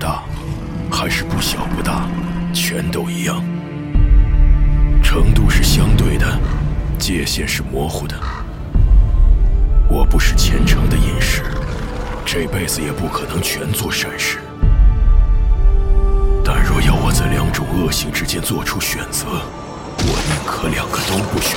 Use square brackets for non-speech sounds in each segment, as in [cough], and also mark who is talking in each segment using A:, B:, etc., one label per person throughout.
A: 大，还是不小不大，全都一样。程度是相对的，界限是模糊的。我不是虔诚的隐士，这辈子也不可能全做善事。但若要我在两种恶行之间做出选择，我宁可两个都不选。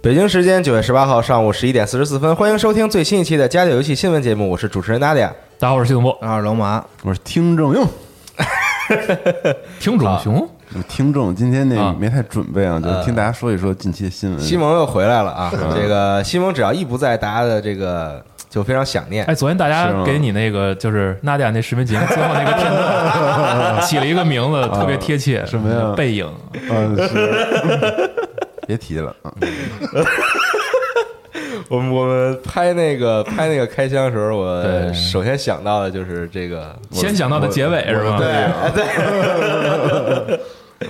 B: 北京时间九月十八号上午十一点四十四分，欢迎收听最新一期的《家里游戏新闻节目》，我是主持人 Nadia，
C: 大家好，我是徐总波，
B: 我啊是龙马。
D: 我是听众用，
C: 听种熊，
D: 听众今天那
C: 啊
D: 没太准备啊，就是听大家说一说近期的新闻。
B: 西蒙又回来了啊！这个西蒙只要一不在，大家的这个就非常想念
C: 哎，。昨天大
D: 是
C: 家
D: 吗
C: 给你那个就是娜迪亚那视频节目最后那个片
D: [laughs]
C: 段起了一个名字，特别贴切，
D: 啊什么呀
C: 背影，
D: 嗯，是，别提了啊，
B: 我们我们拍那个拍那个开箱的时候，我
C: 对
B: 首先想到的就是这个，
C: 先想到的哎结尾是吧？
B: 对哎对，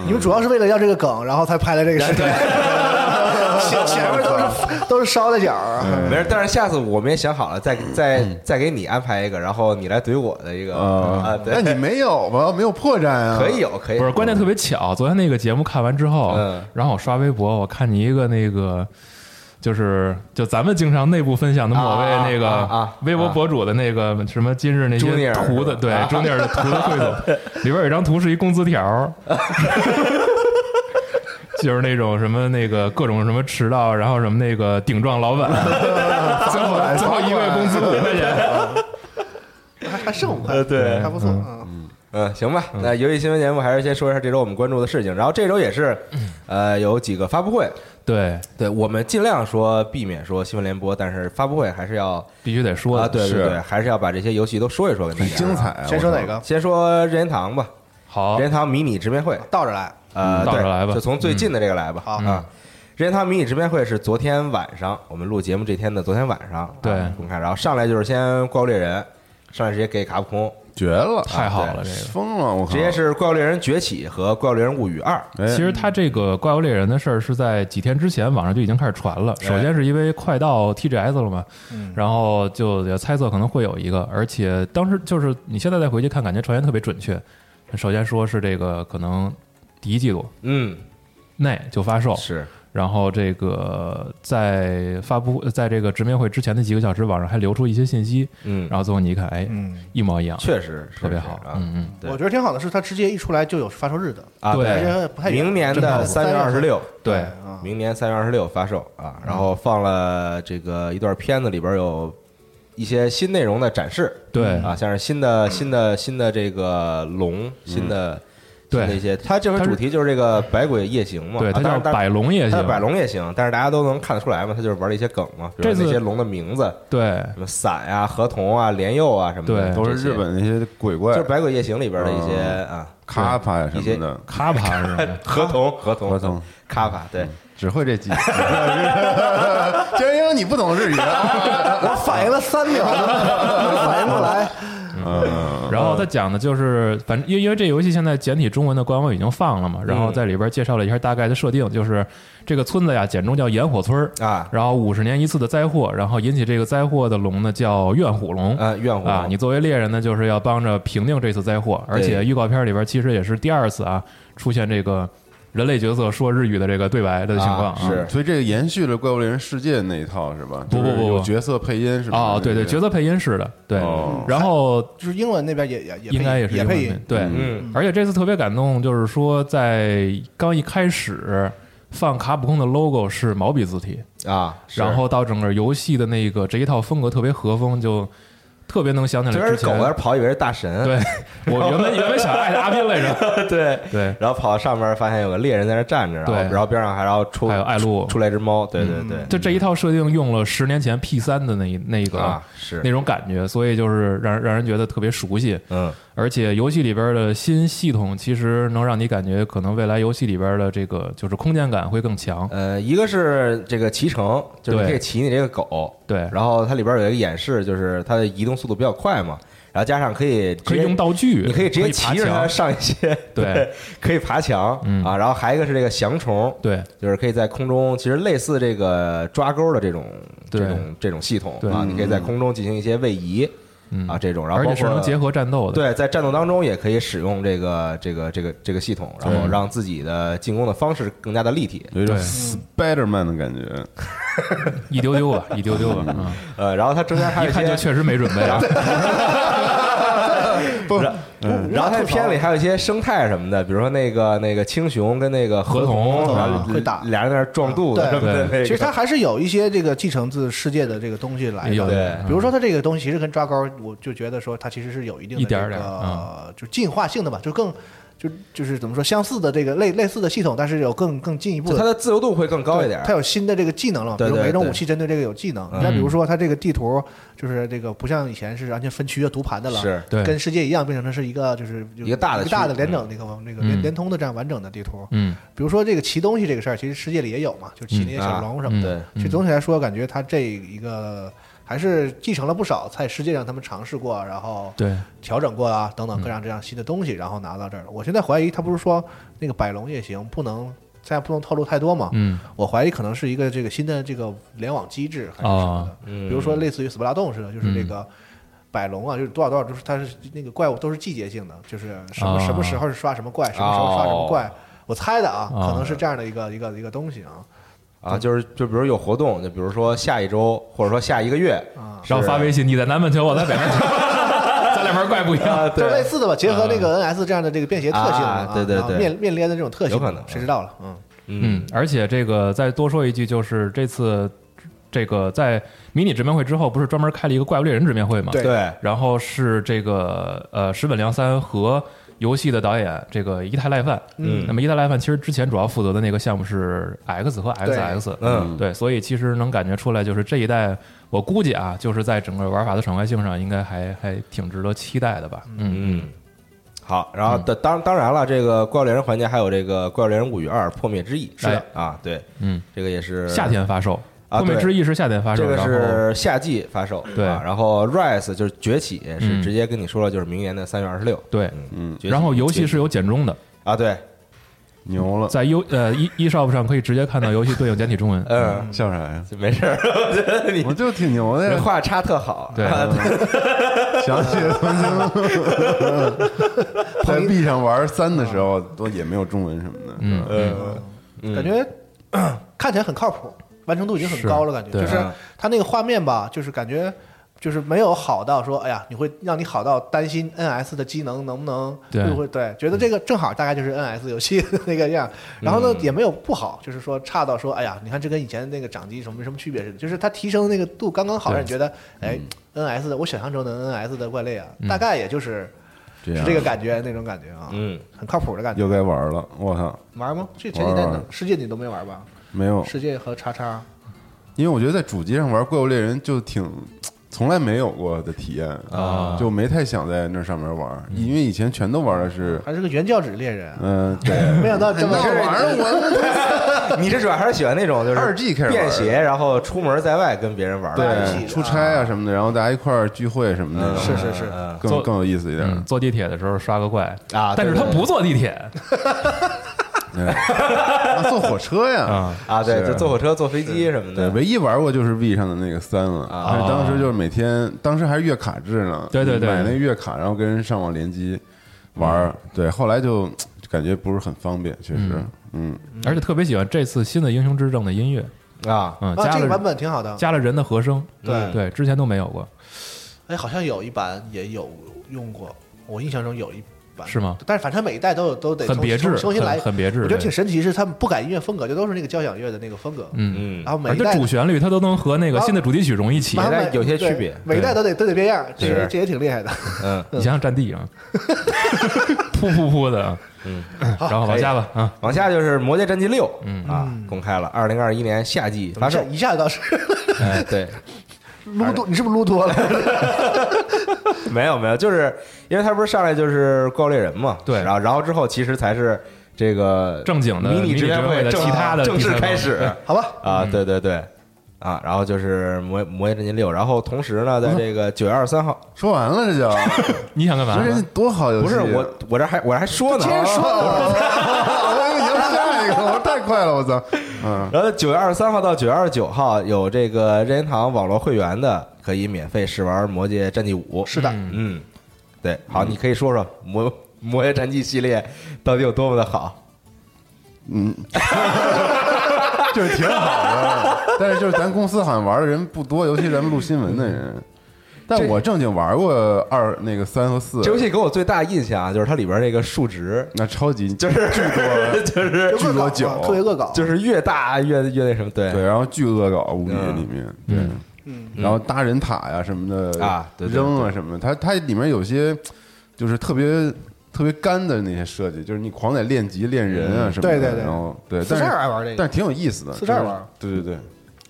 E: 你们主要是为了要这个梗，然后才拍了这个视频。 [laughs] 前前面都 [laughs] 是都是捎带脚儿啊，
B: 没事。但是下次我们也想好了，再再再给你安排一个，然后你来怼我的一个啊，
D: 啊，那
B: 对，
D: 你没有吗？没有破绽啊？ [laughs]
B: 可以有可以有
C: 不是，关键特别巧，昨天那个节目看完之后
B: 哎嗯，
C: 然后我刷微博，我看你一个那个。就是就咱们经常内部分享的某位
B: 啊啊
C: 那
B: 啊啊
C: 个
B: 啊
C: 微博博主的那个什么今日那
B: 朱尼
C: 些
B: 尔
C: 图的，对
B: 啊
C: 中尼尔的图的汇总，
B: [laughs]
C: 里边有一张图是一工资条儿， [laughs] 就是那种什么那个各种什么迟到，然后什么那个顶撞老板，
B: [laughs]
C: 最后最后一位工资五块钱，
E: 还还剩五块，
B: 呃对
E: 还不错啊。
B: 嗯，行吧，那游戏新闻节目还是先说一下这周我们关注的事情。然后这周也是，呃，有几个发布会，
C: 对，
B: 对我们尽量说避免说新闻联播，但是发布会还是要
C: 必须得说
B: 啊，对对对，
D: 是
B: 还是要把这些游戏都说一说跟大
D: 很
B: 家。
D: [laughs] 精彩啊。
E: 先说
D: 我
E: 哪
D: 操？
E: 个？
B: 先说任天堂吧，
C: 好
B: 任，天堂迷你直面会，
E: 倒着来。
B: 呃，
C: 嗯倒着
B: 对
C: 来吧
B: 就从最近的这个来吧。
E: 好
B: 啊，任天堂迷你直面会是昨天晚上我们录节目这天的昨天晚上啊
C: 对
B: 公开，然后上来就是先怪物猎人，上来直接给卡普空，
D: 绝了，
C: 太好
B: 啊
C: 了这个。
D: 疯了！我靠，
B: 直接是怪物猎人崛起和怪物猎人物语二。
D: 哎
C: 其实他这个怪物猎人的事儿是在几天之前网上就已经开始传了。
B: 哎
C: 首先是因为快到 TGS 了嘛，
B: 嗯
C: 然后就也猜测可能会有一个，而且当时就是你现在再回去看，感觉传言特别准确。首先说是这个可能第一季度
B: 嗯，
C: 内就发售，
B: 是
C: 然后这个在发布在这个直面会之前的几个小时，网上还流出一些信息，
B: 嗯，
C: 然后最后你一看，哎，
E: 嗯，
C: 一模一样，
B: 确实
C: 特别
B: 确实
C: 好，
B: 啊
C: 嗯嗯，
B: 对
E: 我觉得挺好的是，它直接一出来就有发售日的，
B: 啊，
C: 对
E: 而且不太远
B: 明年的三月二十，六，
C: 对
E: 啊，
B: 明年三月二十六发售啊，然后放了这个一段片子，里边有一些新内容的展示，
C: 对
B: 啊，像是新的新的新的这个龙，新的
C: 对
B: 新的一些，它这回
C: 它是
B: 主题就是这个百鬼夜行嘛，啊
C: 对，
B: 它
C: 它叫百龙夜
B: 它
C: 行
B: 叫，百龙夜行，但是大家都能看得出来嘛，它就是玩了一些梗嘛，比如
C: 这次
B: 那些龙的名字，
C: 对，
B: 什么伞啊、河童啊、莲幼啊什么的，
C: 对
D: 都是
B: 这些
D: 日，本那些鬼怪，
B: 就是百鬼夜行里边的一些
D: 嗯
B: 啊，
D: 卡帕呀
B: 一
D: 什
B: 些
D: 么的，
C: 卡帕是吧？
B: 河童、河童、
D: 合同嗯
B: 卡卡，对。
D: 只会这
C: [laughs]
D: [laughs] 几。江英，你不懂日
C: [laughs]
D: 语啊？
E: 我反应了三秒， [laughs] 没反应过来。
D: 嗯，
C: 然后他讲的就是，反正因为因为这游戏现在简体中文的官网已经放
B: 嗯
C: 了嘛，然后在里边介绍了一下大概的设定，就是这个村子呀，简中叫炎火村儿
B: 啊
C: 然后五十年一次的灾祸，然后引起这个灾祸的龙呢叫怨虎龙
B: 啊怨虎龙
C: 啊，你作为猎人呢，就是要帮着平定这次灾祸，而且预告片里边其实也是第二次啊出现这个。人类角色说日语的这个对白的情况啊。
B: 是
D: 嗯所以这个延续了《怪物猎人世界》那一套是吧？
C: 不不不
D: 就是有
C: 不
D: 角色配音是吧？
C: 哦，对对，角
D: 色
C: 色配音是的，对
D: 哦。
C: 然后
E: 就是英文那边也也也配
C: 应该也是
E: 也
C: 英文
E: 配
C: 名
E: 音，
C: 对，
B: 嗯
C: 而且这次特别感动，就是说在刚一开始放卡普空的 logo 是毛笔字体，
B: 啊，是
C: 然后到整个游戏的那个这一套风格特别和风，就特别能想起
B: 这
C: 来
B: 边
C: 之
B: 是狗在那
C: 前。
B: 跑，以为是大神，
C: 对 [laughs] 我原本原本想爱的阿斌来着，
B: [laughs] 对
C: 对
B: 然后跑到上面发现有个猎人在那站着，然后
C: 对
B: 然后边上还然后出
C: 还有爱露
B: 出
C: 嗯
B: 出来只猫，对对对，
C: 就这一套设定用了十年前 P 三的那一那一个、
B: 啊是
C: 那种感觉，所以就是让让人觉得特别熟悉。
B: 嗯
C: 而且游戏里边的新系统其实能让你感觉，可能未来游戏里边的这个就是空间感会更强。
B: 呃，一个是这个骑乘，就是你
C: 对
B: 可以骑你这个狗，
C: 对，
B: 然后它里边有一个演示，就是它的移动速度比较快嘛，然后加上可以直
C: 可以
B: 接
C: 用道具，
B: 你可以直接
C: 爬
B: 骑着它
C: 墙，
B: 上一些，
C: 对，
B: 可以爬墙、
C: 嗯
B: 啊。然后还有一个是这个翔虫，
C: 对
B: 就是可以在空中，其实类似这个抓钩的这种
C: 对
B: 这种这种系统
C: 对
B: 啊，你可以在空中进行一些位移、
C: 嗯
B: 啊这种，然后
C: 而
B: 包
C: 且是能
B: 括
C: 结合战斗的。
B: 对，在战斗当中也可以使用这个这个这个这个系统，然后
C: 对
B: 让自己的进攻的方式更加的立体。
D: 有一种
C: 对
D: Spiderman 的
C: [laughs]
D: 感觉，
C: 一丢丢吧，一丢丢吧，啊、
B: 呃，然后它中间还有
C: [laughs] 一看就
B: 些 [laughs]
C: 确实没准备啊。
B: 嗯然后它片里还有一些生态什么的，比如说那个那个青熊跟那个河
C: 河
B: 童，
C: 童
B: 然后
E: 嗯会打
B: 俩人在那儿撞肚子
E: 对
B: 什么的那个。
E: 其实它还是有一些这个继承自世界的这个东西来
C: 有
E: 的。
C: 的，
E: 比如说它这个东西其实跟抓钩，我就觉得说它其实是有一定的
C: 一点儿嗯
E: 这
C: 点儿
E: 个就进化性的吧，就更就就是怎么说相似的这个类类似的系统，但是有更更进一步
B: 就
E: 的
B: 它的自由度会更高一点
E: 对。它有新的这个技能了嘛，比
B: 对
E: 如
B: 对
E: 每种
B: 对
E: 武器针对这个有技能。
B: 嗯
E: 再比如说，它这个地图就是这个不像以前是完全分区啊、读盘的了，
B: 是
C: 对
E: 跟世界一样，变成它是一个就是
B: 一个大的
E: 一大
B: 区嗯
E: 的连整那个那个连
C: 嗯
E: 连通的这样完整的地图。
C: 嗯，
E: 比如说这个骑东西这个事儿，其实世界里也有嘛，就骑那些小龙什么的。
B: 嗯啊
E: 其实总体来说，感觉它这一个还是继承了不少在世界上他们尝试过，然后
C: 对，
E: 调整过啊，等
B: 嗯
E: 等各样这样新的东西，然后拿到这儿了。我现在怀疑他不是说那个百龙也行，不能现在不能透露太多嘛？
C: 嗯，
E: 我怀疑可能是一个这个新的这个联网机制还是什
B: 啊
E: 么的，比如说类似于死不拉洞似的，就是这
B: 嗯
E: 个。百龙啊，就是多少多少，就是它是那个怪物都是季节性的，就是什么、
C: 啊
E: 什么时候是刷什么怪，什么时候刷什么怪，我猜的啊，
C: 啊
E: 可能是这样的一个一个一个东西啊。
B: 啊，就是就比如有活动，就比如说下一周或者说下一个月
C: 然后发微信，你在南半球，我在北半球，咱俩玩怪不一
B: 呃
C: 样。
E: 就类似的吧，结合那个 NS 这样的这个便携特性
B: 啊对对
E: 然后
B: 对
E: 面面连的这种特性，
B: 有可能
E: 谁知道了？嗯，
C: 嗯，而且这个再多说一句，就是这次这个在迷你直面会之后，不是专门开了一个怪物猎人直面会嘛？
E: 对
B: 对
C: 然后是这个呃石本亮三和游戏的导演这个伊太赖范，
B: 嗯
C: 那么伊太赖范其实之前主要负责的那个项目是 X 和 XX，
B: 嗯
C: 对，所以其实能感觉出来，就是这一代我估计啊，就是在整个玩法的爽快性上，应该还还挺值得期待的吧，嗯，
B: 嗯，好，然后的当当然了，这个怪物猎人环节还有这个《怪物猎人物语二：破灭之翼》
C: 是的
B: 啊，对，
C: 嗯，
B: 这个也是
C: 夏，天发售，
B: 啊
C: 后面
B: 对
C: 之翼是夏天发售，
B: 这个
C: 然后
B: 是夏季发售，
C: 对
B: 啊然后 Rise 就是崛起是
C: 嗯
B: 直接跟你说了，就是明年的三月二十六，
C: 对，
B: 嗯崛起
C: 然后游戏
B: 崛起
C: 是有简中的，
B: 啊，对，
D: 牛了，
C: 在优呃 e e shop 上可以直接看到游戏对应简体
B: [laughs]
C: 中文，
B: 嗯，
D: 笑啥呀？
B: 没事儿， [laughs] 我觉得你
D: 我就挺牛的 [laughs]
B: 这
D: 呀，
B: 话插特好，
C: 对，
D: 想起曾经在 B 上玩三的时候，都也没有中文什么的，是吧
B: 嗯，
E: 感觉 [clears throat] 咳看起来很靠谱，完成度已经很
C: 是
E: 高了，感觉
C: 对
E: 就是
B: 嗯
E: 它那个画面吧，就是感觉就是没有好到说，哎呀，你会让你好到担心 NS 的机能能不能
C: 对
E: 会不会对，觉得这个正好大概就是 NS 游戏那个样，然后呢也没有不好，就是说差到说，哎呀，你看这跟以前那个掌机什么没什么区别似的，就是它提升的那个度刚刚好，
C: 对
E: 让你觉得哎。N S 的，我想象中的 N S 的怪类啊，大概也就是
D: 这
E: 是
D: 样
E: 这个感觉，那种感觉啊，
B: 嗯，
E: 很靠谱的感觉。
D: 又该玩了，我靠，
E: 玩吗？这前几天
D: 玩
E: 的
D: 玩
E: 世界你都没玩吧？
D: 没有，
E: 世界和叉叉，
D: 因为我觉得在主机上玩《怪物猎人》就挺从来没有过的体验
C: 啊
D: 就没太想在那上面玩，因为以前全都玩的
E: [laughs]
D: 是，
E: 还是个原教旨猎人啊，
D: 嗯，对，
E: 没想到这么
D: 那
C: 啊
D: 玩意儿我
B: [laughs] 你这主要还是喜欢那种就是
D: 2G 开始玩
B: 便携，然后出门在外跟别人玩儿的
E: 一起
D: 对
E: 的
D: 出差啊什么的，然后大家一块儿聚会什
B: 嗯
D: 么的，
E: 是是是，
D: 更更有意思一
C: 嗯，
D: 点。
C: 坐地铁的时候刷个怪
B: 啊对
C: 但是他
B: 对对
C: 不坐地铁，
D: 啊坐火车呀
C: 啊，
B: 啊，对，
D: 是
B: 就坐火车、坐飞机什么
D: 对，
B: 的，
D: 唯一玩过就是 V 上的那个三了，但是当时就是每天，当时还是月卡制呢，
C: 对对对
D: 买那月卡，然后跟人上网联机玩儿，对，后来就感觉不是很方便，确实，嗯，
C: 而且特别喜欢这次新的《英雄之证》的音乐，
B: 啊，
C: 嗯，
E: 啊，
C: 加
E: 这个
C: 了
E: 版本挺好的。
C: 加了人的和声，
B: 嗯
E: 对
C: 对，之前都没有过，
E: 哎，好像有一版也有用过，我印象中有一版
C: 是吗？
E: 但是反正每一代都有都得
C: 很
E: 重
C: 别
E: 重
C: 致，
E: 重新来
C: 很。很别致，
E: 我觉得挺
C: 对
E: 神奇，是他们不改音乐风格，就都是那个交响乐的那个风格。
C: 嗯。
B: 嗯
E: 然，后每
C: 而
E: 一
C: 且
E: 代
C: 主旋律它都能和那个
E: 然后
C: 新的主题曲融一起
E: 然，后
B: 每一代
E: 每
B: 有些
E: 对
B: 区别
E: 每一代都得都得变样，这
B: 是
E: 也这也挺厉害的。
B: 嗯，
C: 你想想战地啊，噗噗噗的，嗯， [laughs] 然后往下吧啊，
B: 往下就是《魔界战记六》，
C: 嗯
B: 啊，公开了，二零二一年夏季发售。
E: 一下
D: [laughs]
E: 倒是
B: 哎，
C: [laughs]
B: 对，
E: 撸多，你是不是撸多了？ [laughs]
B: 没有没有，就是因为他不是上来就是《怪物猎人》嘛，
C: 对
B: 然后然后之后其实才是这个
C: 正经的
B: 迷
C: 迷
B: 你
C: 你
B: 直
C: 直播
B: 会
C: 会的
B: 正
C: 其他的
B: 正式
C: 第三
B: 开
C: 方
B: 始
C: [laughs] 对
E: 好吧，
B: 啊，对对对。啊，然后就是魔《魔魔界战记六》，然后同时呢，在这个九月二十三号，
D: 说完了这就，
C: 你想干嘛
D: 不？是多好游戏，啊
B: 不呃是我，我这还我这还说呢，啊
E: 接着
D: [laughs]
E: 说
D: 我以为你要下一个，我说太快了，我操，嗯，
B: 然后九月二十三号到九月二十九号有这个任天堂网络会员的可以免费试玩《魔界战记五》。
E: 是的，
B: 嗯，对，好，你可以说说魔《魔界战记》系列到底有多么的好？
D: 就是挺好的，嗯但是就是咱公司好像玩的人不多，尤其咱们录新闻的人。但我正经玩过二那个三和四
B: 这，游戏给我最大印象啊，就是它里边那个数值，
D: 那超级就是巨多，
B: [laughs] 就是
E: 有恶
D: 巨
E: 搞
D: 多
E: 啊
D: 酒
E: 特别恶搞，
B: 就是越大越越那什么，对
D: 对，然后巨恶搞无比
B: 嗯
D: 里面，对
C: 嗯，
E: 嗯
D: 然后搭人塔呀什么的
B: 啊对对
D: 扔啊什么的，它它里面有些就是特别特别干的那些设计，就是你狂得练级练人啊什么的，
E: 对对对
D: 然后对，
E: 四
D: 但
E: 十
D: 是
E: 二爱玩这
D: 但
E: 个，
D: 是挺有意思的，
E: 四十二玩
D: 就是，对对对，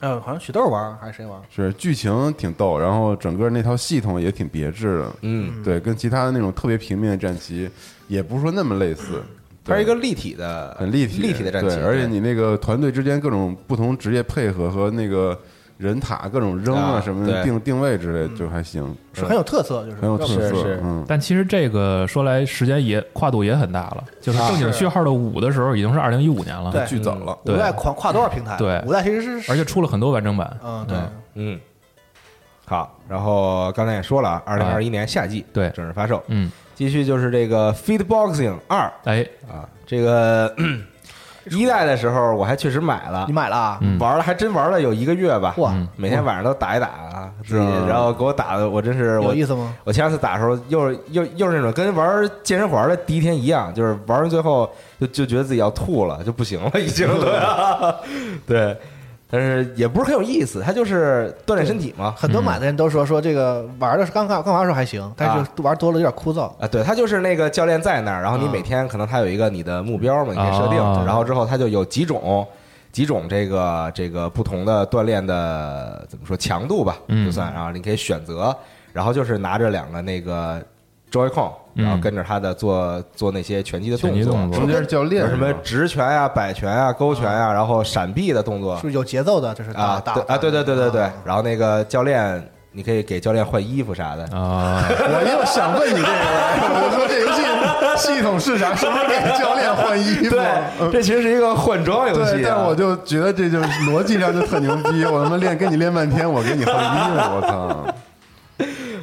E: 嗯，好像许豆玩还是谁玩？
D: 是剧情挺逗，然后整个那套系统也挺别致的，
B: 嗯，
D: 对，跟其他的那种特别平面的战棋也不是说那么类似，
B: 它是一
D: 对
B: 个立体的，
D: 很立体
B: 立体的战棋，
D: 对而且
B: 对
D: 你那个团队之间各种不同职业配合和那个人塔各种扔
B: 啊
D: 啊什么的
B: 对嗯
D: 定定位之类，就还行，
E: 是很有特色，就是
D: 呃很有特
B: 是
D: 色
B: 是，
D: 嗯。
C: 但其实这个说来时间也跨度也很大了，就是正经序号的五的时候已经是二零一五年了，
E: 对
B: 哎
D: 巨早了，
E: 五
C: 对
E: 代跨跨多少平台？
C: 对
E: 五代其实是
C: 而且出了很多完整版，
E: 嗯对，
B: 嗯，好，然后刚才也说了，二零二一年夏季
C: 啊对
B: 正式发售，
C: 嗯，
B: 继续就是这个 Feed Boxing 二
C: 哎，
B: 啊，这个咳一代的时候我还确实买了
E: 你。买了啊？
C: 嗯
B: 玩了还真玩了有一个月吧，
E: 哇
B: 每天晚上都打一打啊，自己
D: 是啊
B: 然后给我打的我真是
E: 有
B: 我
E: 意思吗？
B: 我前两次打的时候又是又又是那种跟玩健身环的第一天一样，就是玩到最后就就觉得自己要吐了，就不行了，已经对、 [laughs] 对，但是也不是很有意思，它就是锻炼身体嘛，
E: 很多买的人都说说这个玩的是刚刚刚玩的时候还行，但是玩多了有点枯燥。
B: 啊，对，他就是那个教练在那儿，然后你
E: 啊
B: 每天可能他有一个你的目标嘛，你可以设定，
C: 啊
B: 然后之后他就有几种几种这个这个不同的锻炼的怎么说强度吧，
C: 嗯
B: 就算，然后你可以选择，然后就是拿着两个那个 Joy-Con，然后
C: 嗯
B: 跟着他的做做那些拳击的
C: 拳击动作
D: 中间是教
B: 有
D: 练
B: 什么
D: 是吧
B: 直拳啊、摆拳啊、勾拳啊，然后闪避的动作
E: 是有节奏的，这是打
B: 啊，
E: 打
B: 对
E: 打
B: 啊，对对对对对
E: 啊，
B: 然后那个教练，你可以给教练换衣服啥的，
C: 啊，
D: 我又想问你这个，我说
B: [laughs]
D: 这游戏系统是啥？是不是给教练换衣服？
B: 对，
D: 嗯
B: 这其实是一个换装游戏啊、
D: 对，但我就觉得这就是逻辑上就特牛逼。我他妈练跟你练半天，我给你换衣服，我操！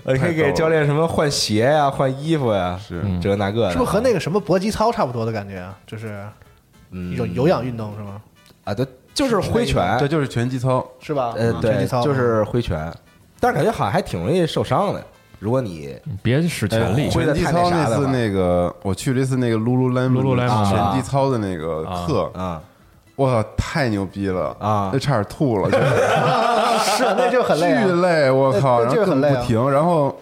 B: 呃，你可以
D: 太逗
B: 给
D: 了
B: 教练什么换鞋呀、换衣服呀、嗯
D: 是
B: 这个那个的，
E: 是不是和那个什么搏击操差不多的感觉啊？就是
B: 嗯
E: 一种有氧运动是吗？
B: 啊？对，就是挥拳，
D: 这就是拳击操，
E: 是吧？嗯
B: 呃，
E: 拳
B: 对
E: 击操，
B: 就是挥拳，但是感觉好像还挺容易受伤的。如果你
C: 别使全力
B: 哎，挥得
D: 拳击
B: 太那
D: 操
B: 啥
D: 那
B: 了
D: 次
B: 吧
D: 那个，我去了一次那个 lululemon
C: Lululemon
D: 拳击操的那个
C: 啊
D: 课，
B: 啊
D: 我操，太牛逼了
B: 啊
D: 那差点吐了，就是
E: [laughs] 是那就 [laughs] 很累啊
D: 巨累，我靠，
E: 那
D: 然后
E: 那这个
D: 更
E: 很累啊
D: 不停，然后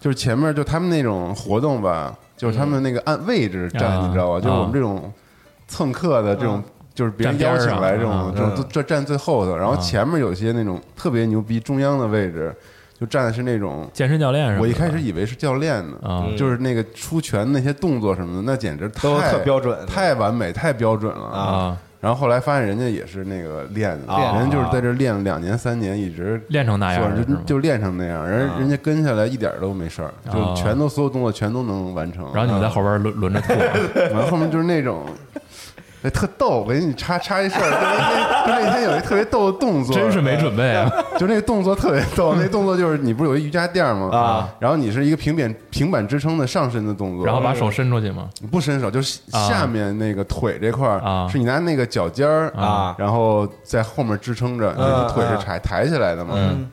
D: 就是前面就他们那种活动吧，就是他们那个按位置站，
C: 嗯啊
D: 你知道吧？就是我
C: 啊嗯
D: 们这种蹭课的这种，就是别
C: 站
D: 人
C: 边
D: 邀
C: 儿
D: 请
C: 上
D: 来这
C: 啊
D: 种，这种这站最后头，然后前面有些那种特别牛逼中央的位置，就站的是那种，
C: 健身教练什么的，
D: 我一开始以为是教练呢，
C: 啊，
D: 就是那个出拳那些动作什么的，那简直
B: 嗯都
D: 太
B: 特标准
D: 太完美、太标准了
C: 啊！
D: 然后后来发现人家也是那个练的，
B: 啊
D: 人家就是在这练了两年、三年，一直
C: 练成那样
D: 就
C: 了是
D: 就
C: 吗
D: 就练成那样，
B: 啊
D: 人人家跟下来一点都没事儿，
C: 啊
D: 就全都所有动作全都能完成。
C: 啊然后你们在后边轮轮着吐，
D: 然后后面就是那种 [laughs] 哎特逗。我给你插插一事儿，就那天就那天有一特别逗的动作，
C: 真是没准备啊！
D: [laughs] 就那个动作特别
C: [laughs]
D: 逗，那动作就是你不是有一瑜伽垫儿吗？
B: 啊，
D: 然后你是一个平扁平板支撑的上身的动作，
C: 然后把手伸出去嘛，
D: 你不伸手，就是
C: 啊
D: 下面那个腿这块儿
C: 啊
D: 是你拿那个脚尖儿
B: 啊
D: 然后在后面支撑
C: 啊
D: 着，
B: 嗯
D: 你腿是抬抬起来的嘛。
C: 嗯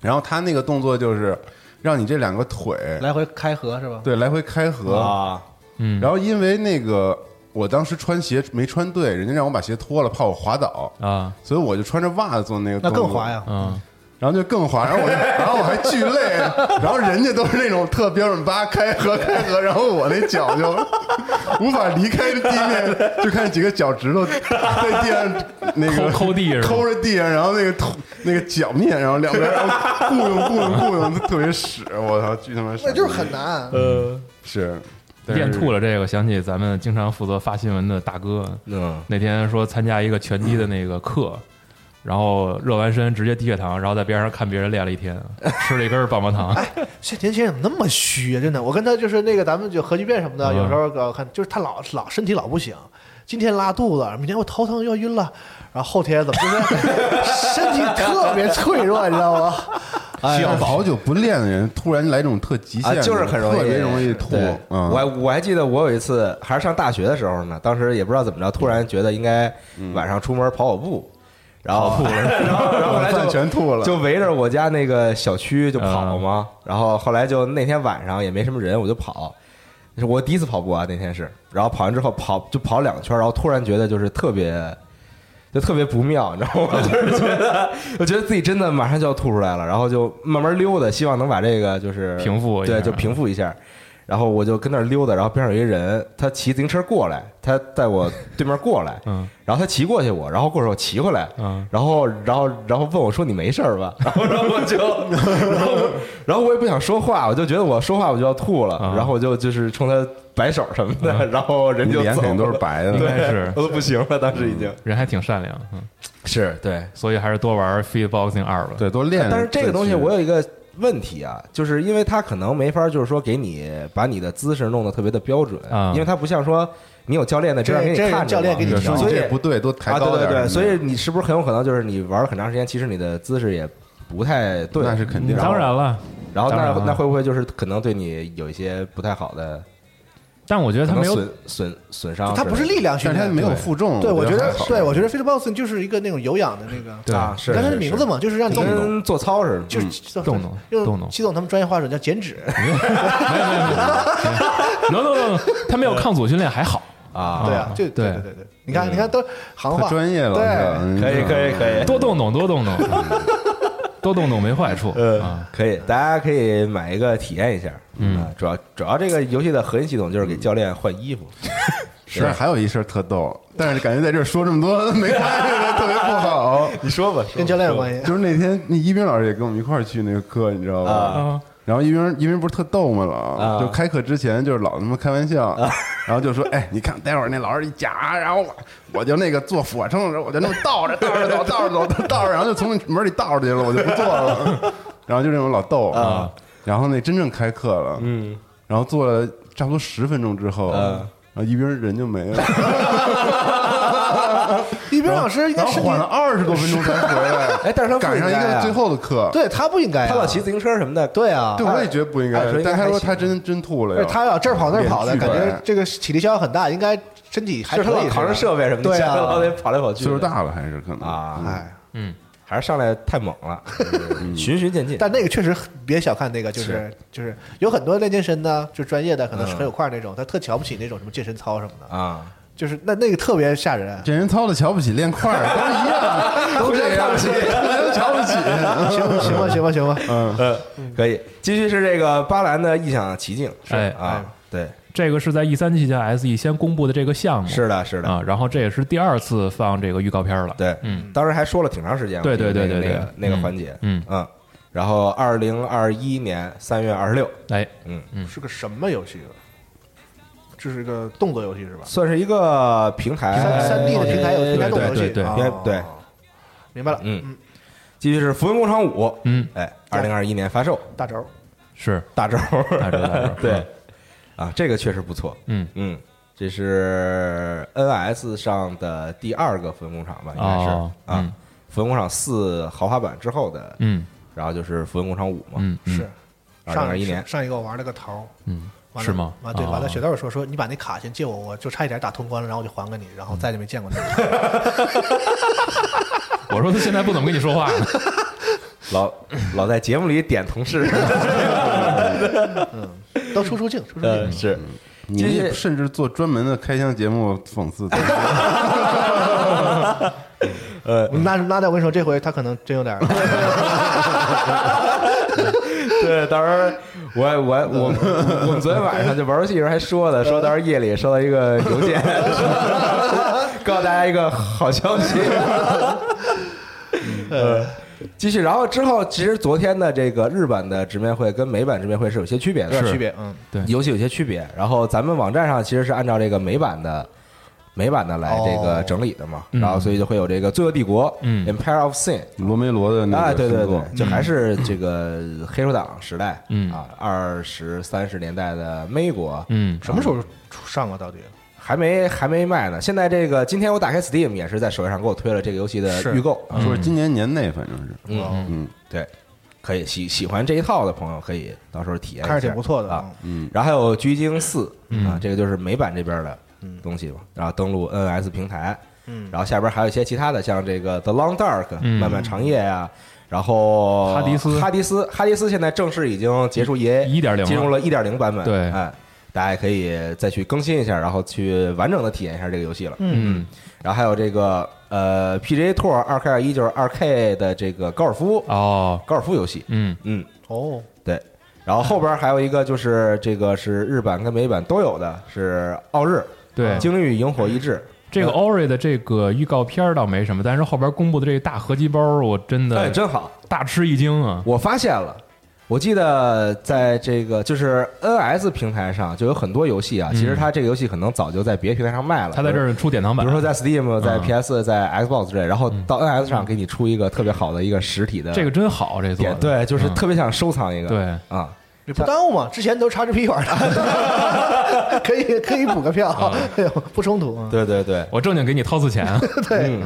D: 然后他那个动作就是让你这两个腿
E: 来回开合是吧？
D: 对来回开合，
B: 啊，
C: 嗯，
D: 然后因为那个我当时穿鞋没穿对，人家让我把鞋脱了，怕我滑倒。
C: 啊，
D: 所以我就穿着袜子做那个，
E: 那更滑！呀！
C: 嗯，
D: 然后就更滑，然
C: [laughs]
D: 后我就，然后我还巨累，然后人家都是那种特标准八开合开合，然后我那
C: [laughs]
D: 脚就无法离开地面，就看几个脚趾头在地上那个
C: 抠抠地是吧
D: 抠着地上，然后那个头那个脚面，然后两边然后雇佣雇佣雇佣，特别屎，我操，巨他妈屎！
E: 那就是很难，
C: 呃
D: 是
C: 练吐了这个，想起咱们经常负责发新闻的大哥，
B: 嗯，
C: 那天说参加一个拳击的那个课，然后热完身直接低血糖，然后在边上看别人练了一天，吃了一根棒棒糖，
B: 哎
E: 现年轻人怎么那么虚啊？真的，我跟他就是那个咱们就核聚变什么的，
C: 嗯
E: 有时候搞看，就是他老老身体老不行，今天拉肚子，明天我头疼要晕了，然后后天怎么就是 [laughs] 身体特别脆弱，你知道吗？哎
D: 需要
E: 呀，
D: 好久不练的人，突然来这种特极限
B: 啊，
D: 的，
B: 就是很容易，
D: 特别容易吐
B: 对。
D: 嗯
B: 我还我还记得我有一次还是上大学的时候呢，当时也不知道怎么着，突然觉得应该
D: 嗯
B: 晚上出门跑跑步，然后 [laughs]
C: 吐了，
B: 然后然后后来
D: 饭
B: 就
D: 全吐了，
B: 就围着我家那个小区就跑
C: 啊
B: 嘛，然后后来就那天晚上也没什么人，我就跑，是我第一次跑步啊，那天是，然后跑完之后跑就跑两圈，然后突然觉得就是特别。就特别不妙，你知道吗？ [laughs] 就是觉得，我觉得自己真的马上就要吐出来了，然后就慢慢溜达，希望能把这个就是
C: 平复一下
B: 对，就平复一下。然后我就跟那儿溜达，然后边上有一人，他骑自行车过来，他在
C: [laughs]
B: 我对面过来，
C: 嗯，
B: 然后他骑过去我，然后过去我骑回来，
C: 嗯，
B: 然后然后然后问我说你没事儿吧？ [laughs] 然后然后
C: [laughs]
B: 我就，然后然后我也不想说话，我就觉得我说话我就要吐了，
C: 啊
B: 然后我就就是冲他摆手什么的，然后人
D: 你
B: 就
D: 脸
B: 走
D: 肯定都是
B: 了，
D: 白的，嗯
C: 应
B: 对
C: 该是
B: 我都不行了，当时已经
C: 人还挺善良，嗯，
B: 是对，
C: 所以还是多玩 f e e d boxing 二吧，
D: 对，多练。啊
B: 但是这个东西
D: 再去
B: 我有一个问题啊，就是因为它可能没法就是说给你把你的姿势弄得特别的标准，
C: 啊
B: 因为它不像说你有教练在这样给你
E: 真人
B: 看着嘛，
E: 教练给你
D: 说
E: 调
D: 你
B: 所以
D: 这不对，多抬
B: 啊，对
D: 高
B: 对
D: 点儿。
B: 对，所以你是不是很有可能就是你玩了很长时间，其实你的姿势也不太对？
D: 那是肯定。
C: 当然了。
B: 然后
C: 当
B: 那
C: 然了
B: 那会不会就是可能对你有一些不太好的，
C: 但我觉得
B: 可
C: 他
B: 能
C: 没有
B: 损损损伤之类的？
E: 他不是力量训
D: 但是它
E: 练，
D: 没有负重，
E: 对，我觉得
D: 还，好
E: 对我觉得 f i t b o x 就是一个那种有氧的那个，
B: 对啊，是
E: 你看它
B: 是
E: 的名字嘛，就是让你
B: 是跟做操似的，
E: 就是
C: 动动
E: 用
C: 动动
E: 系统他们专业话说叫减脂，
C: no
B: [laughs]
C: no no，他没有抗阻训练还好，
B: 啊，
E: 对啊，就对
C: 对
E: 对对对，你看你看都行
D: 太
E: 话，
D: 专业了，
E: 对，
D: 是吧
B: 可以可以。
D: 嗯
B: 可以
C: 多动动多动动，
B: 嗯
C: 多动动没坏处啊。
B: 可以，大家可以买一个体验一下。
C: 嗯
B: 啊，主要主要这个游戏的核心系统就是给教练换衣服。
D: 是还有一事儿特逗，但是感觉在这儿说这么多没关系，特别不好。
B: 你说吧，
E: 跟教练有关系。
D: [laughs] 就是那天那一冰老师也跟我们一块儿去那个课，你知道吧？
C: 啊
D: 然后一冰一冰不是特逗嘛
B: 啊
D: 老，就开课之前就是老他妈开玩笑，然后就说：“哎，你看待会儿那老师一夹，然后我我就那个做俯卧撑的时候，我就那么倒着倒着走倒着走倒着，然后就从门里倒出去了，我就不做了。”然后就这种老逗
B: 啊。
D: 然后那真正开课了，
B: 嗯，
D: 然后做了差不多十分钟之后，
B: 嗯
D: 然后一边人就没了，
E: 一冰老师应
D: 然
E: 该
D: 后
E: 身体
D: 缓了二十多分钟才回来。
B: 哎但是他不
D: 赶上一
B: 应该
D: 个
B: 啊
D: 最后的课，
E: 对他不应该啊，
B: 他老骑自行车什么的，
E: 对啊，
D: 对，我也觉得不应
B: 按
D: 该
B: 说。应该
D: 但他
B: 还
D: 说
B: 行
D: 他真真吐了
E: 而
D: 呀，
E: 且他要这儿跑那儿跑的，
D: 脸巨
E: 感
D: 白
E: 觉这个体力消耗很大，应该身体还
B: 就是他
E: 可
B: 老
E: 以。
B: 扛着设备什么的，
E: 对
B: 下来老
E: 啊，
B: 得跑来跑去的。
D: 岁数大了还是可能
B: 啊，
E: 哎，
B: 还是上来太猛了， [laughs] 循序渐进。
E: 但那个确实很别小看那个，就是就是有很多练健身的，就专业的，可能是
B: 嗯
E: 很有块儿那种，他特瞧不起那种什么健身操什么的，
B: 啊，
E: 就是那那个特别吓人。
D: 这人操的瞧不起练
B: [laughs]
D: 块儿，都是一样，都这样，
E: [laughs]
D: 都瞧不起。
E: 行吧 [laughs] 行吧行吧行吧，
B: 嗯可以继续是这个巴兰的异想奇境，是
C: 哎
B: 啊，对，
C: 这个是在 E 三期间 SE 先公布的这个项目，
B: 是的，是的，
C: 啊，然后这也是第二次放这个预告片了。
B: 对，
C: 嗯，
B: 当时还说了挺长时间，
C: 对对
B: 我记得
C: 对
B: 那
C: 对
B: 个
C: 对
B: 那个那个
C: 嗯
B: 环节，
C: 嗯
B: 嗯，然后二零二一年三月二十六，嗯
C: 哎，
E: 是个什么游戏啊？这是个动作游戏是吧？
B: 算是一个平台，
E: 三三 D 的平台有平台动作游戏，
C: 对对对
E: 啊
B: 哎对对，
E: 明白了，
B: 嗯
E: 嗯，
B: 继续是《福音广场五》，
C: 嗯，
B: 哎，二零二一年发售，
E: 大招儿，
C: 是
B: 大招儿，
C: 大招大招
B: [laughs] 对，啊，这个确实不错，
C: 嗯
B: 嗯，这是 NS 上的第二个分工厂吧，应该是、
C: 哦
B: 啊，
C: 嗯
B: 分工厂四豪华版之后的，
C: 嗯
B: 然后就是分工厂五嘛，
C: 嗯，嗯
E: 是
B: 2001
E: 上
B: 年
E: 上一个我玩了个桃，
C: 嗯
E: 完了
C: 是吗？
E: 完对，完了，
C: 哦
E: 雪豆说说你把那卡先借我，我就差一点打通关了，然后我就还给你，然后再就没见过你。
C: 我说他现在不怎么跟你说话呢， [laughs]
B: 老老在节目里点同事， [laughs]
E: 都出出镜，出出镜。
B: 呃是
D: 你
B: 这
D: 也
B: 是
D: 甚至做专门的开箱节目讽刺他，
B: [laughs]
E: 那那我跟你说，这回他可能真有点儿，
B: [laughs] 对，到时候我我我我我们昨天晚上就玩游戏时候还说的，说到时候夜里收到一个邮件， [laughs] 告诉大家一个好消
E: [laughs]
B: 息。
E: 嗯
B: 呃，继续，然后之后，其实昨天的这个日版的直面会跟美版直面会是有些区别
E: 有
B: 的，
E: 点区别。嗯，
C: 对
B: 游戏有些区别。然后咱们网站上其实是按照这个美版的美版的来这个
E: 哦
B: 整理的嘛，
C: 嗯
B: 然后所以就会有这个《罪恶帝国》
C: 嗯
B: Empire of Sin》，
D: 罗梅罗的那
B: 哎，
D: 个
B: 对对
D: 制
B: 对
D: 作，，
B: 就还是这个黑手党时代，
C: 嗯
B: 啊，二十三十年代的美国，
C: 嗯
E: 什么时候出上啊？到底
B: 还没还没卖呢。现在这个今天我打开 Steam 也是在首页上给我推了这个游戏的
E: 是
B: 预购，
D: 说是今嗯年年内反正是，
B: 嗯，
D: 嗯，
B: 对，可以喜喜欢这一套的朋友可以到时候体验一下，
E: 看着挺不错的
B: 啊。。
E: 嗯
B: 然后还有《狙击精四》
C: 嗯
B: 啊，这个就是美版这边的东西嘛，然后登录 NS 平台，
E: 嗯，
B: 然后下边还有一些其他的，像这个《The Long Dark》
C: 嗯
B: 漫漫长夜呀、然后
C: 哈迪斯
B: 哈迪斯，哈迪斯现在正式已经结束 EA
C: 1.0了
B: 进入了一点零版本，
C: 对
B: 哎，大家也可以再去更新一下，然后去完整的体验一下这个游戏了。
C: 嗯
B: 然后还有这个呃 PGA Tour 二 K 二一就是二 K 的这个高尔夫
C: 哦
B: 高尔夫游戏，
C: 嗯
B: 嗯，
E: 哦，
B: 对。然后后边还有一个就是这个是日版跟美版都有的，是奥日
C: 对
B: 《精灵与萤火一致》
C: 这个 Ori 的这个预告片儿倒没什么，但是后边公布的这个大合集包，我真
B: 哎，
C: 的
B: 真好。
C: 大吃一惊啊！
B: 我发现了，我记得在这个就是 NS 平台上就有很多游戏啊，其实它这个游戏可能早就在别的平台上卖了，
C: 嗯他在这
B: 比如。
C: 儿出典藏
B: 比
C: 版，
B: 如说在 Steam、在
C: 嗯
B: PS、在 Xbox 之类，然后到 NS 上给你出一个特别好的一个实体的
C: 这个真好，这做
B: 点
C: 的，
B: 对，就是
C: 嗯
B: 特别想收藏一个。
C: 对
B: 啊，
E: 你不耽误嘛？之前都叉 GP 玩的，可以可以补个票，哎呦不冲突。嗯
B: 对对对，
C: 我正经给你掏次钱，
B: [laughs]
E: 对，
B: 嗯，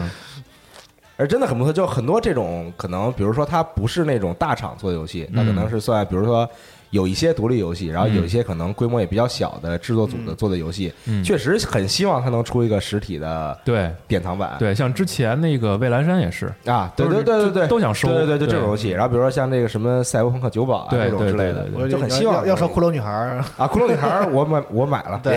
B: 而真的很不错，就很多这种可能，比如说它不是那种大厂做的游戏，它可
C: 嗯
B: 能是算，比如说有一些独立游戏，然后有一些可能规模也比较小的制作组
C: 嗯
B: 的做的游戏，确实很希望它能出一个实体的
C: 对
B: 典藏版。
C: 对，像之前那个蔚蓝山也是，
B: 啊，对
C: 都
B: 对
C: 是
B: 对对对，
C: 都想收
B: 对对对，就这种
C: 对
B: 游戏。然后比如说像这个什么《赛博朋克酒保》啊
C: 对
B: 这种
C: 对
B: 之类
C: 对
B: 的
C: 对，
E: 我
B: 就很希望
E: 要要说骷髅女孩儿，
B: 啊，《骷髅女孩》我买我买了，
E: [laughs] 对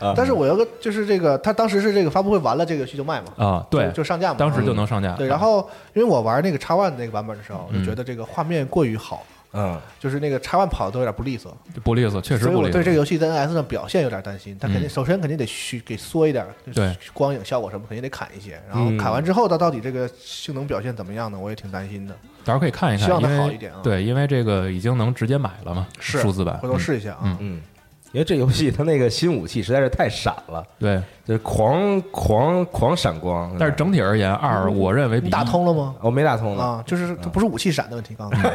E: 啊
B: 啊
E: 但是我有个就是这个，他当时是这个发布会完了，这个游戏就卖嘛，
C: 啊，对，
E: 就就上架嘛，
C: 当时就
E: 嗯
C: 能上架。
E: 对，然后因为我玩那个叉 One 那个版本的时候，我就觉得这个画面过于好，
B: [laughs] 嗯
E: 就是那个叉 One 跑的都有点不利索，
C: 不利索，确实
E: 所以
C: 不
E: 我
C: 利
E: 对这
C: 索。
E: 个游戏在 NS 上表现有点担心。它肯定首先肯定得虚给缩一点，就是
C: 对
E: 光影效果什么肯定得砍一些，然后砍完之后它到底这个性能表现怎么样呢？我也挺担心的，
C: 到时候可以看一看，
E: 希望它
C: 因为
E: 好一点啊
C: 对，因为这个已经能直接买了嘛，
E: 是
C: 数字版
E: 回。头试一下啊。
B: 嗯，因为这游戏它那个新武器实在是太闪了，
C: 嗯对，
B: 就是狂狂狂闪光。
C: 但是整体而言，二
E: 嗯
C: 我认为比
E: 你
C: 一
E: 打通了吗？
B: 我没打通呢，
E: 啊，就是它不是武器闪的问题，刚才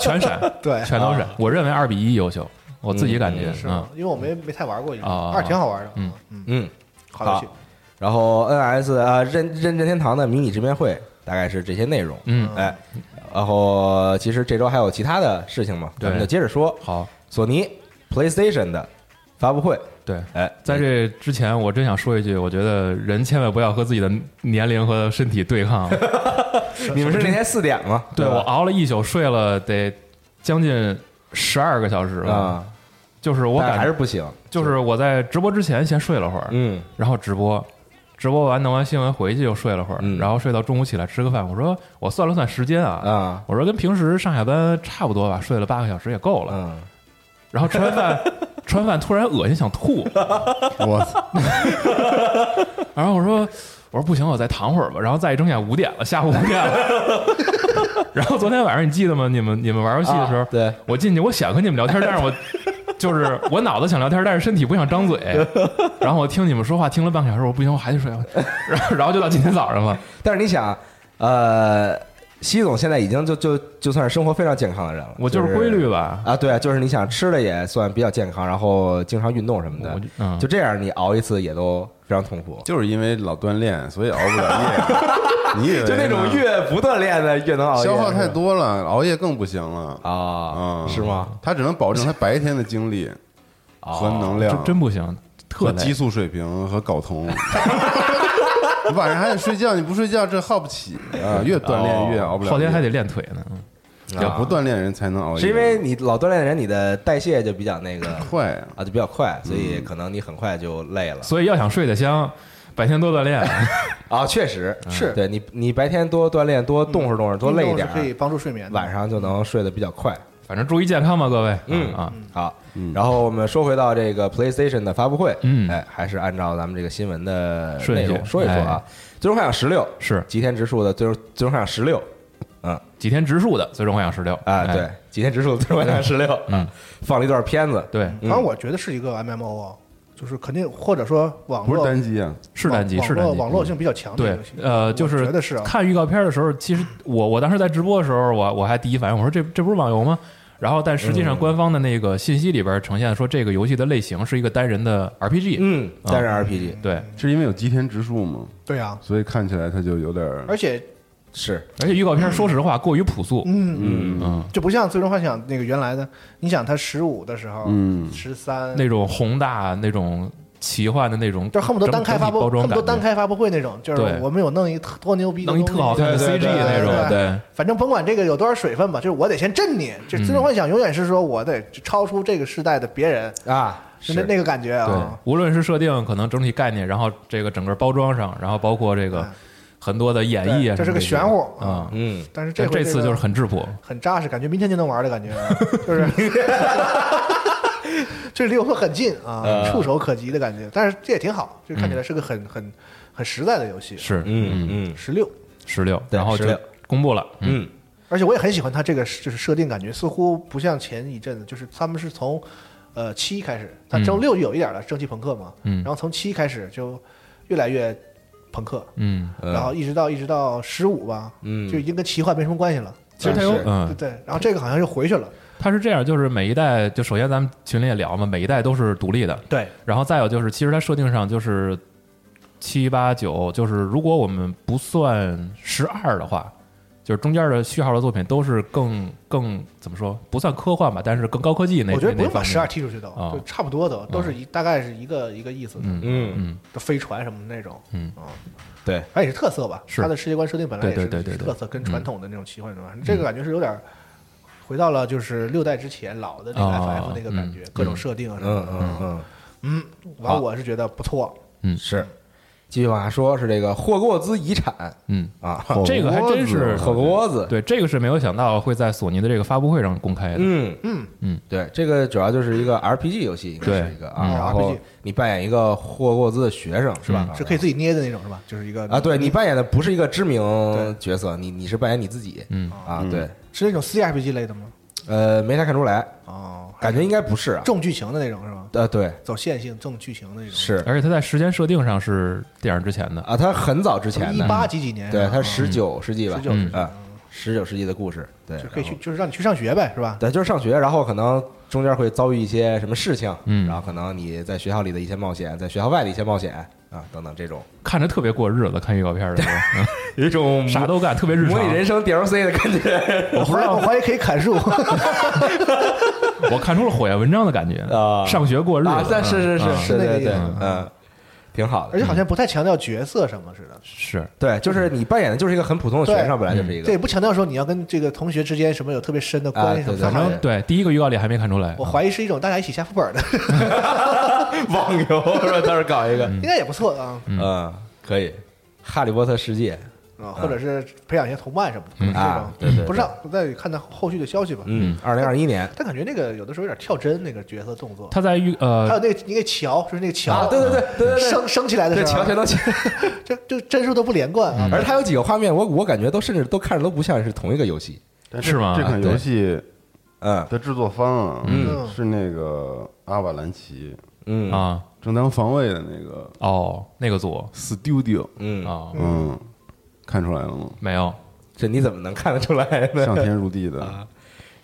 C: 全闪，
E: [laughs] 对
C: 全都闪。我认为二比一优秀，我自己感觉
E: 是啊
C: 嗯
E: 吗，？因为我没没太玩过，
C: 啊
E: 二挺好玩的，
C: 嗯
E: 嗯，
B: 嗯。
E: 好游戏
B: 好。然后 NS 啊任任任天堂的迷你直面会大概是这些内容。
C: 嗯
B: 哎，然后其实这周还有其他的事情嘛，
C: 对
B: 咱们就接着说。
C: 好，
B: 索尼 PlayStation 的发布会，
C: 对。
B: 哎，
C: 在这之前，我真想说一句，我觉得人千万不要和自己的年龄和身体对
E: [laughs]
C: 抗。
B: 你们是那天四点吗？
C: 对我
B: 吧
C: 熬了一宿，睡了得将近十二个小时吧，
B: 啊，
C: 就是我
B: 但
C: 感
B: 还
C: 觉
B: 是不行。
C: 就是我在直播之前先睡了会儿，
B: 嗯，
C: 然后直播，直播完弄完新闻回去又睡了会儿，
B: 嗯
C: 然后睡到中午起来吃个饭。我说我算了算时间啊，
B: 啊
C: 我说跟平时上下班差不多吧，睡了八个小时也够了。
B: 嗯，
C: 然后吃
B: [laughs]
C: 完饭，吃完饭突然恶心想吐，
D: 我
C: 然后我说我说不行，我再躺会儿吧。然后再一睁眼五点了，下午五点了。
B: [laughs]
C: 然后昨天晚上你记得吗？你们你们玩游戏的时候，
B: 啊对
C: 我进去，我想和你们聊天，
B: [laughs]
C: 但是我就是我脑子想聊天，但是身体不想张嘴。
B: [laughs]
C: 然后我听你们说话，听了半个小时，我不行，我还得睡。然后然后就到今天早上了。
B: 但是你想，呃，西总现在已经就就就算是生活非常健康的人了，
C: 我
B: 就
C: 就是规律吧。
B: 啊，对啊，就是你想吃的也算比较健康，然后经常运动什么的
C: 我就，嗯
B: 就这样你熬一次也都非常痛苦。
D: 就是因为老锻炼，所以熬不了夜。
B: [laughs]
D: 你以为呢
B: 就那种越不锻炼的越能熬夜，
D: 消耗
B: 是吧
D: 太多了，熬夜更不行了
B: 啊，
D: 嗯
B: 是吗？哦
D: 他只能保证他白天的精力和能量
C: 真，真不行，特
D: 和
C: 累
D: 激。素水平和睾酮。 [laughs] 你晚上还得睡觉，你不睡觉这耗不起
C: [laughs]
D: 啊！越锻炼越熬不了夜。
C: 哦后天还得练腿呢。嗯
D: 要不锻炼人才能熬夜，
B: 啊是因为你老锻炼的人，你的代谢就比较那个
D: 快啊。
B: 啊，就比较快，所以可能你很快就累了
C: 所以要想睡得香，白天多锻炼。
B: 啊。确实
E: 是
B: 对你，你白天多锻炼，多动会动会，多累一点啊
E: 运动是可以
B: 儿，
E: 帮助睡眠的。
B: 晚上就能睡得比较快。
C: [laughs] 反正注意健康吧，各位。
B: 嗯
C: 啊，
B: 好，然后我们说回到这个 PlayStation 的发布会，
C: 嗯
B: 哎，还是按照咱们这个新闻的
C: 顺
B: 内
C: 序哎
B: 容说一说啊，《最终幻想十六》
C: 是
B: 吉田直树的《最终最终幻想十六》，嗯
C: 几天植树的《最终幻想十六》
B: 啊，
C: 哎
B: 对，吉田直树的《最终幻想十六》，
C: 嗯，
B: 放了一段片子，
C: 对，
E: 反正我觉得是一个 MMO，啊就是肯定或者说网
D: 不是
E: 络
D: 单机啊，
C: 是单机，
E: 网
C: 是单
E: 络
C: 机。嗯
E: 网络性比较强的
C: 对
E: 游戏，
C: 呃，
E: 我
C: 就是
E: 觉得是啊，
C: 看预告片的时候，其实我我当时在直播的时候，我我还第一反应我说这这不是网游吗？然后但实际上
E: 嗯
C: 官方的那个信息里边呈现说这个游戏的类型是一个单人的 RPG，、
B: 嗯，
C: 啊
B: 单人 RPG，
C: 对，
D: 是因为有吉田直树嘛，
E: 对啊，
D: 所以看起来他就有点儿
E: 而且
B: 是
C: 而且预告片说实话过于朴素，
E: 嗯
D: 嗯
C: 嗯，
E: 就不像最终幻想那个原来的，你想它十五的时候，
D: 嗯
E: 十三
C: 那种宏大那种奇幻的那种，
E: 就恨不得单开发布，
C: 包装
E: 恨不
C: 感
E: 得
C: 觉，
E: 单开发布会那种，就是
C: 对
E: 我们有弄一特多牛逼的
C: 弄一
E: 东西，
C: 特好看的
B: 对对
C: CG
B: 对
C: 那种，
E: 对对
C: 对，
E: 反正甭管这个有多少水分吧，就是我得先震你。
C: 嗯
E: 这最终幻想永远是说我得超出这个时代的别人，
B: 啊，
E: 就那
B: 是
E: 那个感觉
C: 对
E: 啊，，
C: 无论是设定可能整体概念，然后这个整个包装上，然后包括这个
E: 嗯
C: 很多的演绎啊，
E: 对这是个玄乎
C: 啊。嗯
B: 嗯，
E: 但是
C: 但
E: 回这
C: 这次
E: 个
C: 就是很质朴，
E: 很扎实，感觉明天就能玩的感觉，就是就是离我们很近啊，触手可及的感觉。但是这也挺好，就看起来是个很很很实在的游戏。
C: 是
B: 嗯嗯
E: 十六，
C: 十六，
B: 对
C: 然后就
B: 16
C: 公布了，嗯
B: 嗯
E: 而且我也很喜欢它这个就是设定，感觉似乎不像前一阵子，就是他们是从呃七开始，但周六就有一点了，蒸汽朋克嘛，
C: 嗯
E: 然后从七开始就越来越朋克，
C: 嗯，
B: 嗯
E: 然后一直到一直到十五吧，
B: 嗯
E: 就已经跟奇幻没什么关系了，
C: 其实它
B: 是
C: 有
E: 对
C: 嗯，
E: 对，然后这个好像又回去了，
C: 它是这样，就是每一代就首先咱们群里也聊嘛，每一代都是独立的，
E: 对，
C: 然后再有就是其实它设定上就是七八九，就是如果我们不算十二的话，就是中间的序号的作品都是更更怎么说不算科幻吧，但是更高科技那
E: 我觉得
C: 那
E: 不用
C: 方
E: 把
C: 面
E: 十二踢出去都，
C: 啊
E: 就差不多都都是一大概是一个一个意思的，
C: 嗯
B: 嗯，
C: 嗯
E: 就飞船什么的那种，
C: 嗯
E: 啊，
B: 对，
E: 它也是特色吧，
C: 是
E: 它的世界观设定本来也
C: 对
E: 是
C: 对对对对嗯
E: 特色，跟传统的那种奇幻什么，这个感觉是有点儿回到了就是六代之前老的那个
C: 哦
E: FF 那个感觉
C: 嗯，
E: 各种设定啊什么
B: 嗯
E: 的，
B: 嗯嗯，
E: 嗯，完了我是觉得不错，
B: 是。继续往下说，是这个霍格沃兹遗产
C: 嗯，
B: 啊，
C: 这个还真是
B: 霍格沃兹，
C: 对，这个是没有想到会在索尼的这个发布会上公开的，
B: 嗯
E: 嗯
C: 嗯，
B: 对，这个主要就是一个 RPG 游戏，应该是一个啊，
E: 对嗯
B: 然后
E: RPG
B: 你扮演一个霍格沃兹的学生是
C: 嗯
B: 吧？
E: 嗯是可以自己捏的那种是吧？就是一个
B: 啊，对你扮演的不是一个知名
E: 对
B: 角色，你你是扮演你自己
C: 嗯
B: 啊，对，
E: 是那种 CRPG 类的吗？
B: 呃，没太看出来，
E: 哦，
B: 感觉应该不是啊，
E: 重剧情的那种是吧？
B: 呃，对，
E: 走线性重剧情的那种，
B: 是
C: 而且它在时间设定上是电影之前的，
B: 啊，他很早之前
E: 一
B: 的，
E: 八几几年是吧，啊
B: 对，他十九世纪吧，
E: 19世纪
B: 啊，十九世纪的故事，对，
E: 就可以
B: 然后
E: 去，就是让你去上学呗，是吧？
B: 对，就是上学，然后可能中间会遭遇一些什么事情，
C: 嗯
B: 然后可能你在学校里的一些冒险，在啊学校外的一些冒险啊，等等这种，
C: 看着特别过日子，看预告片的
E: [laughs]
C: 时候，
B: 有一种
C: 嗯啥都干，特别
B: [laughs]
C: 日
B: 模
C: 常。
B: 拟人生 DLC 的感 [laughs] 觉
E: 我怀我怀疑可以砍树， [laughs]
C: 我看出了火焰文章的感觉
B: 啊
C: 上学过日子
B: 啊，，但是是是
C: 嗯
B: 是，
E: 那个
B: 对
E: 意
B: 对
E: 思，
B: 嗯，挺好
E: 而
B: 的
E: 且。好像不太强调角色什么似的，
C: 是
B: 对，就是你扮演的就是一个很普通的学生，
E: 对
B: 本来就是一
E: 这
B: 个
E: 也不强调说你要跟这个同学之间什么有特别深的关系
B: 啊对
E: 什么
B: 对
E: 的。
B: 嗯
C: 反
E: 好像
C: 正对第一个预告里还没看出来，
E: 我怀疑是一种大家一起下副本的，
B: 网游，是吧？当时搞一个，
E: [laughs] 应该也不错啊，
B: 嗯，可以，《哈利波特》世界，
E: 啊，或者是培养一些同伴什么的，可能是
B: 啊对对
E: 这种不知道，再看他后续的消息吧。
B: 嗯，二零二一年
E: 但感觉那个有的时候有点跳帧，那个角色动作，
C: 他在预
E: 还有
C: 呃
E: 那个那个桥，就是那个桥，
B: 啊，对对对对对对，
E: 升升起来的
B: 对嗯
E: 时候
B: 乔，全都起，
E: 这这帧数都不连贯啊。
B: 而它有几个画面，我我感觉都甚至都看着都不像是同一个游戏，
D: 但
C: 是吗
D: 这款游戏
B: 嗯
D: 的制作方啊，
E: 嗯
D: 是那个阿瓦兰奇
B: 嗯
C: 啊
D: 正当防卫的那个
C: 哦那个组
D: studio，
B: 嗯
C: 啊
D: 嗯，看出来了吗？
C: 没有
B: 这你怎么能看得出来
D: 上
B: 呢？
D: 天入地的，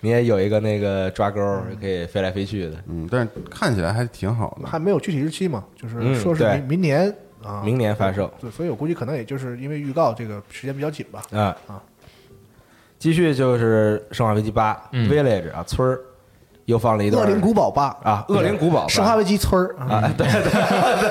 B: 你也有一个那个抓钩儿，可以飞来飞去的。
D: 嗯，但是看起来还挺好的。
E: 嗯还没有具体日期嘛，就
B: 嗯
E: 是说是
B: 对
E: 明明年啊，
B: 明年发售
E: 对，所以我估计可能也就是因为预告这个时间比较紧吧。
B: 啊
E: 啊！
B: 继续就是《生化危机八》
C: 嗯
B: Village 啊村儿，又放了一段
E: 恶灵古堡八
B: 啊恶灵古堡吧
E: 生化危机村儿啊，
B: 啊， [laughs] 对对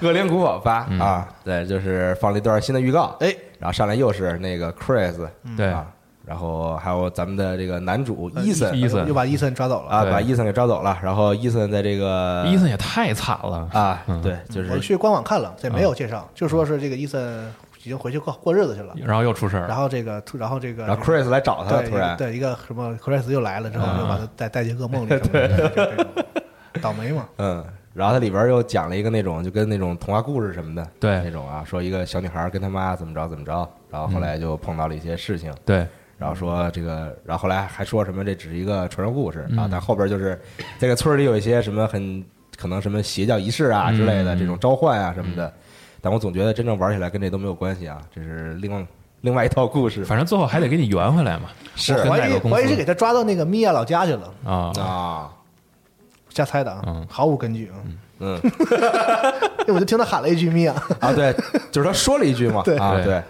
B: 对，恶灵古堡八啊，对，就是放了一段新的预告，
E: 嗯哎，嗯
B: 然后上来又是那个 Chris，
C: 对
B: 啊，然后还有咱们的这个男主
E: 呃
B: 伊森
C: 伊森
E: 又把伊森抓走了。
B: 啊，
C: 对
B: 把伊森给抓走了，然后伊森在这
E: 呃
B: 个
C: 伊森也太惨了，
B: 啊，
C: 嗯
B: 对，就
E: 我
B: 是啊
E: 去官网看了，这没有介绍，就说是这个伊森已经回去过过日子去了。
C: 然后又出事儿
E: 然
C: 了，
E: 后这个，突然后这个，
B: 然后 Chris 来找他，
E: 对
B: 突然啊
E: 对一个什么 Chris 又来了之后，又把他带带进噩
B: [laughs]
E: 梦里什么的，就这种倒霉嘛。
B: 嗯，然后它里边又讲了一个那种就跟那种童话故事什么的，
C: 对嗯
B: 那种啊，说一个小女孩跟她妈怎么着怎么着，然后后来就碰到了一些事情，
C: 对，
B: 然后说这个，然后后来还说什么这只是一个传说故
D: 嗯
B: 事啊，但后边就是这个村儿里有一些什么很可能什么邪教仪式啊之类
D: 嗯
B: 的这种召唤啊什么的，但我总觉得真正玩起来跟这都没有关系啊，这是另外另外一套故事，
C: 反正最后还得给你圆回来嘛，
B: 是
C: 跟
E: 我怀
C: 哪
E: 疑
C: 个公
E: 怀疑是给
C: 司
E: 他抓到那个米娅老家去了，
C: 啊？
B: 啊，
E: 瞎猜的啊
C: 嗯，
E: 毫无根据啊。 [laughs]
B: 嗯
E: 因为我就听他喊了一句米娅，
B: 啊，对，就是他说了一
D: [laughs]
B: 句嘛，
E: 对
B: 啊
C: 对
B: 对，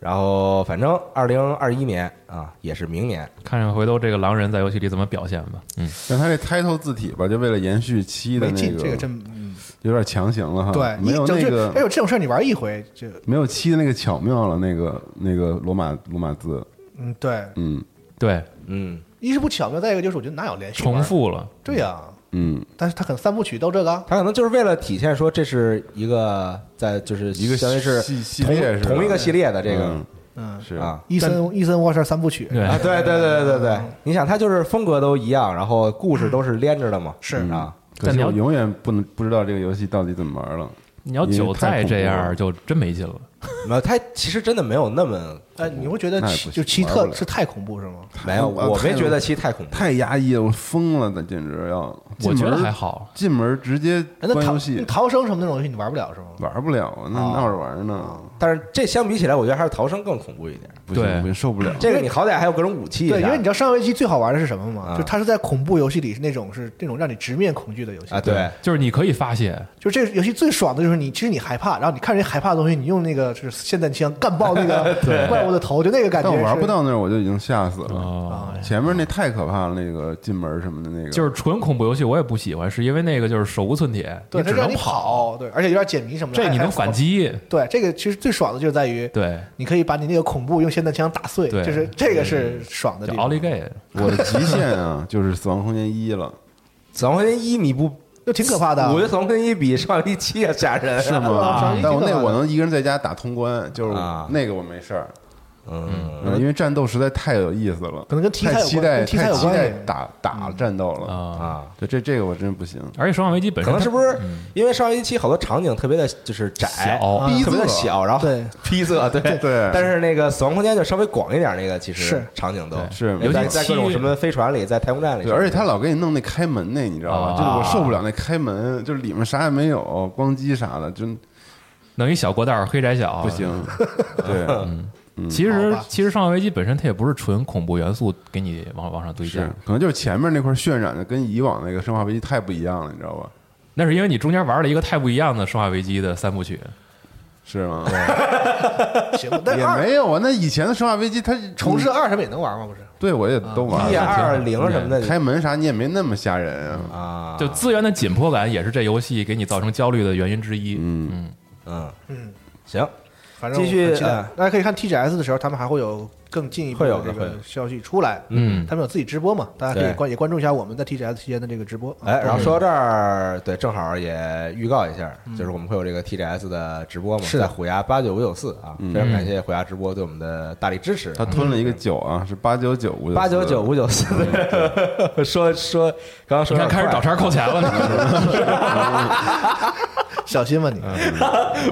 B: 然后反正二零二一年啊也是明年，
C: 看看回头这个狼人在游戏里怎么表现吧。嗯，
D: 但他这 title 字体吧，就为了延续七的
E: 没
D: 那
E: 劲，这
D: 个
E: 个，真嗯
D: 有点强行
B: 啊
D: 了哈。
E: 对，
D: 没有
E: 一整
D: 那
E: 就哎
D: 个
E: 呦这种事儿你玩一回就
D: 没有七的那个巧妙了，那个那个罗马罗马字，
E: 嗯对，
D: 嗯
C: 对，
B: 嗯，
E: 一是不巧妙，再一个就是我觉得哪有连续玩
C: 重复了，
E: 对呀、
D: 嗯，
E: 但是他可能三部曲都这个啊，
B: 他可能就是为了体现说这是一个在就是一
D: 个
B: 相当于是
D: 系系
B: 同
D: 列是吧
B: 同一个系列的这个
D: 嗯
E: 嗯，
D: 是
B: 啊。
E: 伊森伊森沃舍三部曲，
B: [laughs]
C: 对
B: 啊，对对对对对，你想，他就是风格都一样，然后故事都是连着的嘛，
E: 是
B: 啊，
D: 可
C: 但你
D: 是
C: 要
D: 我永远不能不知道这个游戏到底怎么玩了。
C: 你要久再这样就真没劲了。
B: 没有，他其实真的没有那么
E: 哎，你会觉得
D: 那也
E: 奇
D: 不
E: 就
D: 行
E: 奇
D: 玩不
E: 特
D: 了
E: 是太恐怖是吗？
B: 没有，
D: 啊
B: 我没
D: 太
B: 觉得其实太恐怖，
D: 太压抑了，我疯了，那简直要。
C: 我
D: 进
C: 觉
D: 门
C: 得还好，
D: 进门直接
E: 哎那
D: 关
E: 逃
D: 游戏
E: 那，哦逃生什么那种游戏你玩不了是吗？
D: 玩不了啊，那闹着玩呢，
B: 但是这相比起来，我觉得还是逃生更恐怖一点。
D: 不行
C: 对
D: 不行，受不了。
B: 这个你好歹还有各种武器啥的，
E: 对，因为你知道上围棋最好玩的是什么吗？
B: 啊
E: 就它是在恐怖游戏里是那种是那种让你直面恐惧的游戏
B: 啊，，对，
C: 就是你可以发泄，
E: 就这个游戏最爽的就是你其实你害怕，然后你看人害怕的东西，你用那个就是霰弹枪干爆那
D: [laughs]
E: 个怪物的头，就那个感觉
D: 但我玩
E: 是
D: 不到那儿，我就已经吓死了。
C: 哦，
E: 啊，
D: 前面那太可怕了，那个进门什么的那个，
C: 就是纯恐怖游戏我也不喜欢，是因为那个就是手无寸铁，
E: 对，它
C: 只
E: 让
C: 能
E: 你，跑，对，而且有点解谜什么的，
C: 这
E: 还
C: 你能
E: 还
C: 反击，
E: 对，这个其实最爽的就在于，
C: 对，
E: 你可以把你那个恐怖用霰弹枪打碎，
C: 对
E: 就是这个是爽的
C: 叫
E: 地
C: 奥
E: 方
C: 利。给，
D: 我的极限啊，就是《死亡空间一》
E: [laughs]
D: 了，
B: 《死亡空间一》你不，
E: 就挺可怕的啊
B: 我觉得《死亡空间一》比《上一期》也吓人，
D: 是吗
E: 啊？
D: 但我那我能一个人在家打通关，就是
B: 啊
D: 那个我没事儿，
B: 嗯，
D: 嗯因为战斗实在太有意思了，
E: 可能跟题材有
D: 太
E: 关
D: 期待
E: 跟题材
D: 太
E: 有
D: 期
E: 关嗯
D: 待
E: 系
D: 打打战斗了
E: 嗯
C: 啊。
B: 啊。
D: 对，这这个我真不行。
C: 而且《生化危机》本
B: 可能
C: 身它
B: 是不是
E: 嗯
B: 因为上一期好多场景特别的，就是窄
C: 小，
B: 逼特别的
D: 逼仄
B: 小，然后
E: 对
B: 逼仄，对
D: 对
B: 但是那个死亡空间就稍微广一点，那个其实
E: 是
B: 场景都
C: 对
D: 是
B: 尤其
C: 尤其
B: 在各种
C: 七
B: 什么飞船里，在太空站里什
D: 对，
B: 么的，
D: 而且他老给你弄那开门那，你知道吧？
C: 啊
D: 就是我受不了那开门，就是里面啥也没有，光机啥的，真
C: 弄一小过道儿黑窄小，
D: 不行。对，
B: 嗯
C: 其实
E: 好吧
C: 其实《生化危机》本身它也不是纯恐怖元素给你往往上堆加
D: 是，可能就是前面那块渲染的跟以往那个《生化危机》太不一样了，你知道吧？
C: 那是因为你中间玩了一个太不一样的《生化危机》的三部曲，
D: 是吗？
E: 行，但
D: 也
E: 二
D: 没有啊。那以前的《生化危机》它嗯
E: 重置，二什么也能玩吗？不是，
D: 对我也都玩
B: 一
D: 了。
B: 二零什么的
D: 开门啥你也没那么吓人
B: 啊，
D: 啊。
C: 就资源的紧迫感也是这游戏给你造成焦虑的原因之一。
D: 嗯，
B: 嗯
E: 嗯，
B: 行，
E: 反正我
B: 继续
E: 很期待
B: 呃。
E: 大家可以看 TGS 的时候，他们还会有更进一步
B: 会有
E: 的
B: 的
E: 这
B: 会
E: 个
B: 有
E: 消息出来。
C: 嗯
E: 他们有自己直播嘛，大家可以
B: 对
E: 关也关注一下我们在 TGS 期间的这个直播。
B: 哎，然后说到这儿，对，正好也预告一下，就是我们会有这个 TGS 的直播嘛，
E: 嗯是的嗯
B: 在虎牙八九五九四啊，非常感谢虎牙直播对我们的大力支持。
D: 他吞了一个九啊，是八九九五
B: 八九九五九四，说说刚刚说
C: 你
B: 有
C: 看
B: 点
C: 开始
B: 快
C: 找茬扣钱 [laughs] 了，
E: 啊小心吧你，
B: 啊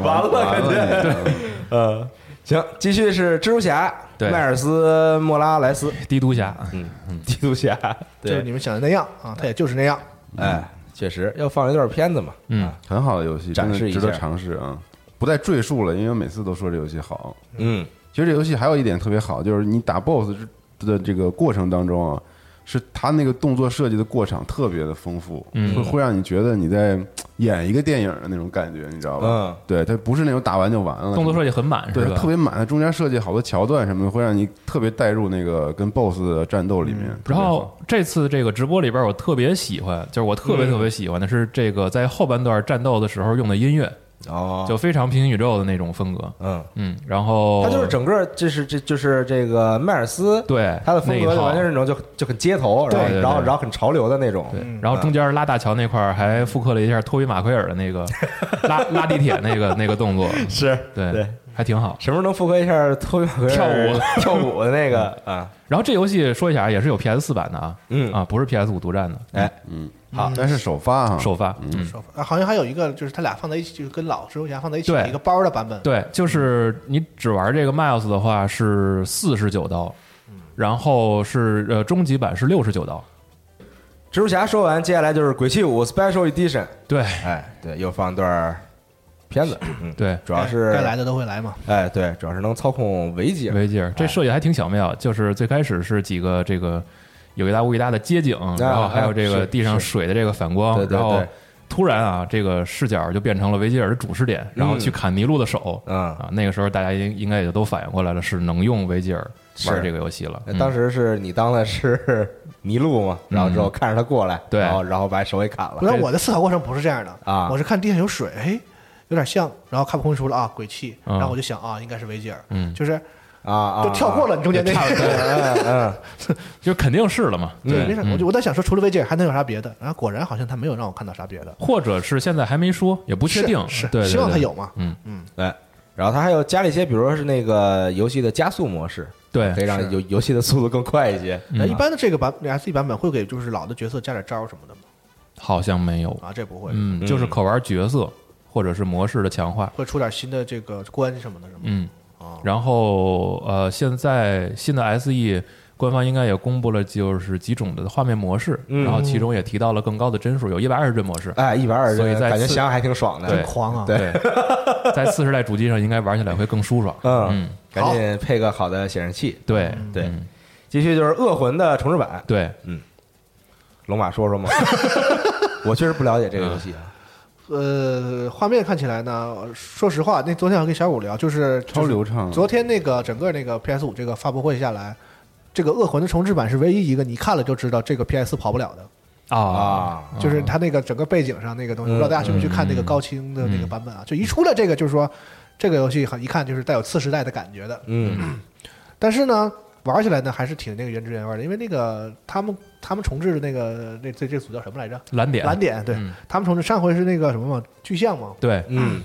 B: 完了，
D: 完
B: 感觉
D: 了你。
B: 呃，行，继续是蜘蛛侠，
C: 对
B: 迈尔斯·莫拉莱斯，
C: 你帝都侠，
B: 嗯 [laughs] 蜘蛛侠，
E: 就是你们想的那样啊，他也就是那样。
B: 哎，确实要放一段片子嘛，
C: 嗯
B: 啊
D: 很好的游戏，
B: 展
D: 真
B: 示
D: 的
B: 一
D: 值得
B: 下
D: 尝试啊！不再赘述了，因为我每次都说这游戏好。
B: 嗯，
D: 其实这游戏还有一点特别好，就是你打 BOSS 之的这个过程当中啊，是它那个动作设计的过场特别的丰富，
B: 嗯
D: 会会让你觉得你在嘖演一个电影的那种感觉，你知道吧？
B: 嗯
D: 对，它不是那种打完就完了，
C: 动作设计很满
D: 对
C: 是
D: 它
C: 吧？
D: 特别满，它中间设计好多桥段什么的，会让你特别带入那个跟 BOSS 的战斗里面。特别
C: 嗯然
D: 好
C: 后这次这个直播里边，我特别喜欢，就是我特别
B: 嗯
C: 特别喜欢的是这个在后半段战斗的时候用的音乐，
B: 哦，
C: 就非常平行宇宙的那种风格。
B: 嗯，
C: 嗯，然后
B: 他就是整个这是这就是这个迈尔斯
C: 对
B: 他的风格
C: 那一
B: 就
C: 套
B: 完全是那种就就很街头，然
C: 对
B: 后
C: 对
B: 然后
C: 对
B: 然后很潮流的那种，
C: 对，然
B: 啊
C: 后中间拉大桥那块儿还复刻了一下托比马奎尔
B: [laughs]
C: 的那个拉拉地铁那个那个动作，
B: 是
C: 对
B: 对。
C: 还挺好。
B: 什么时候能复刻一下托比马奎尔
C: 跳舞
B: [laughs] 跳舞的那个啊？
C: 然后这游戏说一下，也是有 PS 四版的啊，
B: 嗯
C: 啊，不是 PS 五独占的，嗯
B: 哎，
D: 好，但是首发哈，
C: 首发，嗯，
E: 说法啊，好像还有一个就是他俩放在一起，就是跟老蜘蛛侠放在一起
C: 对
E: 的一个包的版本，
C: 对，就是你只玩这个 Miles 的话是四十九刀，
B: 嗯
C: 然后是呃终极版是六十九刀。
B: 蜘蛛侠说完，接下来就是鬼泣五 Special Edition，
C: 对
B: 哎，对，又放一段儿片子，嗯，
C: 对，
B: 主要是
E: 哎该来的都会来嘛。
B: 哎，对，主要是能操控维吉尔，
C: 维吉尔这设计还挺巧妙，就是最开始是几个这个有一搭无一搭的街景，然后还有这
B: 哎
C: 个
B: 是
C: 地上水的这个反光
B: 对，对
C: 然后
B: 对
C: 突然啊，这个视角就变成了维吉尔的主视点，然后去砍麋鹿的手。
B: 嗯
C: 啊，那个时候大家应应该也就都反应过来了，是能用维吉尔玩这个游戏了。
B: 哎
C: 嗯
B: 当时是你当的是 [laughs] 麋鹿嘛，然后之后看着他过来，
C: 嗯对
B: 然后然后把手给砍了，
E: 但我的思考过程不是这样的
B: 啊
E: 我是看地上有水，哎，有点像，然后看不空说了啊，鬼泣，
C: 嗯
E: 然后我就想啊，应该是维吉尔，
C: 嗯
E: 就是
B: 啊啊，
E: 都跳过了你中间那个， [laughs]
B: 了，嗯
C: 嗯就肯定是了嘛，对，嗯
E: 对，没事，我就我在想说，除了维吉尔还能有啥别的？然后果然好像他没有让我看到啥别的，
C: 或者是现在还没说，也不确定，
E: 是是
C: 对，对
E: 希望
C: 对
E: 他有嘛
C: 嗯，
B: 嗯，哎，然后他还有加了一些，比如说是那个游戏的加速模式，
C: 对嗯
B: 可以让游游戏的速度更快一些，
E: 那一般的这个版 S E 版本会给就是老的角色加点招什么的吗？
C: 好像没有，
E: 啊，这不会，
C: 嗯，就是可玩角色或者是模式的强化，
E: 会出点新的这个关什么的，是吗？
C: 嗯，
B: 啊
C: 然后呃，现在新的 SE 官方应该也公布了，就是几种的画面模式，然后其中也提到了更高的帧数，有一百二十帧模式，
B: 嗯哎，一百二十
C: 所以在
B: 感觉
C: 次
B: 想想还挺爽的，嗯
C: 对
E: 狂啊！
B: [laughs]
C: 对，在四十代主机上应该玩起来会更舒爽，
B: 嗯
C: 嗯，
B: 赶紧配个好的显示器，
C: 对嗯
B: 对，继续就是《恶魂》的重置版，
C: 对，
B: 龙马说说
C: [laughs]
B: 嘛，我确实不了解这个游戏啊，
E: 呃，画面看起来呢，说实话，那昨天我跟小五聊，就是
D: 超流。畅
E: 就
D: 啊，
E: 是昨天那个整个那个 PS 五这个发布会下来，这个《恶魂》的重置版是唯一一个你看了就知道这个 PS 跑不了的，
C: 啊，
B: 啊，
E: 就是它那个整个背景上那个东
B: 嗯
E: 西，不知道大家去不去看那个高清的那个版本啊？就一出来这个，就是说这个游戏很一看就是带有次时代的感觉的，
B: 嗯
E: 但是呢，玩起来呢还是挺那个原汁原味的，因为那个他们他们重置的那个那这这组叫什么来着？
C: 蓝点，
E: 蓝，点，对、
C: 嗯
E: 他们重置上回是那个什么嘛，巨像嘛，
C: 对，
B: 嗯，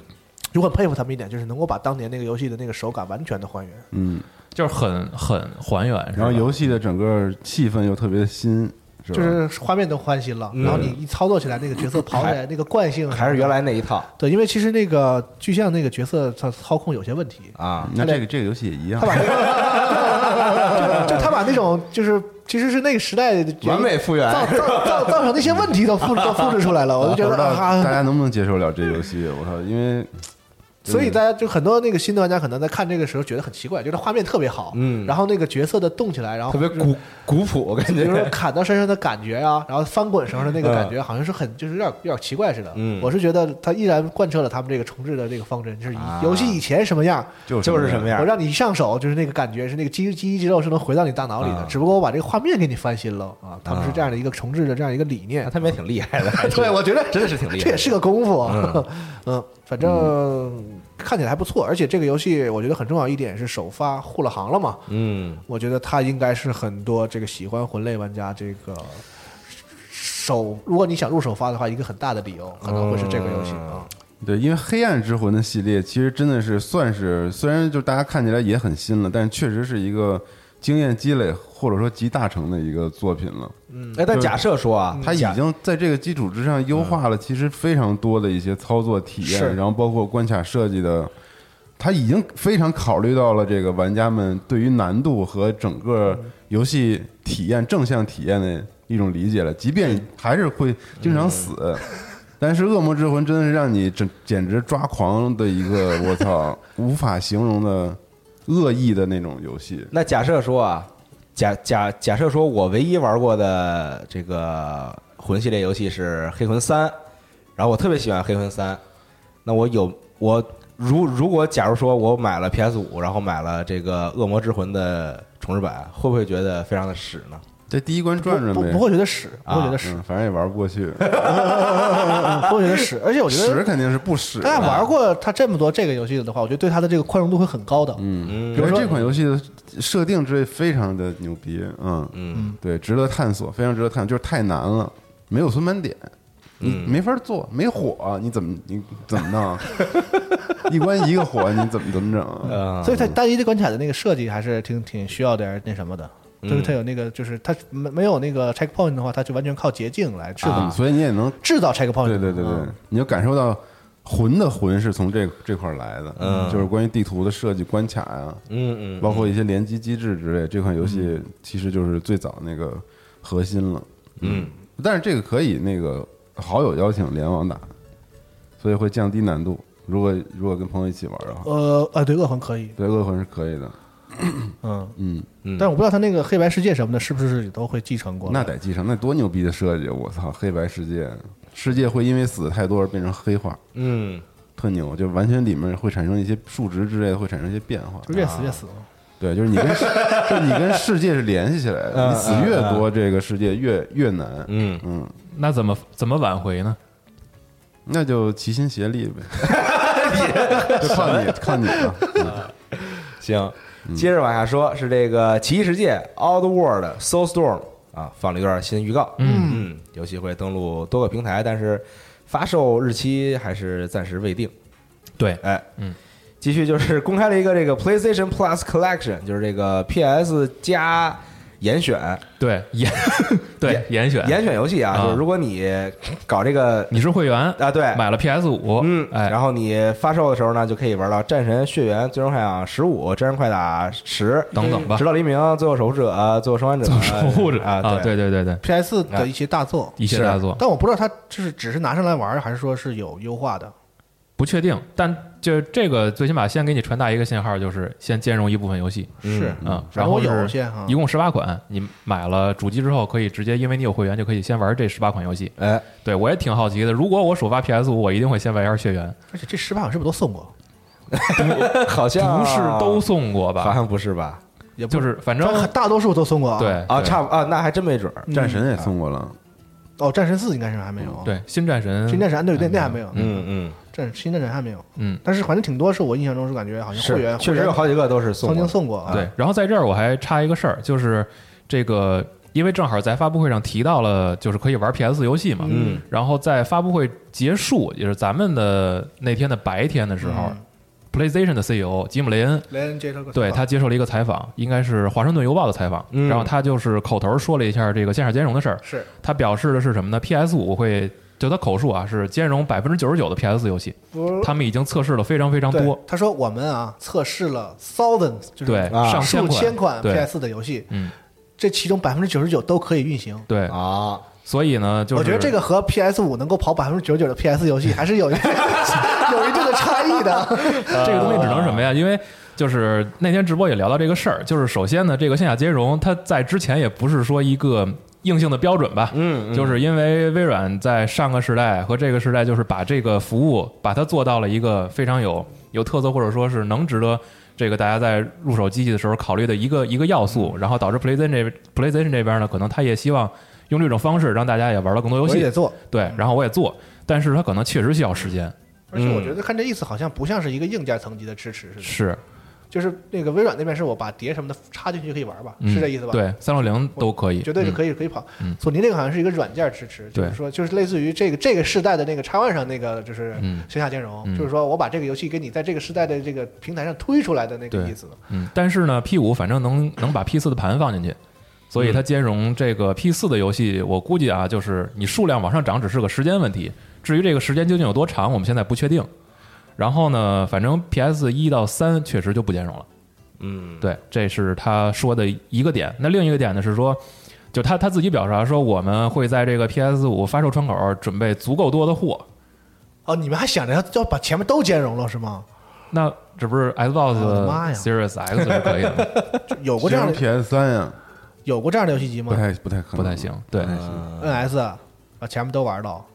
E: 就很佩服他们一点，就是能够把当年那个游戏的那个手感完全的还原。
D: 嗯，
C: 就是很很还原，是
D: 然后
C: 吧
D: 游戏的整个气氛又特别的新，是吧？
E: 就是画面都欢欣了，然后你一操作起来，那个角色跑起来，那个惯性
B: 嗯还是原来那一套
E: 对，因为其实那个巨像那个角色操操控有些问题，
B: 啊，
D: 那这个这个游戏也一样
E: 他，把那个就就他把那种 [laughs] 就是其实是那个时代的
B: 完美复原，
E: 造造造造成那些问题都
B: [laughs]
E: 复都复制出来了，我就觉
D: 不知
E: 得
D: 道大
E: 啊，
D: 家能不能接受了这游戏？我靠，因为
E: 所以大家就很多那个新的玩家可能在看这个时候觉得很奇怪，就是画面特别好，
B: 嗯
E: 然后那个角色的动起来，然后
B: 特别古古朴，我感
E: 比如说
B: 觉，
E: 砍到身上的感觉啊，然后翻滚时候的那个感觉，好像是很就是有点有点奇怪似的。
B: 嗯
E: 我是觉得他依然贯彻了他们这个重置的这个方针，就是以
B: 啊
E: 游戏以前什么样，
D: 就
B: 就是什么样
E: 我让你一上手就是那个感觉，是那个记忆记忆肌肉是能回到你大脑里的，
B: 啊
E: 只不过我把这个画面给你翻新了啊。他们是这样的一个重置的这样一个理念
B: 那，啊他们也挺厉害的，
E: [laughs] 对我觉得
B: 真的是挺厉害的，
E: 哎这也是个功夫。 [laughs] 嗯，反正看起来还不错，而且这个游戏我觉得很重要一点是首发护了航了嘛，
B: 嗯，
E: 我觉得它应该是很多这个喜欢魂类玩家这个首，如果你想入手发的话，一个很大的理由可能会是这个游戏
B: 嗯
E: 啊。
D: 对，因为《黑暗之魂》的系列其实真的是算是，虽然就大家看起来也很新了，但确实是一个经验积累或者说集大成的一个作品了。
B: 哎，但假设说
E: 嗯
B: 啊，
D: 它已经在这个基础之上优化了其实非常多的一些操作体
E: 是
D: 验，然后包括关卡设计的，它已经非常考虑到了这个玩家们对于难度和整个游戏体验正向体验的一种理解了，即便还是会经常死。
E: 嗯
D: [laughs] 但是《恶魔之魂》
E: [laughs]
D: 真的是让你整简直抓狂的一个，我操，无法形容的恶意的那种游戏。
B: 那假设说啊，假假假设说我唯一玩过的这个魂系列游戏是《黑魂三》，然后我特别喜欢《黑魂三》，那我有我如如果假如说我买了 PS 五，然后买了这个《恶魔之魂》的重置版，会不会觉得非常的屎呢？
D: 这第一关
E: 不
D: 转转
E: 不
D: 呗
E: 不，会觉得屎，不会觉得屎，
D: 嗯，反正也玩不过去，
E: [laughs] 不会觉得屎。而且 [laughs] 我觉
D: 啊嗯屎
E: 得，
D: 肯定是不屎的。
E: 大家玩过他这么多这个游戏的话，我觉得对他的这个宽容度会很高的。嗯，
D: 比如说这款游戏的设定之类非常的牛逼，嗯嗯，对，值得探索，非常值得探索，就是太难了，没有存盘点，你没法做，没火，你怎么你怎么弄 [laughs] 啊？一关一个火，你怎么怎么整啊？
E: 所以它单一的关卡的那个设计还是挺挺需要点儿那什么的。就是它有那个，就是它没没有那个 checkpoint 的话，它就完全靠捷径来制造
D: 所以你也能，
E: 制造 checkpoint。
D: 啊对对对对
E: 嗯，
D: 你就感受到魂的魂是从这这块儿来的，嗯，就是关于地图的设计、关卡呀、
B: 嗯嗯，
D: 包括一些联机机制之类，这款游戏其实就是最早那个核心了。嗯，但是这个可以那个好友邀请联网打，所以会降低难度。如果如果跟朋友一起玩的话，
E: 呃呃，对，恶魂可以，
D: 对恶魂是可以的，
E: 嗯嗯嗯。但我不知道它那个黑白世界什么的，是不是也都会继承过来？
D: 那得继承，那多牛逼的设计！我操，黑白世界，世界会因为死太多而变成黑化，
B: 嗯，
D: 特牛，就完全里面会产生一些数值之类的，会产生一些变化。
E: 就越死越死嘛。
D: 对，就是你跟 [laughs] 就是你跟世界是联系起来的，你死越多，这个世界越越难。
B: 嗯
D: 嗯，
C: 那怎么怎么挽回呢？
D: 那就齐心协力
E: [laughs]
D: 呗，就靠你靠你了。
B: 行，接着往下说，是这个《奇异世界》Odd World Soulstorm 啊，放了一段新预告。嗯嗯，游戏会登陆多个平台，但是发售日期还是暂时未定。
C: 对，
B: 哎，
C: 嗯，
B: 继续就是公开了一个这个 PlayStation Plus Collection，就是这个 PS 加严选
C: 对
B: [laughs]
C: 严对严选
B: 严选游戏啊，
C: 啊
B: 就是如果你搞这个
C: 你是会员
B: 啊，对，
C: 买了 PS 五，
B: 嗯，
C: 哎，
B: 然后你发售的时候呢，就可以玩到《战神：血缘》《最终幻想十五》《真人快打十》
C: 等等吧
B: 直到黎明》《最后守护者》《最后生还者》《
C: 守护者
B: 啊，
C: 啊，对对对对，
E: PS 的一些大作，
C: 一些大作
E: 但我不知道它就是只是拿上来玩儿，还是说是有优化的。
C: 不确定，但就这个最起码先给你传达一个信号，就是先兼容一部分游戏，
E: 是，
C: 嗯，
E: 然
C: 然
E: 后
C: 后是
E: 有些哈
C: 一共十八款，你买了主机之后，可以直接因为你有会员就可以先玩这十八款游戏。
B: 哎，
C: 对我也挺好奇的，如果我首发 PS 五，我一定会先玩一下《血缘
E: 而且这十八款是不是都送过？
B: 好》，像
C: 不是都送过
B: 好
C: 吧？
B: 像不是吧？
E: 也不
C: 就是反正
E: 大大多数都送过啊。嗯
C: 对
B: 啊，
C: 对
B: 差不啊，那还真没准儿。
D: 战神也送过了，
E: 哦，战神四应该是还没有。，
C: 对新战神，
E: 新战神对对那还没有，
B: 嗯嗯，
E: 战新战神还没有。
C: 嗯，
E: 但是反正挺多是我印象中是感觉好像
B: 是
E: 会员
B: 确实有好几个都是送
E: 曾经
B: 过
E: 送过啊。
C: 对，然后在这儿我还插一个事儿，就是这个，因为正好在发布会上提到了，就是可以玩 PS 游戏嘛。
B: 嗯。
C: 然后在发布会结束，也是咱们的那天的白天的时候、p
E: 嗯
C: l a y s t a t i o n 的 CEO 吉姆雷恩，
E: 雷恩杰克啊
C: 对他接受了一个采访，应该是《华盛顿邮报》的采访。
B: 嗯
C: 然后他就是口头说了一下这个线上兼容的事儿。
E: 是
C: 他表示的是什么呢？PS 五会。就他口述啊，是兼容百分之九十九的 PS 游戏，
E: 不
C: 他们已经测试了非常非常
E: 对
C: 多，
E: 他说我们啊测试了 thousands 就
C: 哦
E: 是
C: 对，
B: 啊
C: 上
E: 数千
C: 款，
E: 款
C: 对，
E: PS 的游戏，
C: 嗯，
E: 这其中百分之九十九都可以运行。
C: 对，
B: 啊。
C: 所以呢，就是
E: 我觉得这个和 PS 五能够跑百分之九十九的
C: [laughs]
E: PS 游戏还是有一 [laughs] 有一定的差异的。
C: 这个东西只能什么呀？因为就是那天直播也聊到这个事儿，就是首先呢，这个线下兼容它在之前也不是说一个硬性的标准吧，嗯，就是因为微软在上个时代和这个时代，就是把这个服务把它做到了一个非常有有特色，或者说是能值得。这个大家在入手机器的时候考虑的一个一个要素，然后导致 PlayStation 这 PlayStation 这边呢，可能他也希望用这种方式让大家也玩到更多游
E: 我也得
C: 戏，
E: 做，
C: 对，然后我也做，但是它可能确实需要时间，
E: 而且我觉得看这意思好像不像是一个硬件层级的支持似的。
C: 是
E: 就是那个微软那边是我把碟什么的插进去就可以玩吧，
C: 嗯
E: 是这意思吧？，
C: 对，三六零都可以，
E: 绝对是
C: 嗯
E: 可以可以跑。索尼那个好像是一个软件支持，就是
C: 对
E: 说就是类似于这个这个世代的那个 X One 上那个就是
C: 嗯
E: 线下兼容，
C: 嗯
E: 就是说我把这个游戏给你在这个时代的这个平台上推出来的那个
C: 对
E: 意思。
C: 嗯，但是呢，P 五反正能能把 P 四的盘放进去，所
E: 嗯
C: 以它兼容这个 P 四的游戏，我估计啊，就是你数量往上涨只是个时间问题，至于这个时间究竟有多长，我们现在不确定。然后呢，反正 PS 一到三确实就不兼容了，嗯，对，这是他说的一个点。那另一个点呢是说，就他他自己表示啊，说我们会在这个 PS 五发售窗口准备足够多的货，
E: 哦，你们还想着要要把前面都兼容了是吗？
C: 那这不是
E: 我的
C: Xbox
E: 啊妈呀
C: Series X 是可以的吗，
E: 有过这
C: [laughs]
E: 样的嗯
D: PS 三呀，
E: 有过这样的游戏机吗
D: 不太嗯不太可能，
C: 不太行。对，
E: ？NS 啊，前面都玩到，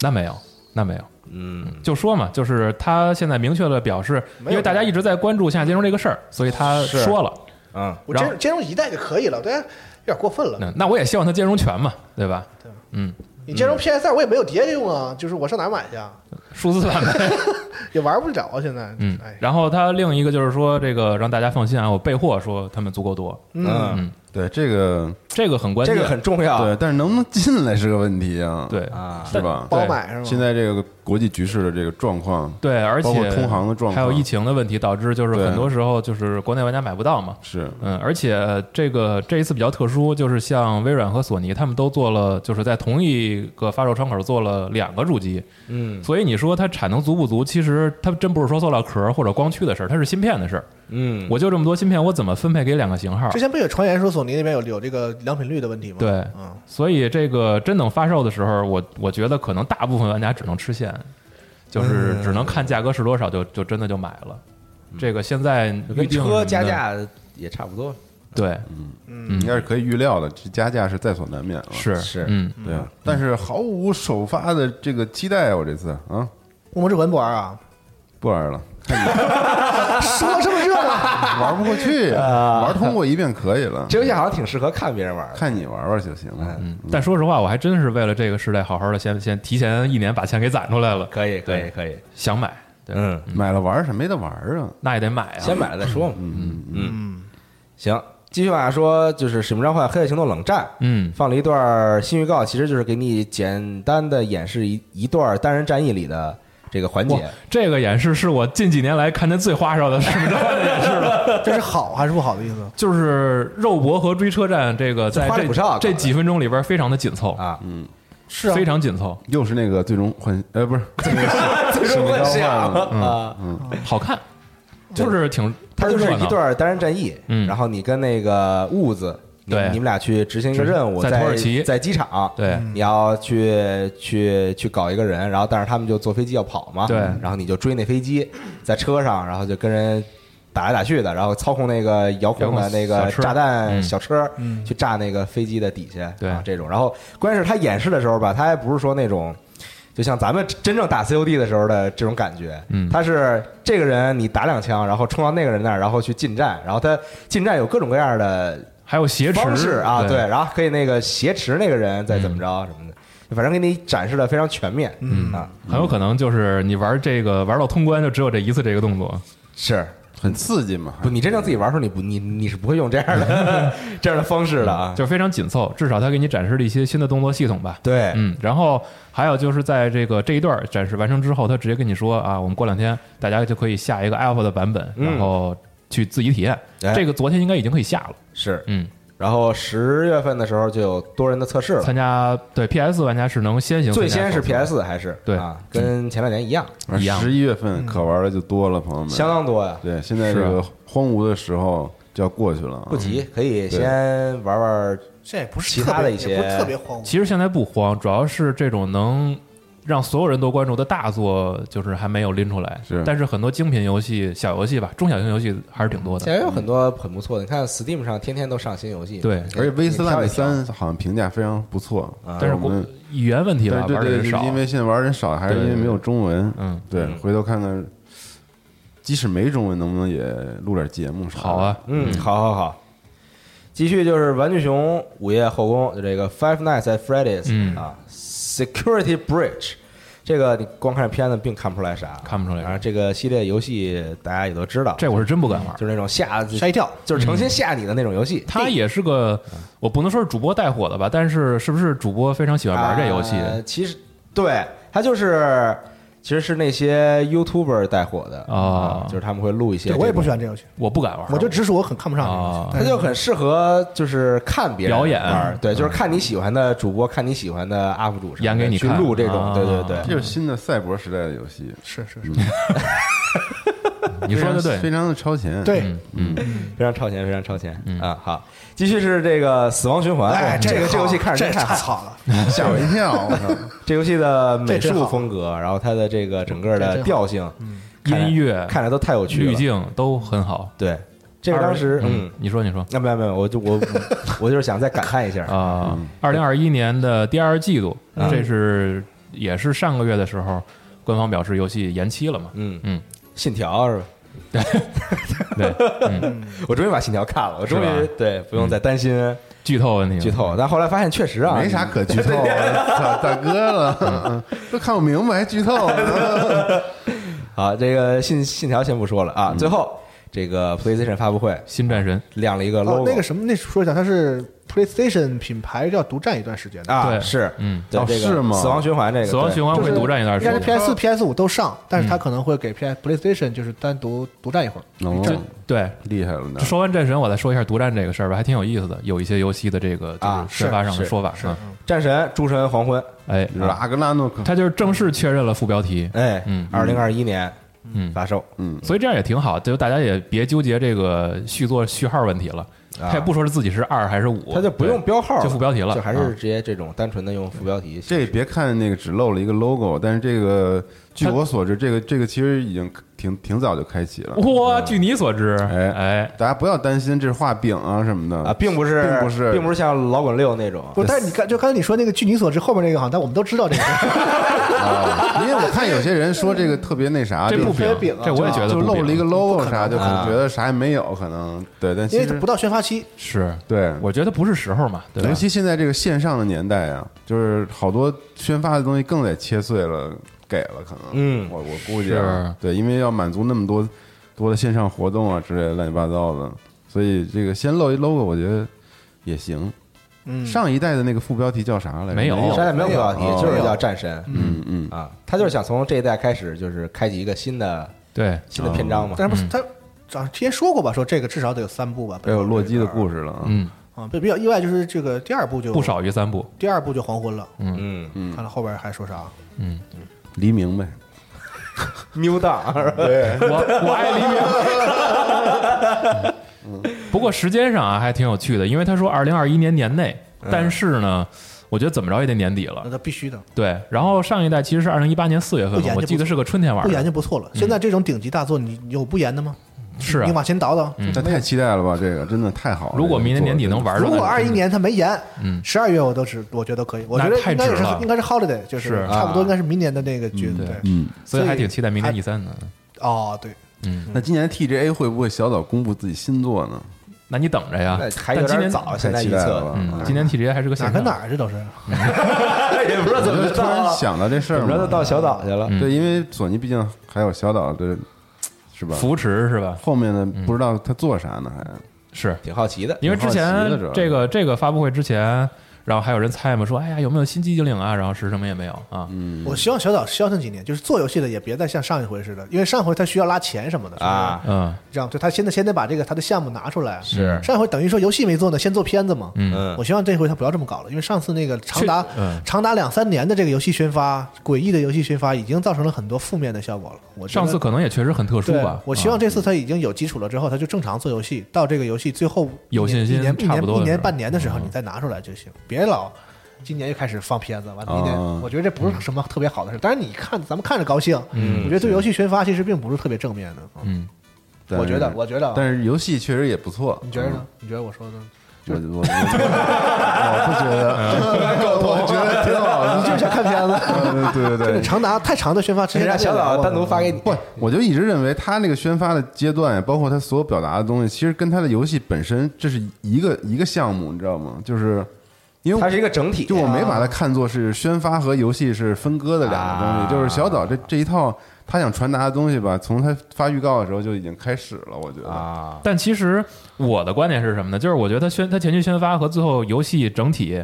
C: 那没有，那没有。
B: 嗯，
C: 就说嘛，就是他现在明确的表示，
E: 没有
C: 因为大家一直在关注下接受这个事儿，所以他说了。
B: 嗯，
E: 我
C: 然后
E: 兼兼容一代就可以了，对，啊有点过分了。
C: 嗯那那我也希望他兼容全嘛，对吧？
E: 你
C: 嗯
E: 兼容 PS 二我也没有碟用啊，就是我上哪买去啊？
C: 数字版本，
E: 也玩不着啊，现在。
C: 嗯
E: 哎。，
C: 然后他另一个就是说，这个让大家放心啊，我备货说他们足够多，
E: 嗯，
D: 对这个
C: 这个很关
B: 这
C: 键，
B: 个很重
E: 啊
B: 要，
D: 对，但是能不能进来是个问题啊，，
C: 对
B: 啊，
D: 是吧？
E: 包买是吗？
D: 现在这个国际局势的这个状况，
C: 对，而
D: 包括
C: 且
D: 通航的状况
C: 还有疫情的问题，导致就是
D: 对
C: 很多时候就是国内玩家买不到嘛。
D: 是
C: 嗯，而且这个这一次比较特殊，就是像微软和索尼，他们都做了，就是在同一个发售窗口做了两个主机，
B: 嗯
C: 所以你说它产能足不足，其实它真不是说塑料壳或者光驱的事儿，它是芯片的事儿。
B: 嗯，
C: 我就这么多芯片，我怎么分配给两个型号
E: 之？前不有传言说索尼那边有有这个良品率的问题吗？
C: 对
E: 嗯，
C: 所以这个真等发售的时候，我我觉得可能大部分玩家只能吃线，就是
B: 嗯
C: 只能看价格是多少就就真的就买了。这个现在
B: 就
C: 预
B: 跟
C: 定
B: 嗯车加
C: 什么的
B: 价也差不多，
C: 对，
E: 嗯
D: 应该是可以预料的，这加价是在所难免了。
C: 是
B: 是
C: 嗯，
D: 对啊，但是毫无首发的这个期待啊，我这次啊
E: 恶魔之魂不玩啊？ [laughs]
D: 不玩了，
E: 说这么热闹，啊
D: 玩不过去，啊玩通过一遍可以了，
B: 这游戏好像挺适合看别人玩的，
D: 看你玩玩就行了。
E: 嗯
B: 嗯
C: 但说实话，我还真是为了这个时代，好好的先先提前一年把钱给攒出来了，
B: 可以可以可以，
C: 想买，对，
B: 嗯，
D: 买了玩什么没得玩啊？
C: 那也得买啊，
B: 先买了再说嘛，嗯嗯，行，继续往下说，就是《使命召唤：黑夜行动冷战》，
C: 嗯
B: 放了一段新预告，其实就是给你简单的演示一一段单人战役里的这个环
C: 哇
B: 节，，
C: 这个演示是我近几年来看见最花哨的使命召唤的演示了，
E: 这是好还是不好的意思？
C: [laughs] 就是肉搏和追车战，这个在
B: 花里胡哨啊
C: 这这几分钟里边非常的紧凑
B: 啊，
E: 是啊
C: 非，常紧凑，
D: 又是那个最终幻，呃，不是，
B: 最终幻
D: 使命召
B: 想
D: 唤
B: 啊，
C: 好看，就是挺
B: 它就是
C: 热
B: 一
C: 闹
B: 段单人战役，
C: 嗯
B: 然后你跟那个雾子，你
C: 对
B: 你们俩去执行一个任务，
C: 在
B: 在
C: 土耳其
B: 在机场，
C: 对
B: 你要去去去搞一个人，然后但是他们就坐飞机要跑嘛，
C: 对
B: 然后你就追那飞
C: [clears throat]
B: 机，在车上，然后就跟人。打来打去的，然后操控那个遥控
C: 遥
B: 的
C: 控
B: 那个
C: 小车
B: 炸弹
C: 嗯
B: 小车，去炸那个飞机的底下，
C: 对
B: 啊这种。然后关键是他演示的时候吧，他还不是说那种，就像咱们真正打 COD 的时候的这种感觉，
C: 嗯
B: 他是这个人你打两枪，然后冲到那个人那儿，然后去近战，然后他近战有各种各样的
C: 还有挟
B: 方式
C: 持
B: 啊，对，，然后可以那个挟持那个人再
C: 嗯
B: 怎么着什么的，反正给你展示的非常全面，嗯啊，
C: 很有可能就是你玩这个玩到通关就只有这一次这个动作，
B: 是
D: 很刺激嘛。
B: 不？你真正自己玩的时候，你不你你是不会用这样
C: [laughs]
B: 的这样的方式的啊，
C: 就是非常紧凑，至少它给你展示了一些新的动作系统吧。
B: 对，
C: 嗯，然后还有就是在这个这一段展示完成之后，他直接跟你说啊，我们过两天大家就可以下一个 Alpha 的版本，
B: 嗯
C: 然后去自己体验。
B: 哎
C: 这个昨天应该已经可以下了，
B: 是。
C: 嗯，
B: 然后十月份的时候就有多人的测试了，
C: 参加对 PS 玩家是能先行参加
B: 最先是
C: 手册的
B: PS 还是
C: 对
B: 啊，跟前两年一样，
C: 一样
D: 十一月份可玩的就多了，朋友们。
B: 相当多呀。
D: 对，现在
C: 是
D: 这
C: 啊
D: 个荒芜的时候就要过去了啊，
B: 不急，可以先玩呃玩。
E: 这也不是
B: 其
E: 特别
B: 他的一
E: 也不
B: 些
E: 是特别荒芜。
C: 其实现在不慌，主要是这种能让所有人都关注的大作，就是还没有拎出来。
D: 是
C: 但是很多精品游戏、小游戏吧，中小型游戏还是挺多
D: 嗯
B: 现在
C: 的。
B: 有很多很不错的，你看 Steam 上天天都上新游戏，
C: 对
B: 你
D: 而且《威斯
B: 你
D: 兰
B: 挑
D: 的
B: 一挑
D: 三》好像评价非常不错，
C: 啊但是
D: 我
C: 国
D: 们
C: 语言问题吧，
D: 对
C: 玩的
D: 对
C: 人
D: 对，
C: 少。啊
D: 因为现在玩的人少，还是因为没有中文。
C: 嗯，
D: 对，回头看看，即使没中文，能不能也录点节目啥的？
C: 好啊，
B: 嗯，好好好。继续就是《玩具熊》《午夜后宫》就这个《Five Nights at Freddy's》
C: 嗯
B: 啊，《Security Breach》这个你光看片子并看不出来啥，
C: 看不出来
B: 然后这个系列游戏大家也都知道，
C: 这我是真不敢玩。
B: 就是那种吓
E: 吓一跳，
B: 就是
C: 嗯
B: 成心吓你的那种游戏。
C: 他也是个，我不能说是主播带火的吧，但是是不是主播非常喜欢玩这游戏？
B: 呃其实对他就是，其实是那些 YouTuber 带火的
C: 哦
B: 啊就是他们会录一些。
E: 对我也不喜，欢这游戏，
C: 我不敢玩，
E: 我就直说我很看不上这游戏
C: 啊。
E: 但
B: 他
E: 是
B: 就很适合就是看别人
C: 表演嗯
B: 玩儿对，就是看你喜欢的主播，看你喜欢的 UP 主什么的
C: 演给你
B: 去
C: 看
B: 录这种，
C: 啊
B: 对对对
D: 这。就是新的赛博时代的游戏，
E: 嗯是是是，
C: 你说的
D: 非常非
C: 对，
D: 常的超前。， [laughs]
C: 嗯
E: 对，
B: 非常超前，非常超前啊！好，继续是这个《死亡循环》哦
E: 哎，
B: 这个这
E: 这
B: 游戏看着
E: 这
B: 真太
E: 太
B: 好，
E: 好了，
D: 吓我一跳！我操，
B: [laughs] 这游戏的美
E: 这真
B: 术
E: 好
B: 风格，然后它的这个整个
E: 这
B: 的
E: 真好嗯
B: 调性，看来
C: 音乐
B: 看来都太有趣了。
C: 滤镜都很好。
B: 对，这个当时嗯
C: 嗯，，你说你说
B: 那没有没有，我就我我就是想再感叹一下，
C: 啊，二零二一年的第二季度，这是也是上个月的时候，官方表示游戏延期了嘛？
B: 嗯
C: 嗯，
B: 信条
C: [laughs]
B: 是吧？
C: 对，嗯
D: 嗯
B: [laughs] 我终于把信条看了，我终
C: 是
B: 于
C: 吧嗯
B: 对不用再担心
C: 剧透问题了
B: 剧透，但后来发现确实啊，
D: 没啥可剧透啊，大大哥了，都看不明白还剧透呢。
B: [laughs] 好，这个信信条先不说了
C: 嗯
B: 啊，最后这个 PlayStation 发布会
C: 新战神
B: 亮了一个
E: 哦
B: logo，，
E: 那个什么，那说一下，它是 PlayStation 品牌要独占一段时间的，
B: 啊
C: 对
B: 是
C: 嗯
B: 对
D: 哦
B: 这个
D: 是吗
B: 死亡循环这个
C: 死亡
B: 对
C: 循环
E: 就
C: 会
E: 是
C: 独占一段
E: 应该是
C: 时间。
E: PS 4 PS 5都上，但是它可能会给 PS PlayStation 就是单独独占一会儿。
D: 哦，
C: 对，
D: 厉害了呢！
C: 说完战神，我再说一下独占这个事儿吧，还挺有意思的，有一些游戏的这个就是
B: 啊
C: 宣发上的说法啊，
B: 战神诸神黄昏，
C: 哎，
D: 拉格拉诺克，
C: 他就是正式确认了副标题，
B: 哎，
C: 嗯
B: 二零二一年
C: 嗯
B: 发售，
C: 所以这样也挺好，就大家也别纠结这个续作序号问题了，他也不说是自己是二还是五，
B: 它就不用
C: 对
B: 标号了，
C: 就副标题了
B: 就还
C: 啊
B: 是直接这种单纯的用副标题。
D: 这别看那个只露了一个 logo，但啊是这个据我所知，这个这个其实已经挺挺早就开启了。
C: 哇，据你所知，
D: 哎
C: 哎，
D: 大家不要担心这是画饼啊什么的
B: 啊，并不是，
D: 并不是，
B: 并不是像老滚六那种，
E: 不，但是你刚就刚才你说那个据你所知后面那个，好像但我们都知道 [laughs] 这个
D: 啊，因为我看有些人说这个特别那啥，
C: 这不
D: 就
E: 饼
C: 平
E: 饼，啊
C: 这我也觉得
D: 就
C: 不
D: 露
C: 平
D: 了一个 logo
E: 能
D: 啥，就可能觉得啥也没有，可能对，但
E: 因
D: 其
E: 为
D: 实
E: 它不到宣发期，
C: 是，
D: 对，
C: 我觉得不是时候嘛，对吧
D: 尤？其现在这个线上的年代啊，就是好多宣发的东西更得切碎了给了，可能，
B: 嗯
D: 我我估计啊，对，因为要满足那么多多的线上活动啊之类的乱七八糟的，所以这个先露一 logo，我觉得也行。
E: 嗯，
D: 上一代的那个副标题叫啥来着？
C: 没有
B: 山也没有副标题
D: 没有，
B: 就是
D: 没有
B: 叫战神
D: 嗯嗯，
B: 啊，他就是想从这一代开始，就是开启一个新的
C: 对，
B: 新的篇章嘛。
E: 但是不是他早之前说过吧，说这个至少得有三部吧，
D: 还有哎洛基的故
E: 事
D: 事了啊。
C: 嗯，
E: 啊，比比较意外就是这个第二部就
C: 不，少于三部，
E: 第二部就黄昏了，
B: 嗯
E: 看了后边还说啥，啊
D: 黎明呗，
B: ，New Dawn [laughs]
C: 我我爱黎明。 [laughs] 不过时间上啊还挺有趣的，因为他说二零二一年年内，但是呢，我觉得怎么着也得年底
E: 那
C: 了。
E: 他必须的，
C: 对，然后上一代其实是二零一八年四月份
E: 嗯不
C: 嘛，
E: 严就
C: 我记得是个春天玩
E: 不
C: 的嗯
E: 演，就不错了。现在这种顶级大作，你你有不演的吗？
C: 是
E: 你
C: 啊。
E: 往前倒倒。
D: 这太期待了吧！这个真的太好了。
C: 哦如果明年年底
D: 这个
C: 能玩
E: 如
C: 上，
E: 果二一年他没延，
C: 嗯
E: 十二月我都只我觉得可以，我觉
C: 那
E: 得
C: 太
E: 应该也
C: 值
E: 是
C: 了
E: 应该是 holiday，就是
C: 是啊
E: 差不多应该是明年的那个剧，对
D: 嗯，
C: 所以还挺期待明年
E: 所
C: E
E: 以
C: 三的。
E: 哦对，
D: 那今年 TGA 会不会小岛公布自己新作呢？
C: 那你等着呀
B: 那，还
C: 但
B: 有
C: 今
B: 点
C: 年
B: 早，啊现
D: 太
B: 在
D: 期
B: 预
D: 待
B: 测
D: 了吧！
C: 嗯，今年 TGA 还是个
E: 哪
C: 线
E: 跟
C: 上
E: 哪儿去啊都是，
B: 也不知道
D: 我就突然想到这事
B: 怎
D: 儿
B: 么着就
D: 嘛，嗯
B: 到小岛去了。
D: 对，因为索尼毕竟还有小岛的，是吧？
C: 扶持是吧？
D: 后面的不知道他做啥呢，还
C: 是，
B: 挺好奇的，
C: 因为之前
D: 挺好奇的主要是
C: 这个这个发布会之前，然后还有人猜嘛，说哎呀有没有新机灵啊？然后是什么也没有啊。
E: 我希望小岛消停几年，就是做游戏的也别再像上一回似的，因为上回他需要拉钱什么的
B: 啊，
C: 嗯
E: 是不是这样，就他现在先得把这个他的项目拿出来。
B: 是
E: 上一回等于说游戏没做呢，先做片子嘛。
C: 嗯
B: 嗯
E: 我希望这回他不要这么搞了，因为上次那个长达
C: 确嗯
E: 长达两三年的这个游戏宣发，诡异的游戏宣发已经造成了很多负面的效果了。我觉得
C: 上次可能也确实很特殊
E: 对
C: 吧。啊
E: 我希望这次他已经有基础了之后，他就正常做游戏，到这个游戏最后一
C: 有信
E: 年
C: 心
E: 一年一
C: 差不
E: 年
C: 多
E: 一
C: 的时
E: 年
C: 候
E: 半年的时候你再拿出来就行，别老今年又开始放片子，完了明年
D: 啊
E: 我觉得这不是什么特别好的事。当然你看咱们看着高兴，我觉得对游戏宣发其实并不是特别正面的。嗯
C: 嗯，
E: 我觉得，我觉得啊，
D: 但是游戏确实也不错。
B: 嗯
E: 你觉得呢？你觉得我说的呢？
D: 我我我我不
E: 哦
D: 觉得，
B: 嗯
E: [laughs]
D: 我觉得挺好的。
E: 你就是想看片子，
D: 嗯 [laughs] 对对
E: 这个
D: 对，
E: 长达太长的宣发，之
B: 人
E: 前
B: 家小岛单独发给你，
D: 不，我就一直认为他那个宣发的阶段，包括他所有表达的东西，其实跟他的游戏本身这是一个一个项目，你知道吗？就是因为
B: 它是一个啊整体，
D: 就我没把它看作是宣发和游戏是分割的两个东
B: 啊
D: 西，就是小岛这这一套他想传达的东西吧，从他发预告的时候就已经开始了，我觉得。
B: 啊，
C: 但其实我的观点是什么呢？就是我觉得它宣它前期宣发和最后游戏整体，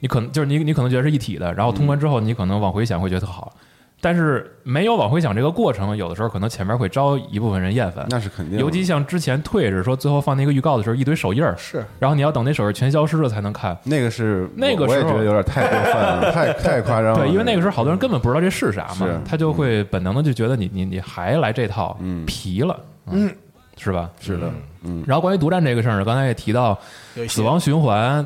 C: 你可能就是你你可能觉得是一体的，然后通关之后你可能往回想会觉得特好，但是没有往回想这个过程，有的时候可能前面会招一部分人厌烦。
D: 那是肯定的，
C: 尤其像之前退是说最后放那个预告的时候一堆手印儿，
E: 是，
C: 然后你要等那手印儿全消失了才能看。
D: 那个是
C: 那个
D: 我也
C: 时候
D: 觉得有点太过分
C: [laughs]
D: 了，太太夸张了。
C: 对，因为那个时候好多人根本不知道这是啥
D: 是
C: 嘛，他就会本能的就觉得你你你还来这套，
D: 嗯
C: 皮了，嗯，是吧？嗯
D: 是的，
C: 然后关于独占这个事儿呢，刚才也提到
E: 有一些
C: 死亡循环。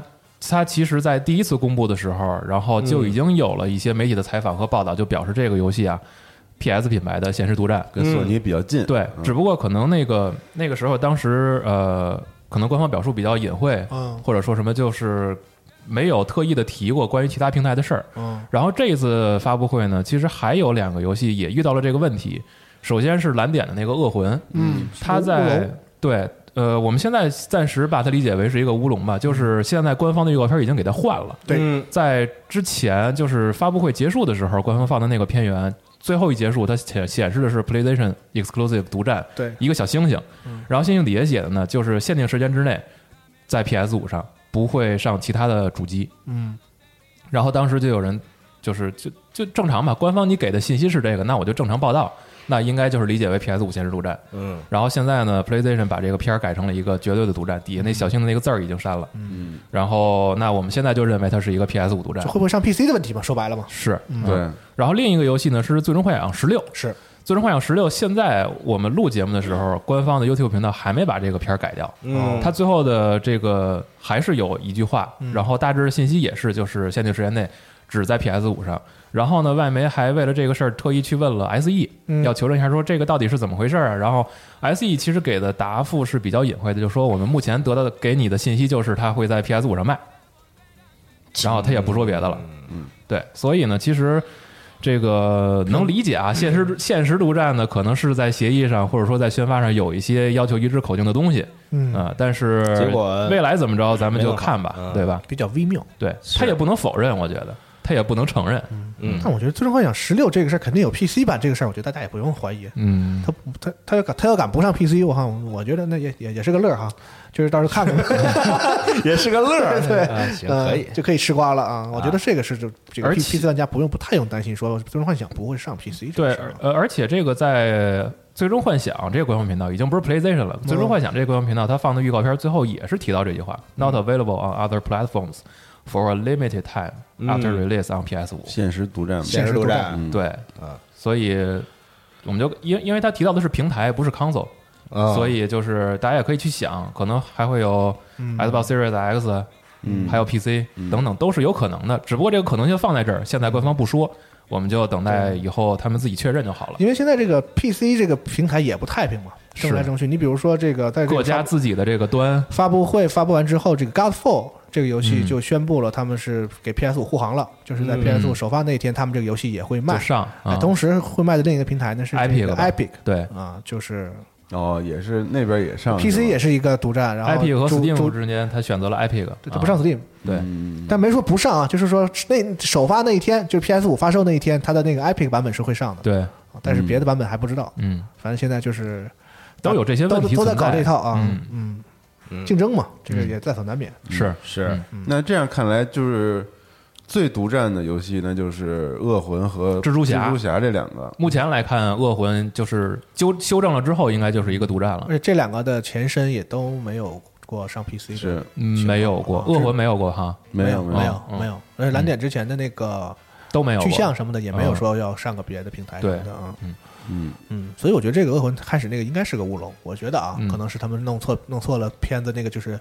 C: 它其实，在第一次公布的时候，然后就已经有了一些媒体的采访和报道，就表示这个游戏啊， PS 品牌的显示独占，
D: 跟索尼比较近，
C: 嗯对，
E: 嗯
C: 只不过可能那个那个时候，当时呃，可能官方表述比较隐晦，
E: 嗯
C: 或者说什么就是没有特意的提过关于其他平台的事儿。
E: 嗯
C: 然后这一次发布会呢，其实还有两个游戏也遇到了这个问题。首先是蓝点的那个《恶魂》，
E: 嗯，
C: 它在对呃，我们现在暂时把它理解为是一个乌龙吧，就是现在官方的预告片已经给它换了。
E: 对
B: 嗯
C: 在之前就是发布会结束的时候，官方放的那个片源，最后一结束它显显示的是 PlayStation Exclusive 独占，
E: 对嗯
C: 一个小星星，然后星星底下写的呢，就是限定时间之内在 PS 五上不会上其他的主机，
E: 嗯
C: 然后当时就有人就是就就正常吧，官方你给的信息是这个，那我就正常报道，那应该就是理解为 PS 五限时独占，
B: 嗯，
C: 然后现在呢，PlayStation 把这个片儿改成了一个绝对的独占，底下那小星的那个字儿已经删了，
D: 嗯，
C: 然后那我们现在就认为它是一个 PS 五独占
E: 嗯这，会不会上 PC 的问题嘛？说白了嘛，
C: 是。
D: 嗯对，
C: 然后另一个游戏呢是《最终幻想十六》，《
E: 是
C: 最终幻想十六》现在我们录节目的时候，官方的 YouTube 频道还没把这个片儿改掉。
B: 嗯
C: 它最后的这个还是有一句话，然后大致的信息也是，就是限定时间内只在 PS 五上。然后呢，外媒还为了这个事儿特意去问了 SE，、要求证一下说这个到底是怎么回事儿啊。然后 SE 其实给的答复是比较隐晦的，就说我们目前得到的给你的信息就是它会在 PS 五上卖，然后他也不说别的了。嗯，对，所以呢，其实。这个能理解啊，现实现实独占呢，可能是在协议上或者说在宣发上有一些要求一致口径的东西，
E: 嗯
C: 啊，但是
B: 结果
C: 未来怎么着，咱们就看吧
B: 没，弄好嗯
C: 对吧？
E: 比较微妙。
C: 对他也不能否认，我觉得他也不能承认，
B: 嗯
E: 但我觉得《最终幻想十六》这个事儿肯定有 PC 版这个事儿，我觉得大家也不用怀疑。
C: 嗯，
E: 他不他他要敢他要敢不上 PC，我哈，我觉得那也也也是个乐儿哈，就是到时候看
B: [laughs]
E: 看，
B: 也是个乐儿，
E: 对
B: 啊行
E: 呃
B: 可以，
E: 就可以吃瓜了啊。我觉得这个是就这个
C: 而
E: P
C: 且
E: PC 玩家不用不太用担心说《最终幻想》不会上 PC 这
C: 对
E: 个事儿，了。
C: 呃，而且这个在《最终幻想》这个官方频道已经不是 PlayStation 了，《最终幻想》这个官方频道它放的预告片最后也是提到这句话：“Not available on other platforms for a limited time after release on PS 五。
D: 现实独占嘛，
B: 现实独占，”
E: 嗯
C: 对，
E: 啊
C: 所以我们就因因为他提到的是平台，不是 console。
B: 啊
C: 所以就是大家也可以去想，可能还会有 Xbox Series X，嗯，还有 PC 等等，都是有可能的。只不过这个可能性放在这儿，现在官方不说，我们就等待以后他们自己确认就好了。
E: 因为现在这个 PC 这个平台也不太平嘛，
C: 是
E: 争来争去。你比如说这个在这个
C: 各家
E: 发
C: 自己的这个端，
E: 发布会发布完之后，这个《Godfall》这个游
C: 嗯
E: 戏就宣布了，他们是给 PS 五护航了，就是在 PS 五首发那天，他们这个游戏也会卖
C: 就上
E: 哎
C: 啊
E: 同时会卖的另一个平台呢是
C: Epic 吧
E: Epic
C: 对
E: 啊，就是
D: 哦，也是那边也上
E: PC 也
D: 啊是
E: 是一个独占，然后
C: Epic 和
E: 主
C: Steam
E: 主
C: 之间，他选择了 Epic，
E: 对
C: 啊
E: 它不上嗯 Steam，
C: 对
E: 但没说不上啊，就是说那首发那一天，就是 PS 五发售那一天，它的那个 Epic 版本是会上的，
C: 对，
E: 啊但是别的版本还不知道。
C: 嗯，
E: 反正现在就是
C: 都有这些
E: 都
C: 问题
E: 都在
C: 存
E: 搞这一套啊，嗯竞争嘛，这个
C: 嗯
E: 也在所难免。
C: 是
D: 是。
C: 嗯
D: 那这样看来，就是最独占的游戏，那就是《恶魂》和《
C: 蜘蛛侠
D: 蜘蛛侠这两个。
C: 目前来看，恶魂就是修修正了之后，应该就是一个独占了
E: 而。且这两个的前身也都没有过上 PC 的
D: 是
C: 嗯，没有过，恶魂没有过哈，
D: 没
E: 有
D: 有
E: 没
D: 有，
C: 嗯
E: 没有，而且蓝点之前的那个
C: 都没有过。哦
E: 巨像什么的也没有说要上个别的平台什么的啊，嗯
D: 嗯
E: 嗯，所以我觉得这个恶魂开始那个应该是个乌龙，我觉得啊，
C: 嗯
E: 可能是他们弄错弄错了片子那个就是。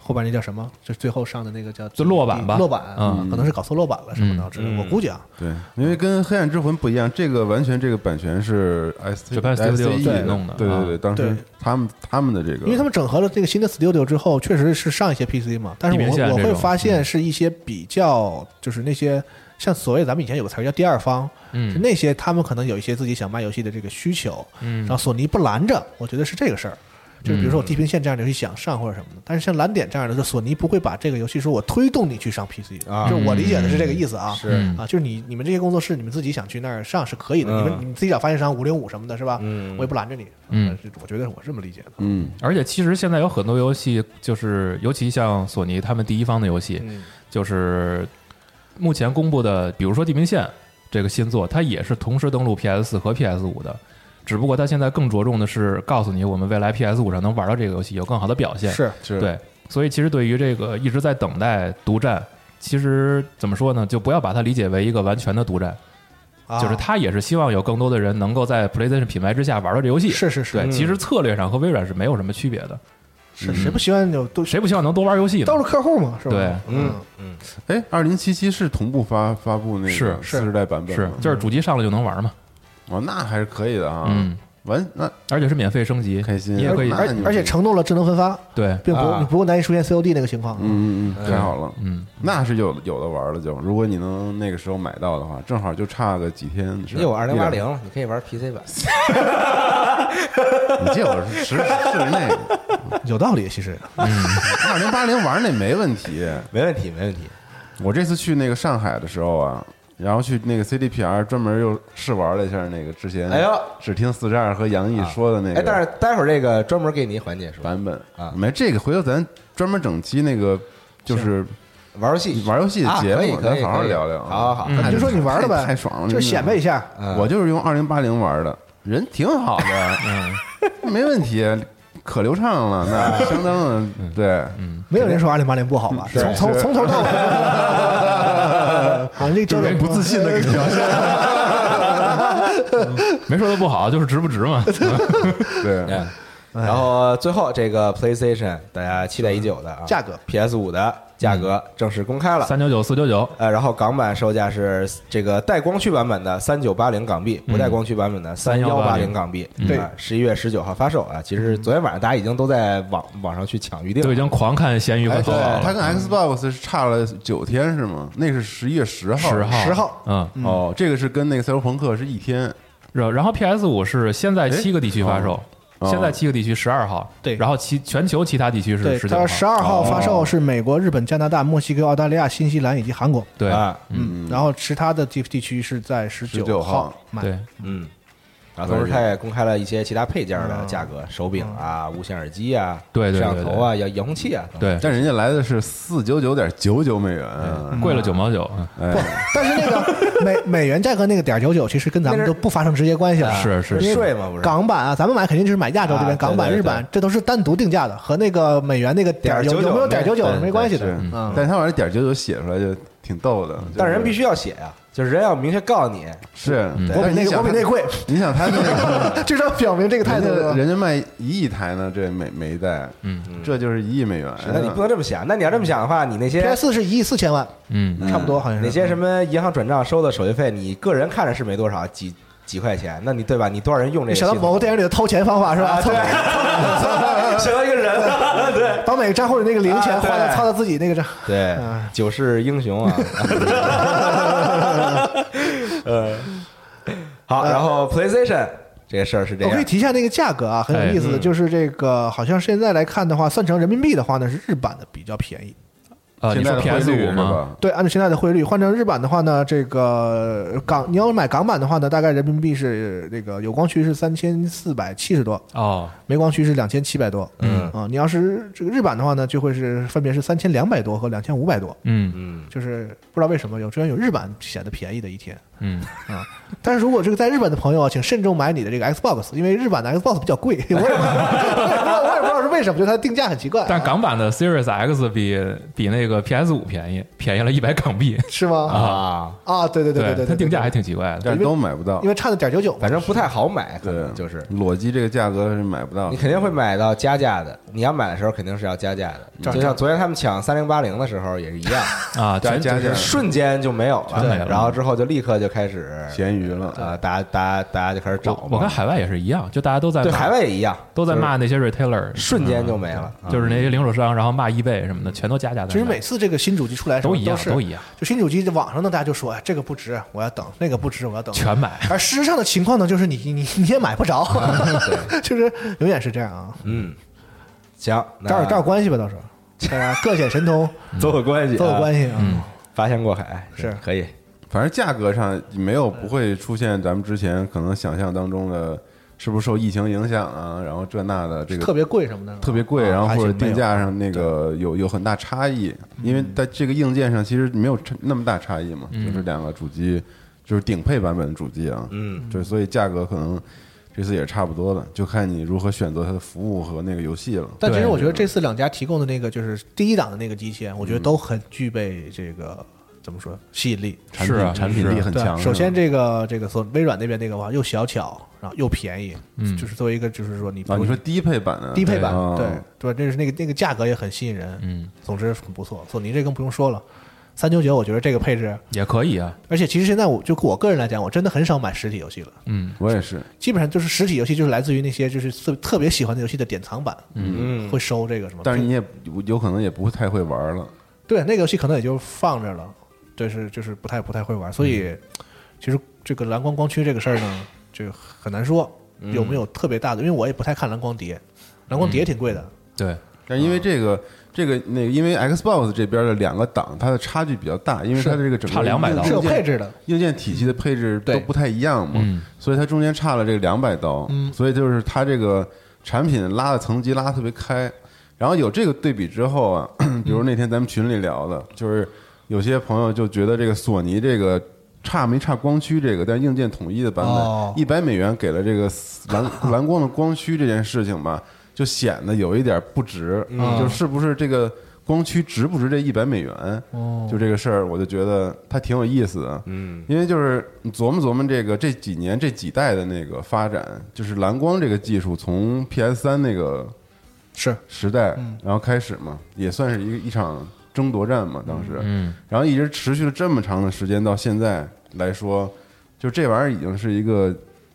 E: 后边那叫什么？就是最后上的那个叫
C: 就落版吧
E: 落版，
C: 嗯
E: 可能是搞错落版了什么的，这我估计啊，
D: 对，因为跟《黑暗之魂》不一样，这个完全这个版权是 S
C: Japan Studio 自己
D: SE
C: 弄的
D: 对
C: 啊
D: 对对，当时
E: 对
D: 他们他们的这个，
E: 因为他们整合了这个新的 Studio 之后，确实是上一些 PC 嘛，但是
C: 地平线
E: 我我
C: 这
E: 会
C: 种嗯
E: 发现是一些比较就是那些像所谓咱们以前有个词儿叫第二方，
C: 嗯
E: 是那些他们可能有一些自己想卖游戏的这个需求，
C: 嗯
E: 然后索尼不拦着，我觉得是这个事儿。就是比如说我地平线这样的游戏想上或者什么的，但是像蓝点这样的，就索尼不会把这个游戏说我推动你去上 PC，
B: 啊
E: 就是我理解的是这个意思
C: 嗯
E: 啊，
B: 是
E: 啊，就是你你们这些工作室，你们自己想去那儿上是可以的，你们
B: 嗯
E: 你们自己找发行商五零五什么的，是吧？
B: 嗯
E: 我也不拦着你，
C: 嗯，
E: 我觉得我是这么理解的。
D: 嗯，
C: 而且其实现在有很多游戏，就是尤其像索尼他们第一方的游戏，
E: 嗯
C: 就是目前公布的，比如说《地平线》这个新作，它也是同时登陆 PS 四和 PS 五的，只不过它现在更着重的是告诉你，我们未来 PS 五上能玩到这个游戏有更好的表现。，
E: 是，
D: 是，
C: 对，所以其实对于这个一直在等待独占，其实怎么说呢，就不要把它理解为一个完全的独占，
E: 啊
C: 就是他也是希望有更多的人能够在 PlayStation 品牌之下玩到这游戏。
E: 是是是
C: 对，其实策略上和微软是没有什么区别的。
E: 是谁不希望有都
C: 谁不希望能多玩游戏呢？
E: 都是客户嘛，是吧？
C: 对
E: 嗯，
D: 哎，二零七七是同步发发布那个
C: 是
D: 四十代版本
C: 是
D: 吗，
C: 就是主机上了就能玩嘛。
D: 哦，那还是可以的啊。
C: 嗯，
D: 完那
C: 而且是免费升级，
D: 开心
C: 你也可以
D: 那
E: 而
D: 你们
E: 而且承诺了智能分发，
C: 嗯对
E: 并不
B: 啊
E: 你不难以出现 COD 那个情况。
D: 嗯嗯
B: 哎
D: 嗯，太好了，
C: 嗯，
D: 那是有有的玩了就。如果你能那个时候买到的话，正好就差个几天。是吧
B: 你有二零八，
D: 一
B: 零了，你可以玩 PC 版。
D: 两你借我十是那个
E: 有道理，其实
D: 二零八零玩那没问题。
B: 没问题，没问题。
D: 我这次去那个上海的时候啊，然后去那个 CDPR 专门又试玩了一下那个之前
B: 哎呦
D: 只听四十二和杨毅说的那
B: 哎，但
D: 个
B: 是待会儿这个专门给你一环节是吧？
D: 版本
B: 啊
D: 没这个回头咱专门整期那个就是
B: 玩游戏，
D: 玩游戏的
B: 啊
D: 节
B: 可以
D: 目，
B: 可
D: 咱
B: 以
D: 好好
B: 可以
D: 聊聊啊。
B: 好好好，
D: 太
E: 你就说你玩了呗，
D: 太爽了，
E: 就显摆一下。
D: 我就是用二零八零玩的，人挺好的， [laughs] 没问题，可流畅了，那相当的对，
E: 没有人说二零八零不好吧？从从从
D: [laughs]
E: 头到尾，啊，这
D: 就
E: 这
D: 是不自信的
E: [laughs]
D: 给表现，
C: 没说的不好，就是值不值嘛。嗯
D: 对，哎
B: 然后最后这个 PlayStation 大家期待已久的啊，
E: 价格
B: PS 五的价格
D: 嗯
B: 正式公开了。
C: 三九九四九九，
B: 呃，然后港版售价是这个带光驱版本的三九八零港币，不带
D: 嗯
B: 光驱版本的三幺八零港币。啊
E: 对
B: 十一月十九号发售啊。其实
D: 嗯
B: 昨天晚上大家已经都在网网上去抢预定
C: 都已
B: 了，
C: 经狂看闲鱼和
D: 哎，
C: 淘宝
D: 对，它
C: 了。
D: 跟 Xbox 是差了九天是吗？那是十一月十号，
C: 十号，
E: 10号
C: 嗯，
D: 哦，这个是跟那个赛博朋克是一天，
C: 然然后 PS 五是先在七个地区发售，
D: 哦
C: 先在七个地区十二号，
E: 对
C: 然后其全球其他地区是
E: 对，
C: 十九
E: 它
C: 号，
E: 十二
D: 哦
E: 号发售是美国、日本、加拿大、墨西哥、澳大利亚、新西兰以及韩国。
C: 对
B: 啊，
E: 嗯，然后其他的地地区是在十
D: 19
E: 号
D: 号
E: 买。
C: 对，
B: 嗯。然后同时，它也公开了一些其他配件
E: 嗯
B: 的价格，手柄啊、无线耳机啊、
C: 对对
B: 摄像
C: 对
B: 头啊、遥遥控器啊。等等，
C: 对，
D: 但人家来的是四九九点九九美元啊，
C: 贵了九毛九，嗯
D: 哎
E: 不，但是
B: [laughs]
E: 那个美美元价格那个点九九，其实跟咱们
B: 那
E: 都
B: 是
E: 不发生直接关系了。
C: 是是
E: 因
B: 啊
E: 为
B: 税嘛不是
E: 港版啊，咱们买肯定就是买亚洲这边，
B: 啊
E: 港版、
B: 对对
E: 日
B: 对
E: 版这都是单独定价的，和那个美元那个点儿有
B: 点儿99
E: 有没有点九九
B: 没对
E: 没关系的
D: 是。，
E: 嗯
D: 但是他把这点九九写出来就挺逗的，
B: 嗯但是
D: 就是
B: 人必须要写呀，就是人要明确告诉你，
D: 是，
E: 我比
D: 但是
E: 那
D: 你
E: 个
D: 想
E: 我比那贵，
D: 你想他那
E: [laughs]
D: 个。
E: 至少表明这个态
D: 人
E: 度。
D: 家人家卖一亿台呢，这每每一代，嗯，这就是一亿美元。
B: 那你不能这么想。那你要这么想的话，你那些
E: PS 四是一亿四千万，
C: 嗯，
E: 差不多好像是。
B: 那些什么银行转账收的手续费，你个人看着是没多少，几几块钱，那你对吧？你多少人用这
E: 嗯
B: 个
E: 你
B: 系
E: 想到
B: 统？
E: 某个电影里的掏钱方法是吧？
B: 啊，
E: [laughs] 掏
B: 对， [laughs] 想到一个人
E: [laughs]
B: 了，对
E: 把每个账户里那个零钱
B: 啊对
E: 花到操到自己那个账。
B: 对
E: 啊，
B: 九世英雄
E: [laughs]
B: 啊， [laughs] 呃，好，
E: 呃
B: 然后 PlayStation 这个事儿是这
E: 我可以
B: 样，
E: 提一下那个价格啊，很有意
B: 嗯
E: 思的，就是这个好像现在来看的话，算成人民币的话呢，是日版的比较便宜。
C: 呃，你
D: 现在
C: 说
D: 的汇
C: PS
D: 率
C: 五
D: 是
C: 吗？
D: 吧？
E: 对，按照现在的汇率换成日版的话呢，这个呃港你要买港版的话呢，大概人民币是呃那个有光驱是三千四百七十多，
C: 哦，
E: 没光驱是两千七百多。
B: 嗯
E: 啊，你要是这个日版的话呢，就会是分别是三千两百多和两千五百多。
C: 嗯
B: 嗯，
E: 就是不知道为什么有居然有日版显得便宜的一天。啊
C: 嗯，
E: 但是如果这个在日本的朋友啊，请慎重买你的这个 Xbox，因为日版的 Xbox 比较贵， [laughs] 我也不知道，我也不知道是 [laughs] 为什么，就它的定价很奇怪啊、
C: 但港版的 Series X 比比那个 PS 五便宜，便宜了一百港币
E: 是吗？
C: 啊，
E: 啊，对对对
C: [laughs]
E: 对，
C: 它定价还
E: 对
C: 挺奇怪的，
D: 但是都买不到
E: 因，为差的点九九，
B: 反正不太好买，可
D: 对
B: 能，就是
D: 裸机这个价格是买不到
B: 你。肯定会买到加价的，你要买的时候肯定是要加价的，就像昨天他们抢三零八零的时候也是一样。
C: [laughs] 啊，
D: 加
C: 全
D: 加
C: 就是
D: 价
B: 瞬间就没有了，
C: 全没了
B: 然后之后就立刻就开始
D: 咸鱼了，
E: 啊
D: 啊
B: 呃，大家大家大家就开始找嘛。
C: 我我看海外也是一样，就大家都在
B: 对
C: 骂
B: 海外也一样，
C: 都在
B: 就是
C: 骂那嗯些 retailer，嗯
B: 瞬间就没了。啊
C: 就是那些零售商，然后骂 eBay 什么的，全都加价在卖。
E: 其实每次这个新主机出来的时候
C: 都一样
E: 是
C: 都一样，
E: 就新主机网上呢，大家就说哎这个不值，我要等；那个不值，我要等。
C: 全买，
E: 而事实上的情况呢，就是你你你也买不着， [laughs] 就是永远是这样啊，
B: 嗯，行，那
E: 找点找点关系吧，到时候大家各显神通，
B: 走有关系，
E: 都有关
B: 系，
E: 系啊。
B: 八仙过海
E: 是
B: 可以。
D: 反正价格上没有
E: 嗯
D: 不会出现咱们之前可能想象当中的，是不是受疫情影响啊？然后这那的这个
E: 特别贵什么的，
D: 特别贵，
E: 啊嗯
D: 然后
E: 还
D: 或者
E: 行没有
D: 定价上那个有有很大差异，因为在这个硬件上其实没有差那么大差异嘛，
C: 嗯
D: 就是两个主机，就是顶配版本的主机啊，
B: 嗯，
D: 对，所以价格可能这次也是差不多的，就看你如何选择它的服务和那个游戏了。
E: 但其实
C: 对
E: 我觉得这次两家提供的那个就是第一档的那个机器，我觉得都很具备这个怎么说吸引力。
D: 产
C: 是啊
D: 品产品力
C: 是啊
D: 很
E: 对，
D: 强。
E: 首先
D: 是
E: 这个这个所微软那边那个话又小巧，然后又便宜，嗯，就是作为一个就是说你
D: 吧啊，你说低配版的
E: 低配版
D: 啊
E: 对对吧？这是那个那个价格也很吸引人，嗯，总之很不错。索尼这更不用说了，三九九，我觉得这个配置，
C: 也可以啊，
E: 而且其实现在我就我个人来讲，我真的很少买实体游戏了，
C: 嗯，
D: 我也是，
E: 基本上就是实体游戏就是来自于那些就是特特别喜欢的游戏的典藏版，嗯，会收这个什么，
D: 但是你也有可能也不太会玩了。
E: 对那个游戏可能也就放着了，就是就是不太不太会玩，所以其实这个蓝光光驱这个事儿呢，就很难说有没有特别大的，因为我也不太看蓝光碟，蓝光碟挺贵的，
C: 对，
D: 但因为这个这个那个，因为 Xbox 这边的两个档它的差距比较大，因为它的这个整个
C: 差200刀
D: 硬
E: 是有
D: 件
E: 配置的，
D: 硬件体系的配置都
E: 对
D: 不太一样嘛，
C: 嗯
D: 所以它中间差了这个两百刀，
E: 嗯
D: 所以就是它这个产品拉的层级拉得特别开。然后有这个对比之后啊， [clears throat] 比如那天咱们群里聊的，就是有些朋友就觉得这个索尼这个差没差光驱这个，但硬件统一的版
E: 哦
D: 本一百美元给了这个蓝蓝光的光驱这件事情吧，就显得有一点不值，就是是不是这个光驱值不值这一百美元？就这个事儿，我就觉得它挺有意思的。嗯，因为就是你琢磨琢磨这个这几年这几代的那个发展，就是蓝光这个技术从 PS 三那个
E: 是
D: 时代，
E: 嗯
D: 然后开始嘛，也算是一个一场争夺战嘛，当时，
C: 嗯，
D: 然后一直持续了这么长的时间，到现在来说，就这玩意儿已经是一个，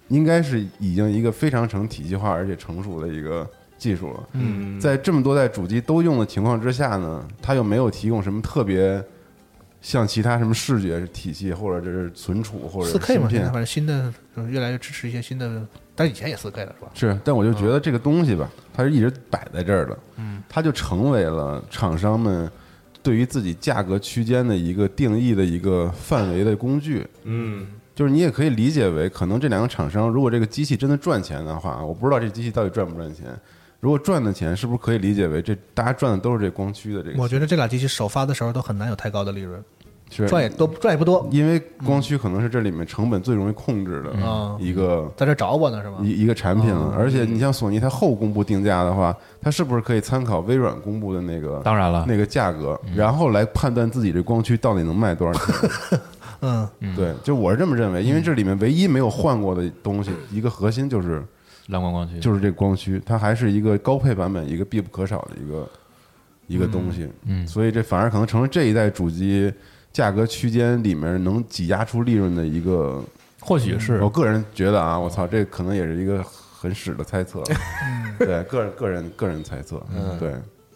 D: 应该是已经一个非常成体系化而且成熟的一个技术了。嗯，在这么多代主机都用的情况之下呢，它又没有提供什么特别。像其他什么视觉体系，或者这是存储，或者
E: 四 K
D: 芯
E: 嘛，现
D: 片
E: 在反正新的呃越来越支持一些新的，但是以前也四 K 了是吧？
D: 是，但我就觉得这个东西吧，它是一直摆在这儿的，嗯，它就成为了厂商们对于自己价格区间的一个定义的一个范围的工具，嗯，就是你也可以理解为，可能这两个厂商如果这个机器真的赚钱的话，我不知道这机器到底赚不赚钱，如果赚的钱，是不是可以理解为这大家赚的都是这光驱的这
E: 我
D: 个
E: 觉得这俩机器首发的时候都很难有太高的利润，
D: 是
E: 赚也多赚也不多，
D: 因为光驱可能是这里面成本最容易控制的
E: 嗯
D: 一个
E: 在这找我呢是吗？
D: 一一个产品了。而且你像索尼，它后公布定价的话，它是不是可以参考微软公布的那个
C: 当然了，嗯
D: 那个价格，然后来判断自己这光驱到底能卖多少钱？
E: 嗯，
D: 对，就我是这么认为，因为这里面唯一没有换过的东西，一个核心就是
C: 蓝光光驱
D: 就是这光驱，它还是一个高配版本，一个必不可少的一个一个东西。
C: 嗯
D: 所以这反而可能成了这一代主机。价格区间里面能挤压出利润的一个，
C: 或许是
D: 我个人觉得啊，我操，这可能也是一个很屎的猜测。对，个人个人个人猜测，对，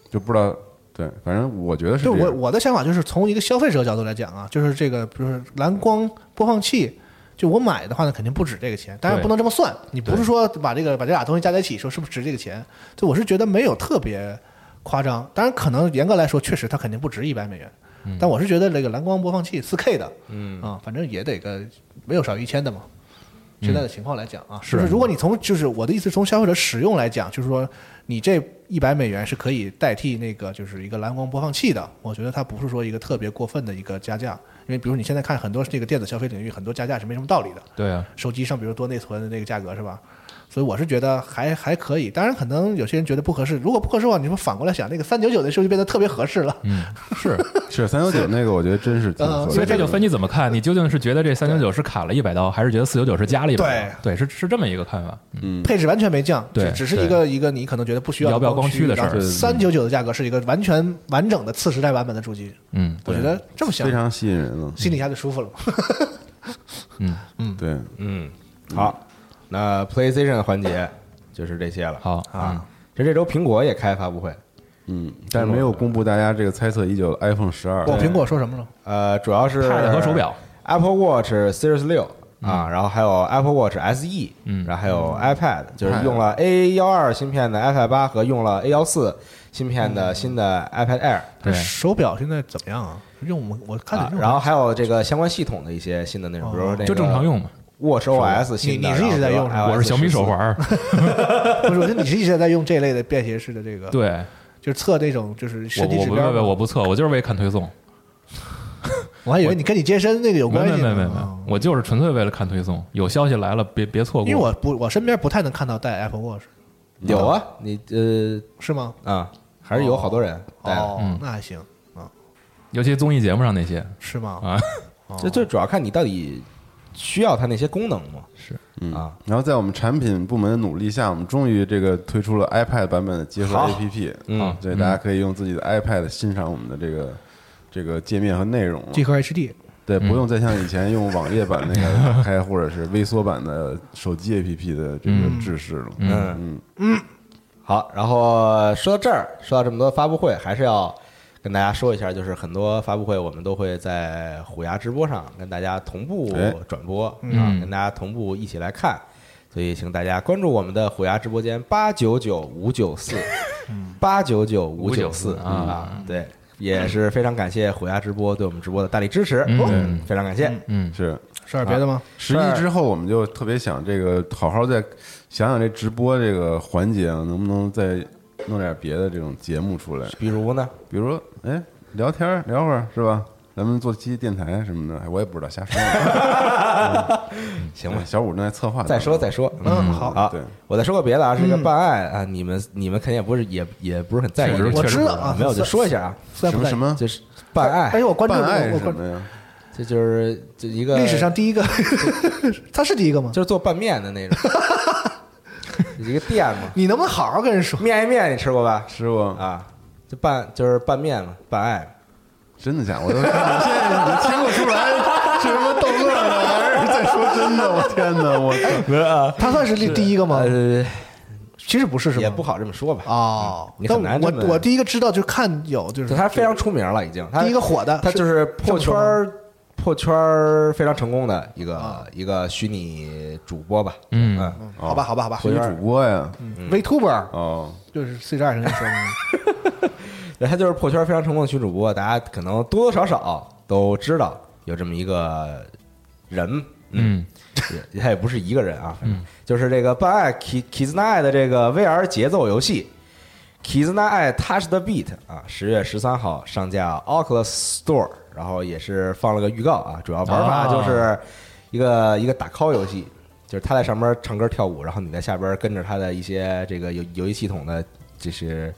D: 就不知道，对，反正我觉得是
E: 就
D: 这
E: 我
D: 样。
E: 我的想法就是从一个消费者角度来讲啊，就是这个，比如说蓝光播放器，就我买的话呢，肯定不止这个钱，当然
C: 对
E: 不能这么算，你不是说把这个把这俩东西加在一起说是不是值这个钱？就我是觉得没有特别夸张，当然可能严格来说，确实它肯定不值一百美元，但我是觉得这个蓝光播放器四 K 的，嗯啊，反正也得个没有少于一千的嘛。现在的情况来讲啊，就是如果你从就是我的意思，从消费者使用来讲，就是说你这一百美元是可以代替那个就是一个蓝光播放器的。我觉得它不是说一个特别过分的一个加价，因为比如你现在看很多这个电子消费领域，很多加价是没什么道理的。
C: 对啊，
E: 手机上比如多内存的那个价格是吧？所以我是觉得还还可以，当然可能有些人觉得不合适。如果不合适的话，你们反过来想，那个三九九的时候就变得特别合适了。
C: 嗯，是，
D: 是三九九那个，我觉得真是挺合
E: 嗯
D: 理的
C: 呃所以这就分你怎么看，你究竟是觉得这三九九是砍了一百刀，还是觉得四九九是加了一百刀？对，是是这么一个看法。嗯
E: 配置完全没降，
C: 对
E: 只只是一个一个你可能觉得不需要
C: 摇不摇光驱的事儿对对对
E: 三九九的价格是一个完全完整的次时代版本的主机，
C: 嗯，
E: 我觉得这么想
D: 非，常吸引人了。
E: 心里一下就舒服了嘛。
D: 对，
B: 嗯，好，那 PlayStation 环节就是这些了。
C: 好嗯
B: 啊，这这周苹果也开发布会，
D: 嗯，但是没有公布大家这个猜测已久的 iPhone 十二
E: 我、，苹果说什么了？
B: 呃，主要是
C: Pad 和手表、
B: Apple Watch Series 六啊，然后还有 Apple Watch SE，
C: 嗯
B: 然后还有 iPad，就是用了 A 幺二芯片的 iPad 八和用了 A 幺四芯片的新的 iPad Air。
C: 对
E: 手表现在怎么样啊？用我我看
B: 啊
E: 得，用、
B: 然后还有这个相关系统的一些新的内容，比如说那个
C: 就正常用嘛。
B: Watch OS 新的，
E: 你你是一直在用是吧
B: 然后
C: 我是小米手环，
B: iOS
C: 儿，
E: 不是，我说你是一直在用这类的便携式的这个，，
C: 对
E: 就是测那种就是
C: 我
E: 身体
C: 我
E: 指
C: 不
E: 标
C: 不
E: 吗。
C: 我不测，我就是为看推送，
E: 我还以为你跟你健身那个有
C: 没
E: 关
C: 没
E: 系
C: 没
E: 呢。
C: 没
E: 啊
C: 没，我就是纯粹为了看推送，有消息来了别别错过。
E: 因为我不我身边不太能看到戴 Apple Watch，
B: 有啊，你呃
E: 是吗？
B: 啊，还是有好多人带的。
E: 哦，
C: 嗯
E: 那还行啊，
C: 尤其综艺节目上那些，
E: 是吗？
C: 啊
E: 哦，
B: 这最主要看你到底需要它那些功能嘛。
C: 是
D: 嗯
B: 啊，
D: 然后在我们产品部门的努力下，我们终于这个推出了 iPad 版本的结合
B: 好
D: APP，
B: 嗯
D: 对，大家可以用自己的 iPad 欣赏我们的这个这个界面和内容啊了。
E: G 和 HD，
D: 对，不用再像以前用网页版那个打开，或者是微缩版的手机 APP 的这个制式了。嗯嗯，
B: 好，然后说到这儿，说到这么多发布会，还是要跟大家说一下，就是很多发布会我们都会在虎牙直播上跟大家同步
D: 哎
B: 转播、啊，跟大家同步一起来看。所以，请大家关注我们的虎牙直播间八九九五九四八九九五九四
C: 594
B: 啊，对，也是非常感谢虎牙直播对我们直播的大力支持，
C: 嗯
B: 嗯，非常感谢。
C: 嗯，
D: 是。
E: 说点别的吗？
D: 十一之后，我们就特别想这个好好再想想这直播这个环节啊，能不能再弄点别的这种节目出来？
B: 比如呢，
D: 比如说，哎，聊天儿聊会儿是吧？咱们做期电台什么的，哎我也不知道瞎说。
B: [laughs] 嗯行吧，
D: 小五正在策划呢，
B: 再说再说，
E: 嗯好
D: 对
B: 我再说个别的啊，是一个
E: 嗯
B: 办爱啊，你们你们肯定也不是也也不是很在意
C: 确实，
E: 我知道啊，嗯
B: 没有就说一下啊，
E: 虽然
D: 什么
E: 不在意
D: 什，么
B: 就是哎办
E: 但
B: 爱
E: 是，哎我关注
D: 办
E: 过
D: 爱
E: 我
D: 是什
E: 关
D: 么呀？
B: 这就是这一个
E: 历史上第一个， [laughs] 他是第一个吗？
B: 就是做拌面的那
E: [laughs]
B: 种，一个店嘛，
E: 你能不能好好跟人说？
B: 面一面你吃过吧？
D: 师傅，
B: 啊，就拌就是拌面嘛，拌爱，
D: 真的假的？我都我现在你听不出来是什么逗乐呢，还是在说真的？我天哪！我操！
B: 没有啊，
E: 他算是第第一个吗？
B: 呃，
E: 其实不是，是吗？
B: 也不好这么说吧，
E: 哦
B: 嗯你，
E: 但
B: 很难
E: 我
B: 这么
E: 我第一个知道就是看有就
B: 就是他非常出名了，已经，他
E: 第一个火的，
B: 他就是破圈
E: 这么说
B: 儿破圈儿非常成功的一
E: 啊
B: 个一个虚拟主播吧，
C: 嗯
E: 嗯好吧，好吧，好吧
D: 是一主播呀？
B: 嗯
E: ，Vtuber
D: 哦，
E: 就是 C 十二声音说的，
B: 对，他就是破圈非常成功的女主播，大家可能多多少少都知道有这么一个人，
C: 嗯，
B: 也他也不是一个人啊，反正就是这个《办爱 Ki Kizna 的这个 VR 节奏游戏《Kizna Touch the Beat》啊，十月十三号上架 Oculus Store，然后也是放了个预告啊，主要玩法
C: 啊
B: 就是一个、一个打 call 游戏。就是他在上边唱歌跳舞，然后你在下边跟着他的一些这个游游戏系统的，就是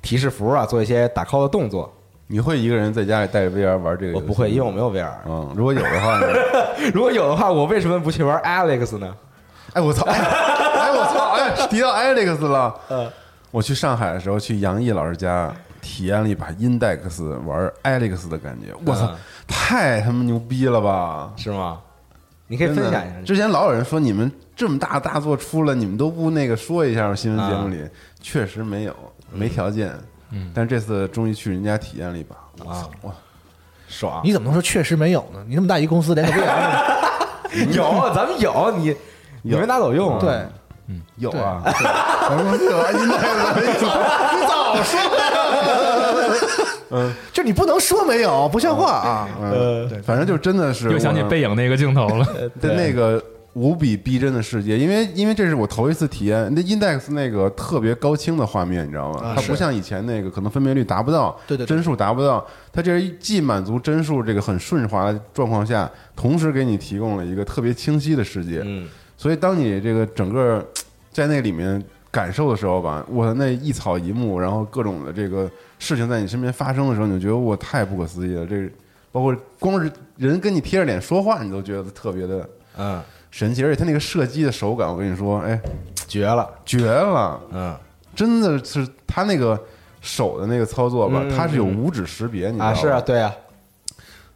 B: 提示符啊，做一些打 call 的动作。
D: 你会一个人在家里带着 VR 玩这个？
B: 我不会，因为我没有 VR。
D: 嗯，如果有的话呢？
B: 如果有的话，我为什么不去玩 Alex 呢？
D: 哎，我操！哎，哎我操！哎，提到 Alex 了。
B: 嗯
D: 我去上海的时候，去杨毅老师家体验了一把 Index 玩 Alex 的感觉。我操
B: 嗯，
D: 太他妈牛逼了吧！
B: 是吗？你可以
D: 真
B: 分
D: 的
B: 享一下。
D: 之前老有人说你们这么大大作出了，你们都不那个说一下吗新闻节目里，确实没有，没条件。嗯，但这次终于去人家体验了一把，我操！哇，
B: 爽
E: [laughs] 你怎么能说确实没有呢？你那么大一公司连个 VR
B: [laughs] 有，咱们有你，你没拿走用啊。
E: 对，
D: 有啊！ [laughs]
E: 我说
D: 有啊 Index
E: 你早说呀！嗯，就你不能说没有，不像话啊！
D: 嗯，对，反正就真的是
C: 又想起
D: 我
C: 背影那个镜头了，
D: 的那个无比逼真的世界，因为因为这是我头一次体验那 Index 那个特别高清的画面，你知道吗？
E: 啊
D: 它
E: 是
D: 不像以前那个可能分辨率达不到，
E: 对对对
D: 帧数达不到，它这是既满足帧数这个很顺滑的状况下，同时给你提供了一个特别清晰的世界。
B: 嗯，
D: 所以当你这个整个嘖在那里面感受的时候吧，我的那一草一木，然后各种的这个事情在你身边发生的时候，你就觉得我太不可思议了。这包括光是人跟你贴着脸说话，你都觉得特别的
B: 嗯，
D: 神奇，而且他那个射击的手感，我跟你说，哎，
B: 绝了，
D: 绝了！
B: 嗯
D: 真的是他那个手的那个操作吧
B: 嗯，
D: 它是有五指识别，你知道
B: 啊，
D: 吧
B: 是啊，对啊，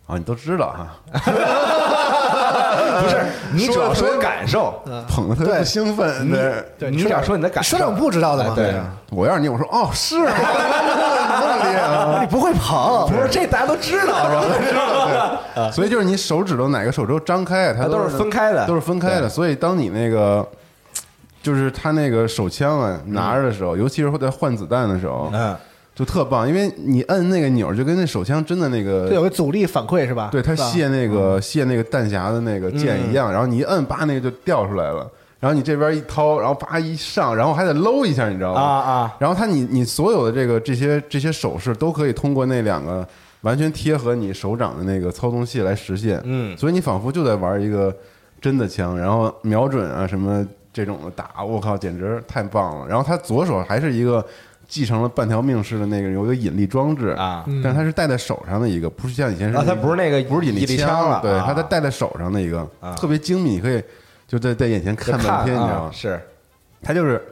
D: 啊，你都知道哈，
B: [laughs] 不是你主要
D: 说得
B: 说
D: 特别
B: 感受，
D: 捧的特别
E: 对
D: 不兴奋。对，
E: 对
B: 你只要说你的感受
E: [laughs] 说点不知道的
B: 哎
E: 嘛。
B: 对
E: 啊，
B: 啊，
D: 我要是你，我说哦，是吗？
B: [laughs]
D: 那么厉害啊！
E: 你不会跑，
B: 不是这大家都知道是吧？
D: 所以就是你手指头哪个手指头张开，它
B: 啊都
D: 都
B: 是分开的
D: 都是分开的。所以当你那个就是他那个手枪啊拿着的时候，尤其是在换子弹的时候，
B: [laughs] 嗯，
D: 就特棒，因为你摁那个钮儿，就跟那手枪真的那个
E: 这有个阻力反馈是吧？
D: 对，它
E: 是吧嗯
D: 卸那个卸那个弹匣的那个键一样，然后你一摁，叭，那个就掉出来了。然后你这边一掏，然后叭一上，然后还得搂一下，你知道吗？
B: 啊啊！
D: 然后它你你所有的这个这些这些手势都可以通过那两个完全贴合你手掌的那个操纵器来实现。
B: 嗯
D: 所以你仿佛就在玩一个真的枪，然后瞄准啊什么这种的打，我靠，简直太棒了。然后它左手还是一个继承了半条命似的那个有一个引力装置
B: 啊
D: 但是它是戴在手上的一个，不是像以前是
B: 啊它不是那个
D: 不是引
B: 引力枪了
D: 对，
B: 啊
D: 它它戴在手上的一个
B: 啊
D: 特别精密，你可以就在在眼前看半天，你知道
B: 啊，
D: 吗？
B: 是
D: 它就是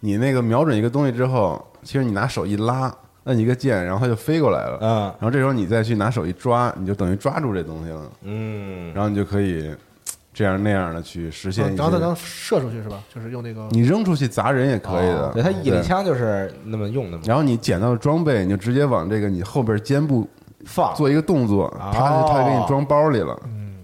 D: 你那个瞄准一个东西之后，其实你拿手一拉，摁一个键，然后它就飞过来了。
B: 嗯
D: 然后这时候你再去拿手一抓，你就等于抓住这东西了。嗯，然后你就可以这样那样的去实
B: 嗯
D: 现一些。
E: 嗯然后再能射出去是吧？就是用那个
D: 你扔出去砸人也可以的。
B: 哦对，它一里枪就是那么用的嘛，
D: 然后你捡到的装备，你就直接往这个你后边肩部
B: 放
D: 做一个动作，
B: 啊
D: 啪就他就给你装包里了。嗯，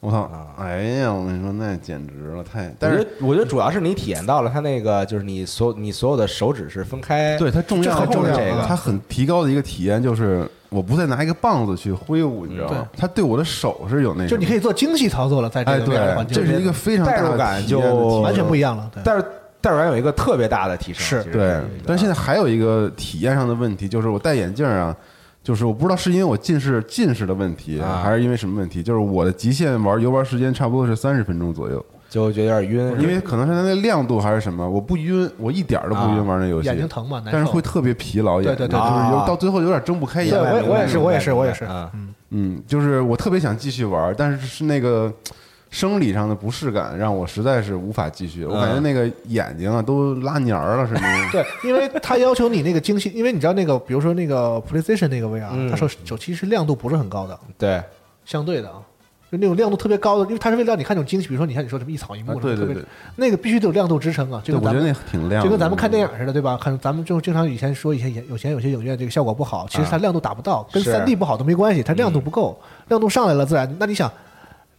D: 我操！哎呀，我跟你说，那简直了，太……但
B: 我觉
D: 是
B: 得，我觉得主要是你体验到了它那个，就是你所你所有的手指是分
E: 哎
B: 开，
D: 对它重
B: 这
D: 要
B: 很
D: 的
B: 重要
D: 这
B: 啊
D: 它很提高的一个体验就是，我不再拿一个棒子去挥舞，你知道吗？它对我的手是有那个，
E: 就你可以做精细操作了，在这
D: 哎，
E: 个 VR
D: 对
E: 环，境
D: 这
E: 里，
D: 是一个非常大
B: 代入
D: 的
B: 感
D: 体验
B: 就
D: 的提升
E: 完全不一样了。对，
B: 但是戴尔软有一个特别大的提升，
E: 是
B: 其实
D: 对，但现在还有一个体验上的问题，就是我戴眼镜啊，就是我不知道是因为我近视近视的问题，
B: 啊
D: 还是因为什么问题，就是我的极限玩游玩时间差不多是三十分钟左右，
B: 就觉得有点晕，
D: 因为可能是它那亮度还是什么，我不晕，我一点儿都不
B: 啊
D: 晕玩那游戏，
E: 眼睛疼嘛难
D: 但是
E: 受
D: 会特别疲劳眼睛，
E: 对对对
D: 就是
B: 啊
D: 有到最后有点睁不开眼。
E: 对我也
B: 明白
E: 我也是
B: 明白
E: 我也是
B: 明白
E: 我也是
B: 啊，
D: 嗯，就是我特别想继续玩，但是是那个生理上的不适感让我实在是无法继续，我感觉
B: 嗯
D: 那个眼睛啊都拉黏儿了，是吗？
E: [laughs] 对，因为它要求你那个精细，因为你知道那个，比如说那个 PlayStation 那个 VR，、
B: 嗯
E: 它手手机是亮度不是很高的，
B: 对，
E: 相对的啊，就那种亮度特别高的，因为它是为了让你看那种精细，比如说你看你说什么一草一木
D: 啊
E: 什么、
D: 对对
E: 特别
D: 对，
E: 那个必须得有亮度支撑啊，这
D: 对，
E: 个
D: 我觉得
E: 咱们
D: 那挺亮的，
E: 就跟咱们看电影似的，对吧？看咱们就经常以前说以前影有钱有些影院这个效果不好，其实它亮度达不到，跟
B: 是
E: 三 D 不好都没关系，它亮度不够，亮度上来了自然。那你想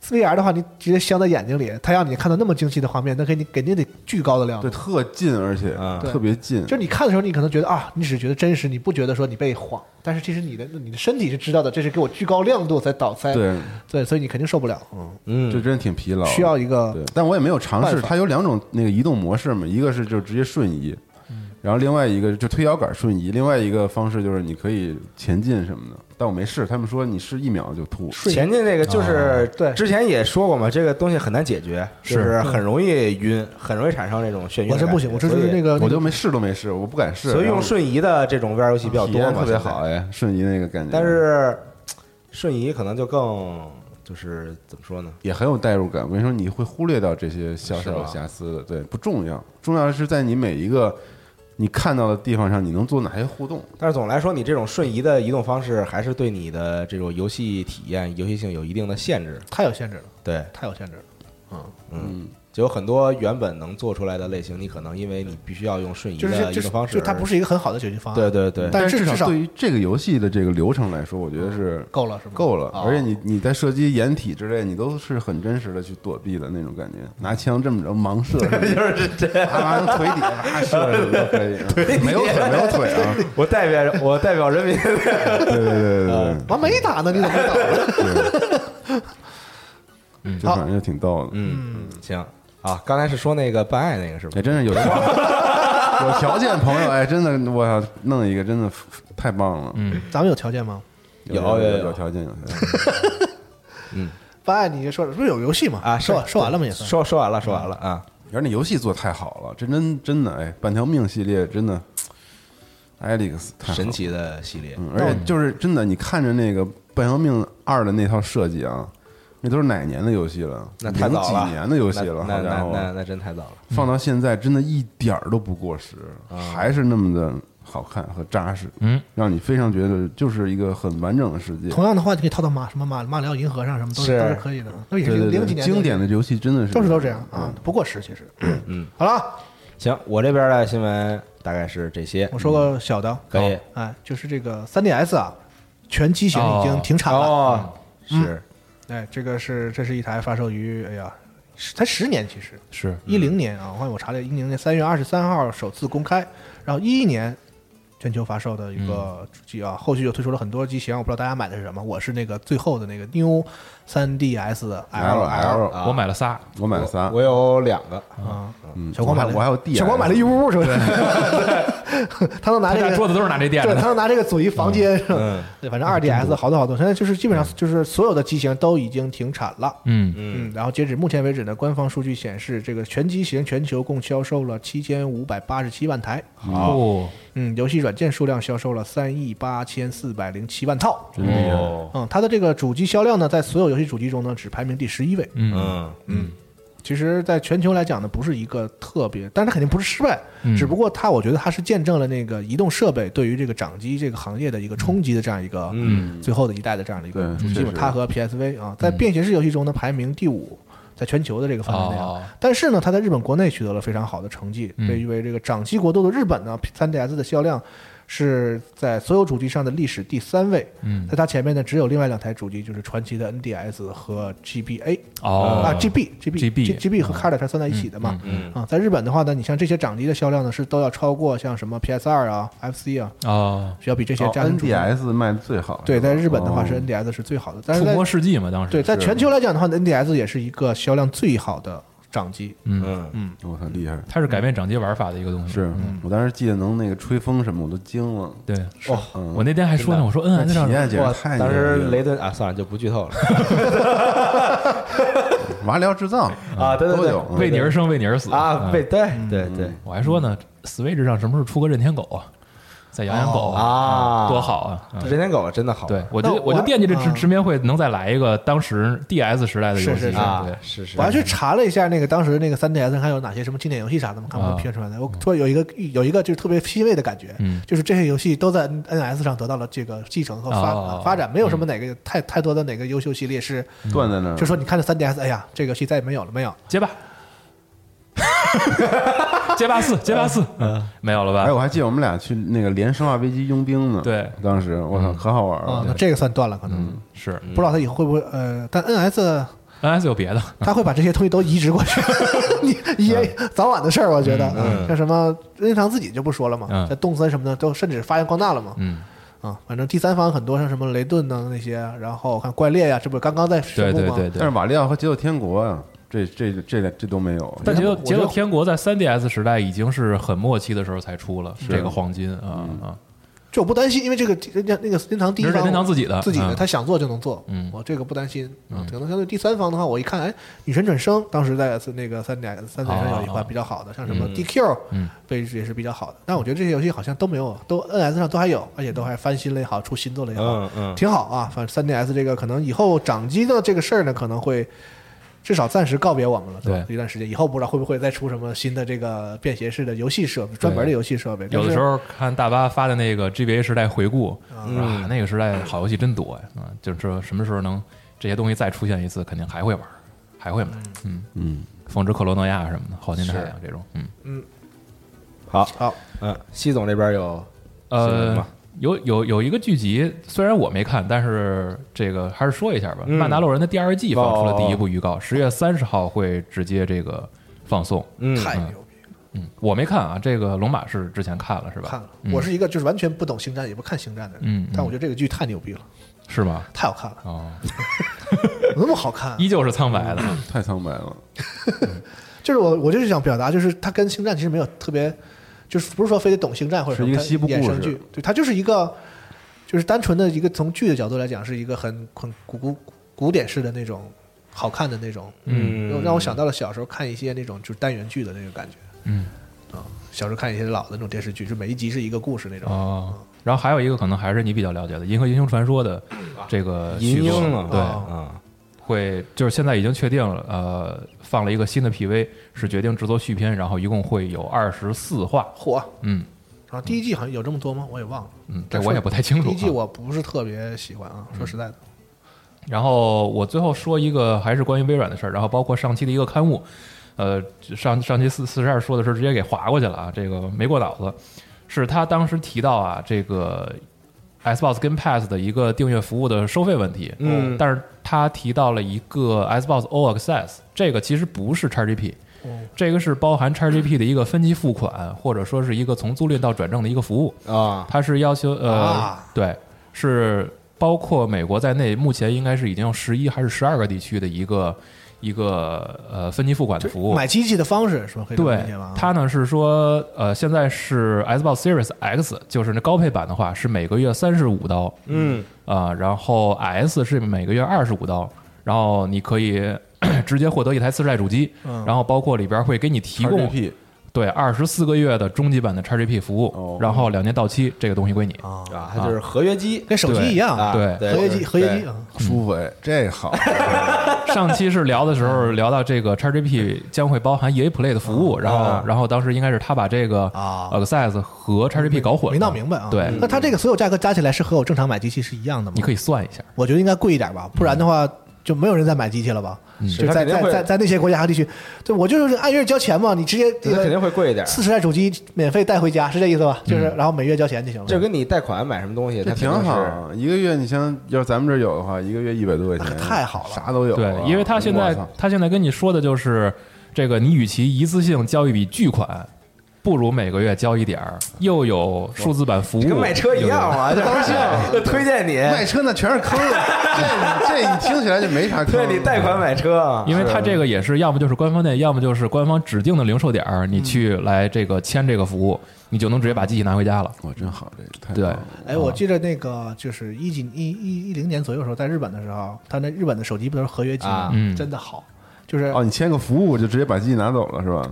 E: VR 的话，你直接镶在眼睛里，它让你看到那么精细的画面，那给你肯定得巨高的亮度
D: 对，。特近，而且
B: 啊
D: 特别近。
E: 啊就是你看的时候，你可能觉得啊，你只是觉得真实，你不觉得说你被晃，但是其实你的你的身体是知道的，这是给我巨高亮度才导才
D: 对，
E: 对，所以你肯定受不了，嗯，
B: 嗯，
D: 就真的挺疲劳的。
E: 需要一个
D: 对，但我也没有尝试。
E: 办法
D: 它有两种那个移动模式嘛，一个是就直接瞬移，
E: 嗯
D: 然后另外一个就推摇杆瞬移，另外一个方式就是你可以前进什么的。但我没试，他们说你试一秒就吐。
B: 前进这个就是
E: 哦对
B: 之前也说过嘛，这个东西很难解决，就是很容易晕，很容易产生这种眩晕的感
E: 我
B: 觉。
E: 真不行，我这就
B: 所以
E: 是那个啊
D: 我就没试都没试，我不敢试。
B: 所以
D: 然后
B: 用瞬移的这种 VR 游戏比较
D: 啊体
B: 多
D: 验
B: 嘛，
D: 特别
B: 现在
D: 好哎，瞬移那个感觉。
B: 但是瞬移可能就更就是怎么说呢？
D: 也很有代入感。我跟你说，你会忽略掉这些小
B: 是
D: 小
B: 吧
D: 瑕疵的，对，不重要。重要的是在你每一个你看到的地方上，你能做哪些互动。
B: 但是总来说，你这种瞬移的移动方式还是对你的这种游戏体验、游戏性有一定的限制。
E: 太有限制了，
B: 对，
E: 太有限制了。
B: 就有很多原本能做出来的类型，你可能因为你必须要用瞬移
E: 就是
B: 的
E: 就
B: 移
E: 是
B: 动方式，
E: 就它不是一啊嗯个很好的解决方案，
B: 对对对，
E: 但
D: 是
E: 是
D: 至
E: 至少
D: 对于这个游戏的这个流程来说，我觉得是
E: 够了是吗？
D: 够了。
E: 哦
D: 而且你你在射击掩体之类，你都是很真实的去躲避的那种感觉，拿枪这么着盲射什么的，就是这样，啊，腿底下啊射什么都可以，没有腿没有腿啊，
B: 我代表我代表人民，
D: 对对对对对
E: 完没打呢，你怎么没打呢？
D: 对，就反正就挺逗的，
B: 嗯，
D: 嗯。
B: [laughs] 行啊，刚才是说那个办爱那个是吧
D: 哎，？真是
B: [laughs]
D: 有有条件朋友，哎，真的，我要弄一个，真的太棒了。嗯，
E: [laughs] 咱们有条件吗？
D: 有
B: 有有
D: 有
B: 有
D: 条件，有条件。
E: 办案你说了，不是有游戏吗？
B: 啊，是
E: 说完说完了吗？也算。
B: 说说完了，说完了啊，
D: 而那游戏做太好了，这真真的，哎，半条命系列真的，Alex 太好了
B: 神。奇的系列，
D: 嗯，而且就是真的，你看着那个《半条命二》的那套设计啊，那都是哪年的游戏了？
B: 那太早了，
D: 零几年的游戏了，
B: 那
D: 好
B: 那
D: 家
B: 那那
D: 伙，
B: 那真太早了。
D: 放到现在真的一点儿都不过时，
B: 嗯
D: 还是那么的好看和扎实，
C: 嗯，
D: 让你非常觉得就是一个很完整的世界。
E: 同样的话，你可以套到马什么马马里奥银河上，什么都
B: 是
E: 是都是可以的，都也是
D: 对对对，
E: 零几年的
D: 经典的游戏真的是
E: 都是都这样啊，不过时其实。嗯，好了，
B: 行，我这边的新闻大概是这些嗯
E: 我。说个小的，
B: 可以
E: 哎，就是这个 3DS 啊，全机型已经停产了。
B: 哦，是
E: 哎，这个是这是一台发售于哎呀，十才十年其实
C: 是嗯
E: 一零年啊，我看我查了一零年三月二十三号首次公开，然后一一年全球发售的一
C: 嗯
E: 个机啊，后续又推出了很多机型，我不知道大家买的是什么，我是那个最后的那个 New 3DS
D: L L，
E: 呃
C: 我买了仨，
E: 啊
D: 我买了仨，
B: 啊我有两个，
D: 嗯
E: 小光买了，
D: 我还有 D，
E: 小光买了一屋，是不是？ [laughs] 他都拿
C: 他
E: 这
C: 家
E: 个
C: 桌子都是嗯拿这垫
E: 对，
C: 的
E: 他，要拿这个组一房间，是吧对，反正二 DS 好多好多，现在就是基本上就是所有的机型都已经停产了。
C: 嗯，
E: 嗯，然后截止目前为止呢，官方数据显示，这个全机型全球共销售了七千五百八十七万台，
C: 哦，
E: 嗯，游戏软件数量销售了三亿八千四百零七万套，嗯
D: 真厉害，
B: 嗯
E: 嗯，它的这个主机销量呢，在所有游戏主机中呢，只排名第十一位，
C: 嗯，
B: 嗯，
E: 其实在全球来讲呢，不是一个特别，但是它肯定不是失败，
C: 嗯
E: 只不过它我觉得它是见证了那个移动设备对于这个掌机这个行业的一个冲击的这样一个
B: 嗯
E: 最后的一代的这样的一个
D: 对
E: 主机嘛
D: 确实，
E: 它和 PSV 啊，
C: 嗯
E: 在便携式游戏中呢排名第五。在全球的这个范围内
C: 哦
E: 啊，但是呢，它在日本国内取得了非常好的成绩，
C: 嗯
E: 被誉为这个掌机国度的日本呢，3DS 的销量是在所有主机上的历史第三位，
C: 嗯
E: 在它前面呢，只有另外两台主机，就是传奇的 NDS 和 GBA
C: 哦
E: 啊 GB GB
C: GB
E: GB 和 c a r d 它算在一起的嘛。
B: 嗯
E: 啊，在日本的话呢，你像这些掌机的销量呢，是都要超过像什么 PS 二啊、FC 啊，
C: 啊，
E: 要比这些
D: 哦
E: 家庭主机。
D: NDS 卖的最好，
E: 对，在日本的话是
D: 哦
E: NDS 是最好的，但是
C: 触
E: 在
C: 摸世纪嘛，当时
E: 对在全球来讲的话，NDS 也是一个销量最好的掌机。
B: 嗯
D: 哦我操厉害！
C: 它是改变掌机玩法的一个东西。
D: 是
E: 嗯
D: 我当时记得能那个吹风什么，我都惊了。
C: 对，
B: 哦，
E: 嗯
C: 我那天还说呢，我说
D: 那
C: NS 上
D: 体验简
B: 哇
D: 直太
B: 嗯
D: 牛
B: 当
D: 逼
B: 时
D: 了
B: 雷顿啊，算了，就不剧透了
D: 麻聊制造
B: 啊，对对
D: 都
B: 对，
D: 有
C: 为你而生，为你而死嗯
B: 啊，
C: 被
B: 对对对对
C: 我还说呢，Switch 上什么时候出个任天狗啊？再养
E: 哦
C: 养狗，
B: 啊，
C: 多好啊！嗯
B: 人天狗真的好，
C: 对，我
E: 那
C: 就
E: 我
C: 我就惦记着直
E: 啊
C: 直面会能再来一个当时 DS 时代的游
E: 是
C: 戏
E: 是是
B: 啊
C: 对，
B: 是是
E: 我，还去查了一下那个当时那个 3DS 还有哪些什么经典游戏啥的嘛，看我
C: 啊
E: 们评出来的。我突然有一个有一个就是特别欣慰的感觉，
C: 嗯
E: 就是这些游戏都在 NS 上得到了这个继承和发、
C: 哦
E: 发展，没有什么哪个太太多的哪个优秀系列是，
D: 断在那
C: 嗯
D: 儿，
E: 就说你看这 3DS，哎呀，这个游戏再也没有了，没有。
C: 结 [laughs] 巴，结巴四，结巴四，
E: 嗯
C: 嗯没有了
D: 哎，
C: 吧？
D: 我还记得我们俩去那个连《生化危机》佣兵呢。
C: 对，
D: 当时我操，可好玩
C: 哦
E: 啊、
D: 了。
E: 那这个算断了，可能、
C: 是
E: 不知道它以后会不会呃，但 NS
C: NS 有别的，
E: 它会把这些东西都移植过去， [laughs] 你也
C: 嗯
E: 早晚的事儿，我觉得。像什么任天堂自己就不说了嘛，
C: 嗯
E: 像动森什么的都甚至发扬光大了嘛。
C: 嗯，
E: 啊，反正第三方很多像什么雷顿呐那些，然后我看怪猎呀、这不是刚刚在
C: 对
E: 宣布
C: 对
E: 吗？
C: 对
D: 但是
C: 对。
D: 瓦利奥和节奏天国啊，这这这俩这都没有。
C: 但节奏
E: 我觉得
C: 节奏天国在 3DS 时代已经是很末期的时候才出了这个黄金啊啊！
E: 就我不担心，因为这个人家那个任天堂第一
C: 这是
E: 方
C: 任天堂自己的
E: 自己的，
C: 嗯
E: 他想做就能做，
C: 嗯
E: 我这个不担心。啊，可能相对第三方的话，我一看，哎，女神转生当时在那个三点三点上有一款比较好的，像什么 DQ，
C: 哦嗯，
E: 被也是比较好的。但我觉得这些游戏好像都没有，都 NS 上都还有，而且都还翻新了也好，出新作了也好，
B: 嗯嗯
E: 挺好啊。反正 3DS 这个可能以后掌机的这个事儿呢，可能会至少暂时告别我们了，吧
C: 对
E: 一段时间以后不知道会不会再出什么新的这个便携式的游戏设备，专门的游戏设备。但
C: 有的
E: 是
C: 时候看大巴发的那个 GBA 时代回顾，啊，那个时代好游戏真多呀！啊，就是说什么时候能这些东西再出现一次，肯定还会玩，还会买。嗯嗯，风之克罗诺亚什么的，黄金太阳这种，嗯。
B: 好，
E: 好，
B: 嗯，西总这边有新闻
C: 呃
B: 吗，
C: 有有有一个剧集，虽然我没看，但是这个还是说一下吧。
E: 嗯
C: 曼达洛人》的第二季放出了第
E: 哦
C: 一部预告，十月三十号会直接这个放送。
B: 嗯
E: 太牛逼了，
C: 嗯，我没看啊，这个龙马是之前看了是吧？
E: 看了。
C: 嗯
E: 我是一个就是完全不懂星战，也不看星战的人，
C: 嗯嗯
E: 但我觉得这个剧太牛逼了，
C: 是吗？
E: 太好看了，
C: 哦，
E: 怎么那么好看啊、
C: 依旧是苍
E: [laughs]
C: 白的。
D: 太苍白了，
E: 就是我我就是想表达，就是它跟星战其实没有特别，就是不是说非得懂星战或者什
D: 是
E: 么
D: 一个
E: 它
D: 西部故事
E: 衍生剧，对，它就是一个就是单纯的一个从剧的角度来讲，是一个很很古古古典式的那种好看的那种，
B: 嗯
E: 让让我想到了小时候看一些那种就是单元剧的那个感觉，
C: 嗯
E: 啊，小时候看一些老的那种电视剧，就每一集是一个故事那种，
C: 哦，然后还有一个可能还是你比较了解的《银河英雄传说》的这个续
B: 啊银
C: 作
B: 鹰嘛，
C: 对，
B: 啊，
C: 会就是现在已经确定了，呃，放了一个新的 PV，是决定制作续篇，然后一共会有二十四话。
E: 火。
C: 嗯
E: 然后第一季好像有这么多吗？我也忘了。
C: 嗯，这我也不太清楚
E: 第
C: 啊。嗯
E: 一季我不是特别喜欢啊，说实在的，
C: 然后我最后说一个还是关于微软的事儿，然后包括上期的一个刊物，呃，上上期四四十二说的是直接给划过去了啊，这个没过脑子，是他当时提到啊，这个 Xbox Game Pass 的一个订阅服务的收费问题，
B: 嗯
C: 但是他提到了一个 Xbox All Access，这个其实不是 XGP，这个是包含 XGP 的一个分期付款，或者说是一个从租赁到转正的一个服务，
B: 啊，
C: 它是要求呃，
E: 啊
C: 对，是包括美国在内，目前应该是已经有十一还是十二个地区的一个一个呃分期付款的服务。
E: 买机器的方式是吧？可以这么
C: 对
E: 理解吧，
C: 它呢是说，呃，现在是 Xbox Series X，就是那高配版的话是每个月三十五刀，
B: 嗯
C: 啊、然后 S 是每个月二十五刀，然 [clears throat]
E: 嗯
C: 后你可以直接获得一台次世代主机，然后包括里边会给你提供
D: XGP
C: 对，二十四个月的终极版的 XGP 服
D: 哦
C: 务，然后两年到期，这个东西归你。
B: 啊，它就是合约机
E: 跟手机一样，
B: 啊，
C: 对
B: 对
E: 合约机合约机
B: 对
E: 啊，
D: 舒服哎，这好，
E: [laughs]
C: 上期是聊的时
E: 嗯
C: 候聊到这个 XGP 将会包含 EA Play 的服务，然后然后当时应该是他把这个
E: 嗯啊
C: Access 和 XGP 搞混了，
E: 没闹明白啊。
C: 对，
E: 那它这个所有价格加起来是和我正常买机器是一样的吗？
C: 你可以算一下，
E: 我觉得应该贵一点吧，不然的话就没有人再买机器了吧？
C: 嗯
E: 就是
B: 它
E: 在
B: 肯定
E: 在
B: 会
E: 在在那些国家和地区，对我就是按月交钱嘛，你直接
B: 对它肯定会贵一点。
E: 四十台手机免费带回家是这意思吧？就是
C: 嗯
E: 然后每月交钱就行了。
B: 这跟你贷款买什么东西，
D: 这
B: 它
D: 挺
B: 肯定是
D: 好。一个月你像要是咱们这儿有的话，一个月一百多块钱，
E: 太好了
D: 啥都有啊。
C: 对，因为他现
D: 我
C: 在
D: 操
C: 他现在跟你说的就是这个，你与其一次性交一笔巨款，不如每个月交一点儿，又有数字版服务，
B: 跟卖车一
E: 啊
B: 样
C: 又有
B: 嘛，就高兴，就推荐你，
D: 卖车那全是坑，啊
E: [laughs]
D: 这这一听起来就没啥坑。
B: 对你贷款买车，
C: 因为它这个也是要么就是官方店，要么就是官方指定的零售点儿，你去来这个签这个服务，你就能直接把机器拿回家了。
D: 哇，真好，这个太
C: 对
D: 棒了，
E: 哎，
C: 啊
E: 我记得那个就是一几一一一零年左右的时候，在日本的时候，他那日本的手机不都是合约机吗
B: 啊？
C: 嗯
E: 真的好，就是
D: 哦，你签个服务就直接把机器拿走了是吧？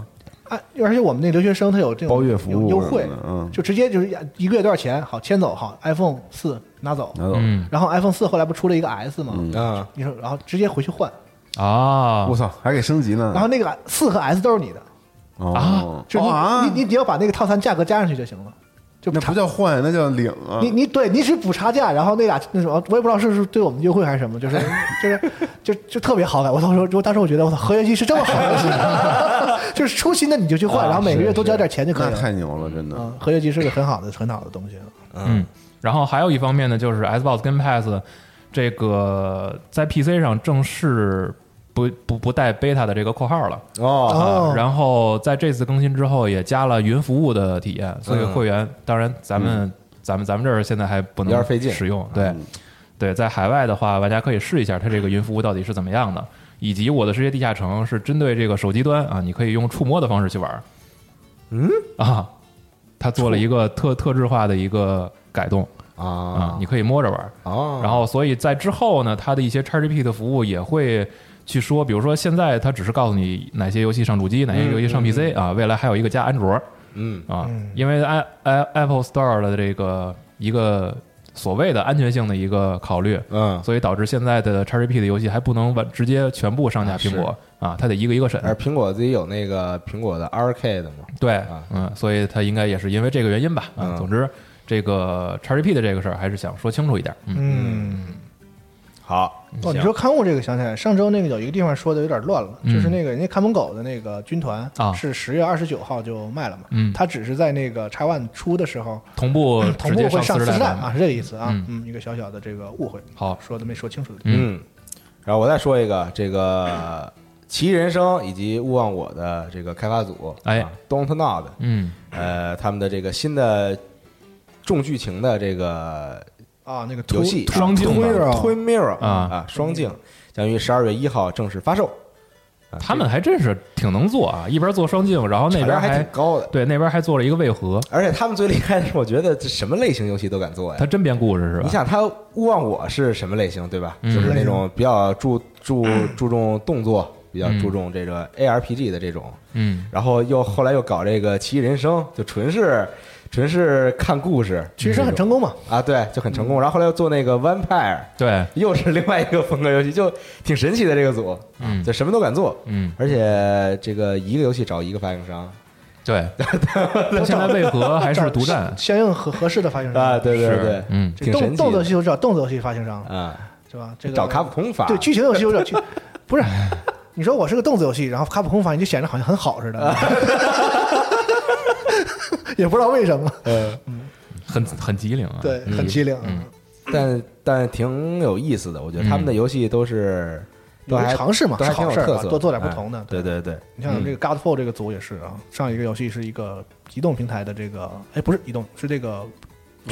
E: 啊，而且我们那留学生他有这种
D: 包月服务
E: 有优惠
D: 什么的，嗯
E: 就直接就是一个月多少钱，好签走，好 iPhone 四拿走，
D: 拿走。嗯
C: 嗯
E: 然后 iPhone 四后来不出了一个 S 吗？
B: 啊，
E: 你说然后直接回去换，
C: 啊
D: 我，操，还给升级呢！
E: 然后那个四和 S 都是你的，
D: 哦，
E: 就是你、
D: 哦啊
E: 你你只要把那个套餐价格加上去就行了，就
D: 那
E: 差
D: 不叫换，那叫领啊！
C: 嗯
E: 你你对你只补差价，然后那俩那什么，我也不知道是不是对我们优惠还是什么，就是就是就就特别好感。我当时我当时我觉得我操，合约机是这么好的事情，
C: [laughs]
E: [laughs] 就是出新的你就去
C: 啊
E: 换，然后每个月多交点钱就可以
D: 那
E: 了。
D: 太牛了，真的。
E: 嗯，合约机是个很好的很好的东西。
C: 嗯，然后还有一方面呢，就是 Xbox 跟 PS 这个在 PC 上正式不不不带 beta 的这个括号了。
B: 哦，
E: 哦
C: 啊，然后在这次更新之后，也加了云服务的体验，所以会员当然咱们咱们咱们这儿现在还不能
B: 有点费劲
C: 使用，对对，在海外的话，玩家可以试一下它这个云服务到底是怎么样的，以及《我的世界地下城》是针对这个手机端啊，你可以用触摸的方式去玩。嗯啊，它做了一个特特质化的一个改动啊
B: 啊，
C: 你可以摸着玩。
B: 哦，
C: 然后，所以在之后呢，它的一些 XGP 的服务也会去说，比如说现在它只是告诉你哪些游戏上主机，哪些游戏上 PC 啊，未来还有一个加安卓
B: 嗯
C: 啊，因为 i i Apple Store 的这个一个所谓的安全性的一个考虑，
B: 嗯，
C: 所以导致现在的 XGP 的游戏还不能完直接全部上架苹果啊，它得一个一个审。
B: 而苹果自己有那个苹果的 RK 的嘛，
C: 对
B: 啊，
C: 嗯，所以它应该也是因为这个原因吧。啊
B: 嗯，
C: 总之这个 XGP 的这个事儿还是想说清楚一点。嗯。
E: 嗯，
B: 好，
E: 哦，你说刊物这个想起来，上周那个有一个地方说的有点乱了，就是那个人家看门狗的那个军团
C: 嗯啊
E: 是十月二十九号就卖了嘛，
C: 嗯
E: 他只是在那个 X One 出的时候。
C: 同步
E: 嗯同
C: 直
E: 步
C: 接
E: 会上
C: 四
E: 四
C: 代
E: 十
C: 版
E: 啊，是这个意思啊。
C: 嗯
E: 嗯，一个小小的这个误会。
C: 好
E: 说的没说清楚的地方。
C: 嗯
B: 嗯，然后我再说一个这个《奇异人生》以及《勿忘我》的这个开发组，
C: 哎
B: 啊，Don't Nod，
C: 嗯
B: 呃，他们的这个新的重剧情的这个
E: 啊，那个
B: 游戏
C: 图双镜吧
B: Twin Mirror
C: 啊
B: 啊，双镜将于十二月一号正式发售，啊，
C: 他们还真是挺能做啊，一边做双镜，然后
B: 这
C: 那
B: 产
C: 边
B: 量还挺高的，
C: 对那边还做了一个魏合，
B: 而且他们最厉害的是，我觉得这什么类型游戏都敢做呀
C: 他。真编故事是
B: 你
C: 吧？
B: 想，他《勿忘我》是什么类型，对吧？
C: 嗯
B: 就是那种比较注注注重动作，比较
C: 嗯
B: 注重这个 ARPG 的这种，
C: 嗯，
B: 然后又后来又搞这个《奇异人生》，就纯是纯是看故事
E: 其实很成功嘛。，
B: 啊，对，就很成功。然后后来又做那个《Vampire》，
C: 对，
B: 又是另外一个风格游戏，就挺神奇的这个组，
C: 嗯
B: 就什么都敢做，
C: 嗯，
B: 而且这个一个游戏找一个发行商
C: 对，他现在魏合还是独占
E: [laughs] 相应合合适的发行商
B: 啊，，对对
C: 是
B: 对，
C: 嗯
E: 这
B: 挺
E: 动
B: 神
E: 动
B: 奇
E: 作游
B: 的
E: 戏就找动作游戏发行商，
B: 啊，
E: 是吧？这个
B: 找卡普空啊发，
E: 对剧情游戏就
B: [laughs]
E: 找剧，不是。你说我是个动作游戏，然后卡普空发行就显得好像很好似
B: 啊
E: 的， [laughs] 也不知道为什么，
B: 呃，
C: 很很机灵啊，
E: 对，
C: 嗯
E: 很机灵。啊
C: 嗯
B: 但但挺有意思的，我觉得
C: 嗯
B: 他们的游戏都是都
E: 勇于
B: 还
E: 尝试嘛
B: 都还
E: 是
B: 挺有
E: 好事儿
B: 特
E: 啊
B: 色的，
E: 多做点不
B: 哎
E: 同的
B: 对对对，
E: 你像这个 Godfall 这个组也是啊，上一个游戏是一个移动平台的这个，哎，不是移动，是这
B: 哦
E: 个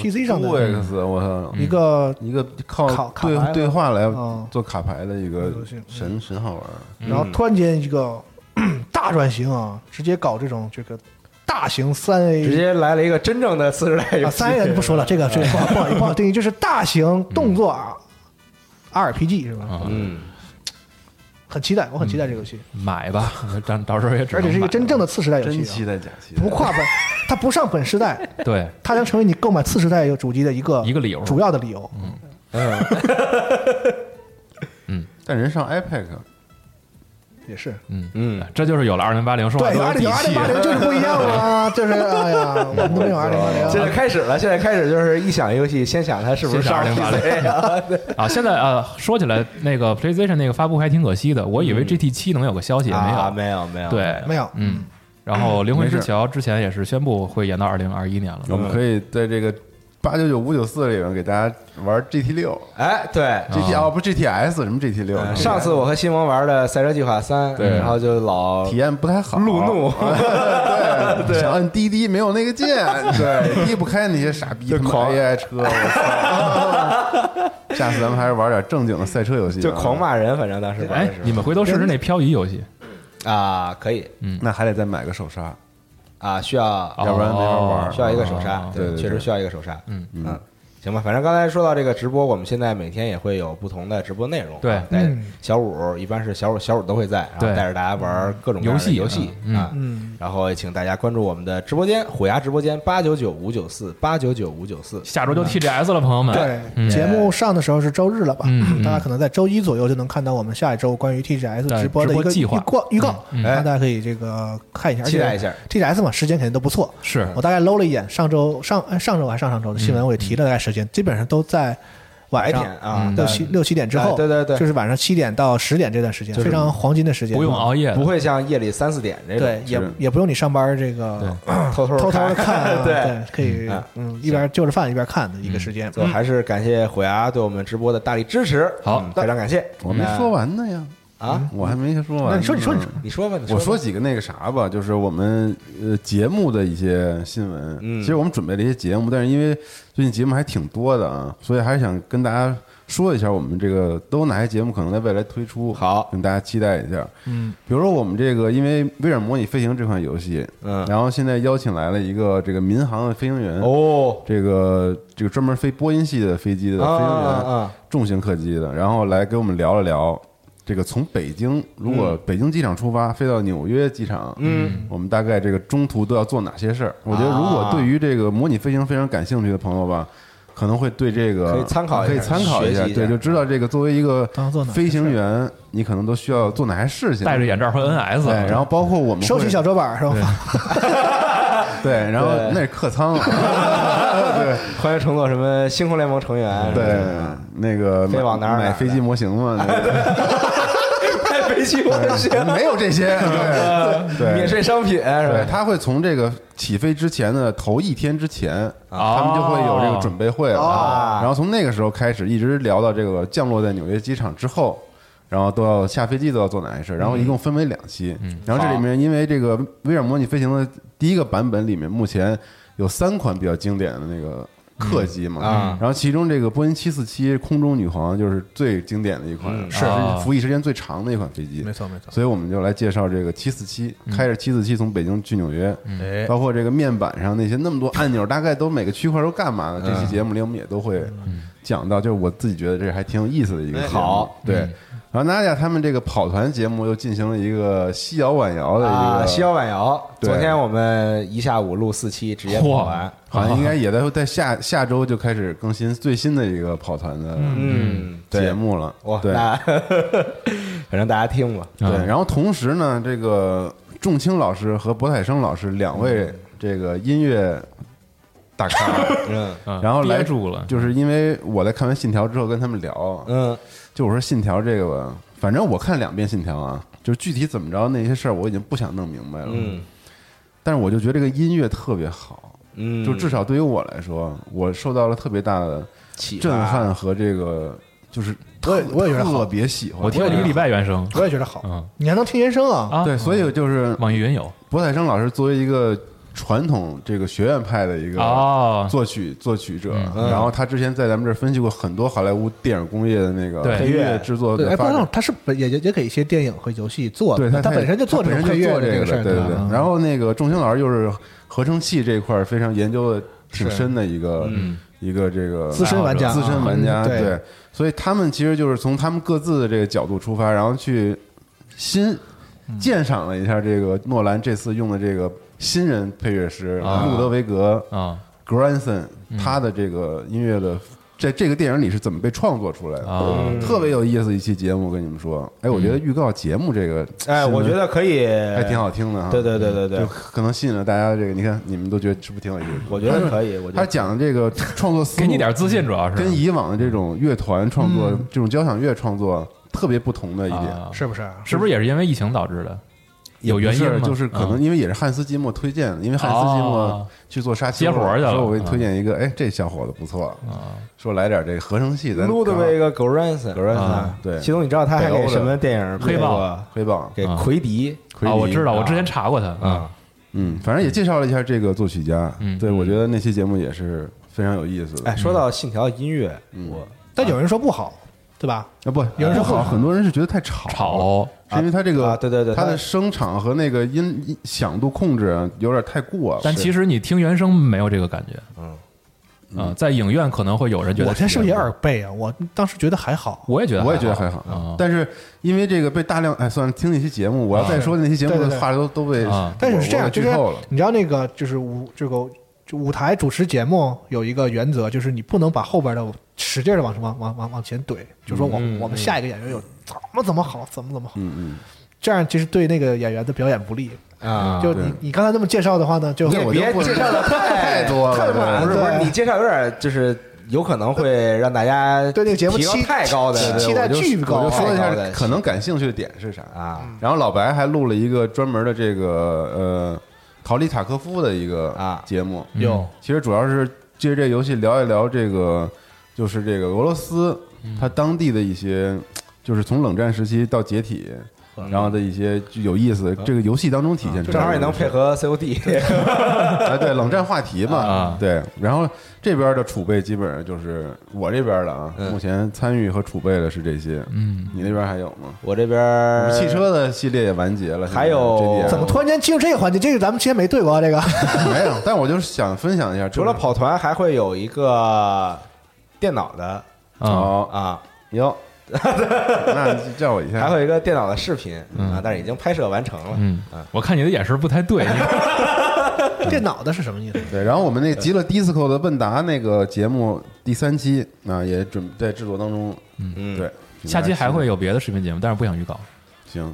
E: PC 上的
D: X，我操，
C: 嗯
E: 一个，
D: 一个靠
E: 卡卡牌
D: 对
E: 了
D: 对话来
E: 嗯
D: 做卡牌的一个
E: 游戏嗯
D: 神神好玩儿。
C: 嗯
E: 然后突然间一个 [clears throat] 大转型啊，直接搞这种这个大型三
B: 直
E: A
B: 接来了一个真正的四十代游
E: 啊，
B: 戏
E: 三 A 不说了，这个这个不好
F: [laughs]
E: 不好不好定义，就是大型动作啊 RPG 是吧？
C: 啊，
B: 嗯，
E: 很期待，我很期待这个游戏，
C: 买吧，到到时候也只
E: 而
C: 能
E: 且是一个
C: 买
E: 真正的次时代游
F: 真
E: 戏
F: 期
E: 啊，
F: 待假期待
E: 不跨本， [laughs] 它不上本时代，
C: 对
E: 它将成为你购买次时代有主机的一个
C: 一个理由嗯
E: 主要的理由。
D: 但人上 iPad
E: 也是，
B: 嗯，
C: 这就是有了二零八零，说话
E: 对，
C: 都有
E: 二
C: 底
E: 零二零
C: 气
E: 八。零就是不一样啊，就是哎呀，我们都没有二零啊八
B: [laughs] 现在
E: 零。
B: 开始了，现在开始就是一想游戏，先想它是不是
C: 先
B: 上
C: 想
B: PC 啊？对
C: 啊，现在呃，说起来那个 PlayStation 那个发布还挺可惜的，我以为 GT 七能有个 [laughs] 消息，也没
B: 啊
C: 有，
B: 没有没有，
C: 对，
E: 嗯没有
C: 嗯。然后《灵魂之
D: 没事
C: 桥》之前也是宣布会延到二零二一年了，
D: 我们可以在这个八九九五九四里面给大家玩 GT 六
B: 哎对。
C: 嗯
D: ，GT 哦不 GTS 什么 GT 六，
B: 呃上次我和新萌玩的《赛车计划三》，
D: 对
B: 然后就
C: [laughs]
B: 老
D: 体验不太好，
B: 路怒
D: [laughs] 对，对，想按滴滴没有那个键，对，滴不开那些傻逼
B: 就
D: 他妈
B: 狂
D: AI 车，我操！下次咱们还是玩点正经的赛车游戏，
B: 就狂，骂人，反正当时玩
C: 哎
B: 的时，
C: 你们回头试试那漂移游戏，
B: 候啊，可以
D: 那还得再买个手刹，
B: 啊，需要
C: 哦
D: 要不然没法玩儿
B: 需要一个手刹
C: 哦，
D: 对对对
B: 确实需要一个手刹。
C: 嗯
B: 嗯，行吧，反正刚才说到这个直播，我们现在每天也会有不同的直播内容啊。
C: 对
B: 带
E: 嗯
B: 小五一般是小五小五都会在，然后
C: 对
B: 带着大家玩各种各样的游
C: 游戏
B: 戏
C: 嗯
B: 啊。
E: 嗯，
B: 然后也请大家关注我们的直播间，虎牙直播间八九九五九四八九九五九四。
C: 下周
D: 嗯
C: 就 TGS 了，朋友们。
E: 对，
C: 嗯
E: 节目上的时候是周日了吧？
C: 嗯嗯
E: 大家可能在周一左右就能看到我们下一周关于
C: 对
E: TGS 直播的
C: 直
E: 一
C: 播
E: 个
C: 计划
E: 预告预告，
C: 嗯嗯
E: 那大家可以这个哎看一下，而且
B: 期待一下
E: TGS 嘛，时间肯定都不错。
C: 是
D: 嗯
E: 我大概搂了一眼上周上哎上周还上上周的新闻，我也提了大概时间，基本上都在晚上
B: 白天啊
E: 嗯
B: 对
E: 六七六七点之后，
B: 哎对对对
E: 就是晚上七点到十点这段时间，非常黄金的时间，
C: 不用熬夜的，
B: 不会像夜里三四点这种，
E: 对，也也不用你上班这个
B: 偷偷
E: [laughs] 偷
B: 偷
E: 偷的看啊，
B: 对，
E: 可以
B: 嗯
E: 嗯一边就着饭一边看的一个时间。
B: 所以还是感谢虎牙对我们直播的大力支持，
C: 好
B: 嗯非常感谢。
D: 我没说完呢呀，
B: 啊，
D: 我还没说完呢。
E: 那你说你说你说
B: 你说吧，你
D: 我
B: 呃说
D: 说
B: 吧
D: 几个那个啥吧，就是我们呃节目的一些新闻。
B: 嗯
D: 其实我们准备了一些节目，但是因为最近节目还挺多的啊，所以还是想跟大家说一下我们这个都有哪些节目可能在未来推出，
B: 好
D: 跟大家期待一下。嗯，比如说我们这个因为微软模拟飞行这款游戏，
B: 嗯
D: 然后现在邀请来了一个这个民航的飞行员，
B: 哦，
D: 这个这个专门飞波音系的飞机的飞行
B: 啊啊
D: 员
B: 啊，
D: 重型客机的，然后来跟我们聊了聊这个从北京如
B: 嗯
D: 果北京机场出发飞到纽约机场，嗯，我们大概这个中途都要做哪些事
B: 啊
D: 儿？我觉得如果对于这个模拟飞行非常感兴趣的朋友吧。可能会对这个
B: 可以参考一下
D: 可以参考一下
B: 学，习一下
D: 对，就知道这个作为一个
E: 当做哪些
D: 飞行员，你可能都需要做哪些事情。
C: 戴着眼罩和啊 NS，
D: 对，然后包括我们会
E: 嗯收起小桌板是吧？
D: 对，然后那是客
B: [laughs]
D: 舱了，对，
B: 啊欢迎乘坐什么星空联盟成员，啊
D: 对，那个
B: 飞
D: 买
B: 往哪儿哪儿
D: 买飞机模型嘛，
B: [laughs]
D: 那
B: 太悲戚我也行，
D: 个嗯没有这些，对
B: 呃免
D: 对。
B: 税商品是啊
D: 对，
B: 吧？
D: 他会从这个起飞之前的头一天之前，
C: 哦
D: 他们就会有这个准备会
B: 啊哦
D: 了。啊然后从那个时候开始，一直聊到这个降落在纽约机场之后，然后都要下飞机都要做哪些
B: 嗯
D: 事儿。然后一共分为两期。然后这里面因为这个微软模拟飞行的第一个版本里面，目前有三款比较经典的那个客机嘛，
B: 啊
D: 然后其中这个波音七四七空中女皇就是最经典的一
B: 嗯
D: 款，是
C: 啊
D: 服役时间最长的一款飞机，
E: 没错没错
D: 所以我们就来介绍这个七四七，
B: 嗯
D: 开着七四七从北京去纽约，
E: 哎
D: 包括这个面板上那些那么多按钮，大概都每个区块都干嘛的。这期节目里我们也都会
E: 嗯
D: 讲到，就是我自己觉得这还挺有意思的一个节
B: 哎
D: 目
B: 好，嗯
D: 对。然后娜姐他们这个跑团节目又进行了一个西摇晚摇的一
B: 啊，
D: 个
B: 西摇晚摇，
D: 对
B: 昨天我们一下午录四期，直接跑完
C: 嚯。
B: [laughs]
D: 好像应该也在在下下周就开始更新最新的一个跑团的
B: 嗯，对
D: 节目了。
B: 哇，
D: 对
B: 那 [laughs] 反正大家听吧。
D: 对，
C: 嗯
D: 然后同时呢，这个仲青老师和博采生老师两
C: 嗯
D: 位这个音乐大咖，啊
B: 嗯
C: 嗯
D: 然后来
C: 憋住了，
D: 就是因为我在看完《信条》之后跟他们聊，
B: 嗯，
D: 就我说《信条》这个吧，反正我看两遍《信条》啊，就是具体怎么着那些事儿我已经不想弄明白了，
B: 嗯，
D: 但是我就觉得这个音乐特别好，
B: 嗯，
D: 就至少对于我来说，我受到了特别大的
B: 起吧
D: 震撼和这个就是
E: 我也我也觉得好
D: 特别喜欢，
C: 我听了一个礼拜原声
E: 我也觉得好
C: 嗯，
E: 你还能听原声啊？
C: 啊，
D: 对，，所以就是
C: 网易云有
D: 博采生老师作为一个传统这个学院派的一个
C: 哦，
D: 作曲作曲者，
B: 嗯
D: 然后他之前在咱们这儿分析过很多好莱坞电影工业的那个
C: 对
D: 配乐制作
E: 对，哎，
D: 的
E: 不
D: 发
E: 过
D: 展。
E: 他是本也也也给一些电影和游戏做的，
D: 对他
E: 他本身就做
D: 他
E: 这
D: 本
E: 种
D: 身
E: 配
D: 就
E: 乐
D: 做
E: 的
D: 这
E: 个事
D: 的
E: 儿，啊
D: 对对
E: 吧
D: 对。然后那个仲青老师又是合成器这一块儿非常研究的挺深的一个一个这个
E: 资深玩家，
D: 资深玩家
E: 嗯对，
D: 对，所以他们其实就是从他们各自的这个角度出发，然后去新鉴赏了一下这个诺兰这次用的这个新人配乐师
C: 啊
D: 路德维格
C: 啊
D: Granson
C: 嗯
D: 他的这个音乐的。在这个电影里是怎么被创作出来的？
C: 啊嗯
D: 特别有意思一期节目，我跟你们说，哎，我觉得预告节目这个，
B: 哎，我觉得可以，
D: 还挺好听的哈。
B: 对对对对对
D: 就可能吸引了大家这个，你看你们都觉得是不是挺有意思？
B: 我觉得可以，我觉
D: 他
B: 得
D: 讲的这个创作思路，
C: 给你点自信主要是
D: 跟以往的这种乐团创作、这种交响乐创作特别不同的一点。
C: 啊
E: 是不是？
C: 是不是也是因为疫情导致的？有原因
D: 也不
C: 吗？嗯啊
D: 是就是可能因为也是汉斯季默推荐的，因为汉斯季默
C: 哦
D: 去做沙丘
C: 接活儿去了嗯
D: 说我给你推荐一个，哎，这小伙子不错，说来点这个合成器，咱
B: 录的
D: 看看
B: 那个 g o r a n s o n
D: 啊对
B: 其中你知道他还给什么电影
C: 黑
B: 配
C: 豹
B: 过？
D: 黑豹，
B: 给
C: 啊
B: 奎迪
D: 奎
C: 啊，
D: 迪
C: 我知道，我之前查过他啊，
D: 嗯，反正也介绍了一下这个作曲家，
C: 嗯
D: 对我觉得那期节目也是非常有意思的
B: 哎，。说到信条音乐，我
E: 但有人说不好，对吧？
D: 啊不，有人说好，很多人是觉得太吵，
C: 吵
D: 是因为它这个
B: 啊对对对
D: 它
B: 它
D: 的声场和那个音音响度控制啊有点太过了。
C: 但其实你听原声没有这个感觉，嗯啊，在影院可能会有人觉得
E: 我这是不是
C: 觉
E: 也
C: 得
E: 耳背啊？我当时觉得还好，
C: 我也觉得，
D: 我也觉得还
C: 啊
D: 好，，但是因为这个被大量哎，算了，听那期节目，我要再说那期节目
E: 对对
D: 的
E: 对
D: 话都都被
C: 啊
E: 但是是
D: 我
E: 这样，
D: 我给
E: 就
D: 剧
E: 是
D: 透了。
E: 你知道那个就是舞这个就舞台主持节目有一个原则，就是你不能把后边的使劲的往往往往往前怼，就说我、我们下一个演员有怎么怎么好，怎么怎么好，
D: 嗯嗯，
E: 这样其实对那个演员的表演不利。
B: 啊
E: 就你你刚才那么介绍的话呢，就
D: 那我
B: 别
D: 就不
B: 介绍的
D: 太多了
B: 太满，
D: 对
B: 不是不是，
E: 对
B: 你介绍有点就是有可能会让大家
E: 对那个节目
B: 提高
E: 期
B: 太高的
E: 期
B: 对
E: 期
D: 我
E: 待
D: 就
E: 巨高
D: 我就说了一
B: 太高的
D: 下可能感兴趣的点是啥。
B: 啊
D: 然后老白还录了一个专门的这个呃逃离塔科夫的一个
B: 啊
D: 节目，
E: 有
D: 其实主要是借这游戏聊一聊这个，就是这个俄罗斯它当地的一些，就是从冷战时期到解体，
E: 嗯
D: 然后的一些就有意思的这个游戏当中体现出来的东西。
B: 正好也能配合 [laughs] COD
D: [laughs] 哎，对，冷战话题嘛
C: 啊，
D: 对。然后这边的储备基本上就是我这边的啊，
C: 嗯
D: 目前参与和储备的是这些。嗯，你那边还有吗？
B: 我这边 [laughs]
D: 汽车的系列也完结了，
B: 呃还有
D: 现在 JDM
E: 怎么突然间进入这个环节？这个咱们之前没对过、啊、这个。
D: [laughs] 没有？但我就是想分享一下，
B: 除了跑团，还会有一个电脑的
C: 啊，
D: 跑
B: 啊， [laughs]
D: 哟，那你叫我一下，
B: 还会有一个电脑的视频啊，但是已经拍摄完成了。
C: 嗯，我看你的眼神不太对，你
E: 电脑的是什么意思？
D: 对，然后我们那个极乐 disco 的问答那个节目第三期啊，也准在制作当中。嗯，对，
C: 下期还会
D: 有
C: 有别的视频节目，但是不想预告。
D: 行，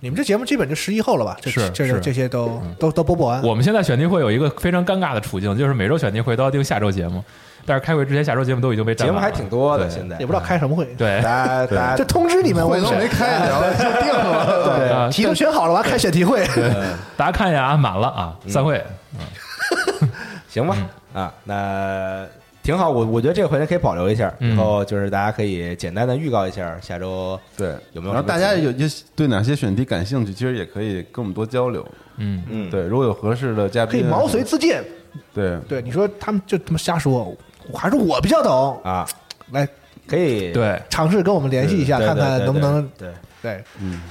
E: 你们这节目基本就十一后了吧？这
C: 是
E: 这
C: 是
E: 这些都、都都播不完。
C: 我们现在选题会有一个非常尴尬的处境，就是每周选题会都要定下周节目，但是开会之前下周节目都已经被占
B: 节目
C: 满了
B: 还挺多的，
C: 对
B: 现在啊
E: 也不知道开什么会，
C: 对
B: 大家
D: 对
B: 大家
E: 就通知你们，我
D: 会
E: 们
D: 都没开聊
E: [laughs]
D: 就定了。
B: 对
C: 啊，
E: 题都选好了，我要开选题会。
C: 大家看一下啊，满了啊，散会。
B: 行吧啊，那挺好。我我觉得这个环节可以保留一下，
C: 嗯
B: 然后就是大家可以简单的预告一下下周
D: 对，
B: 有没有什么
D: 然后大家
B: 建议
D: 有有对哪些选题感兴趣，其实也可以跟我们多交流。
C: 嗯，
B: 嗯
D: 对，如果有合适的嘉
E: [laughs] 可以
D: 宾，
E: 毛遂自荐。
D: 对
E: 对，你说他们就他妈瞎说，我还是我比较懂。
B: 啊，
E: 来
B: 可以
C: 对，
E: 尝试跟我们联系一下，
B: 对
E: 看
B: 对
E: 看
B: 对
E: 能不
B: 对
E: 能
B: 对
E: 对。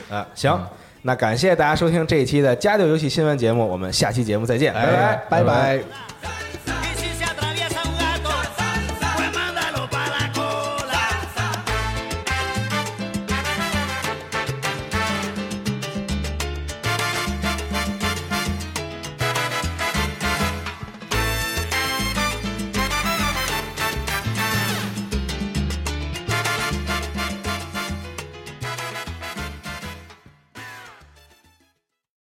B: 啊行。那感谢大家收听这一期的《家教游戏新闻》节目，我们下期节目再见，拜拜。
E: 拜拜。
F: Inside,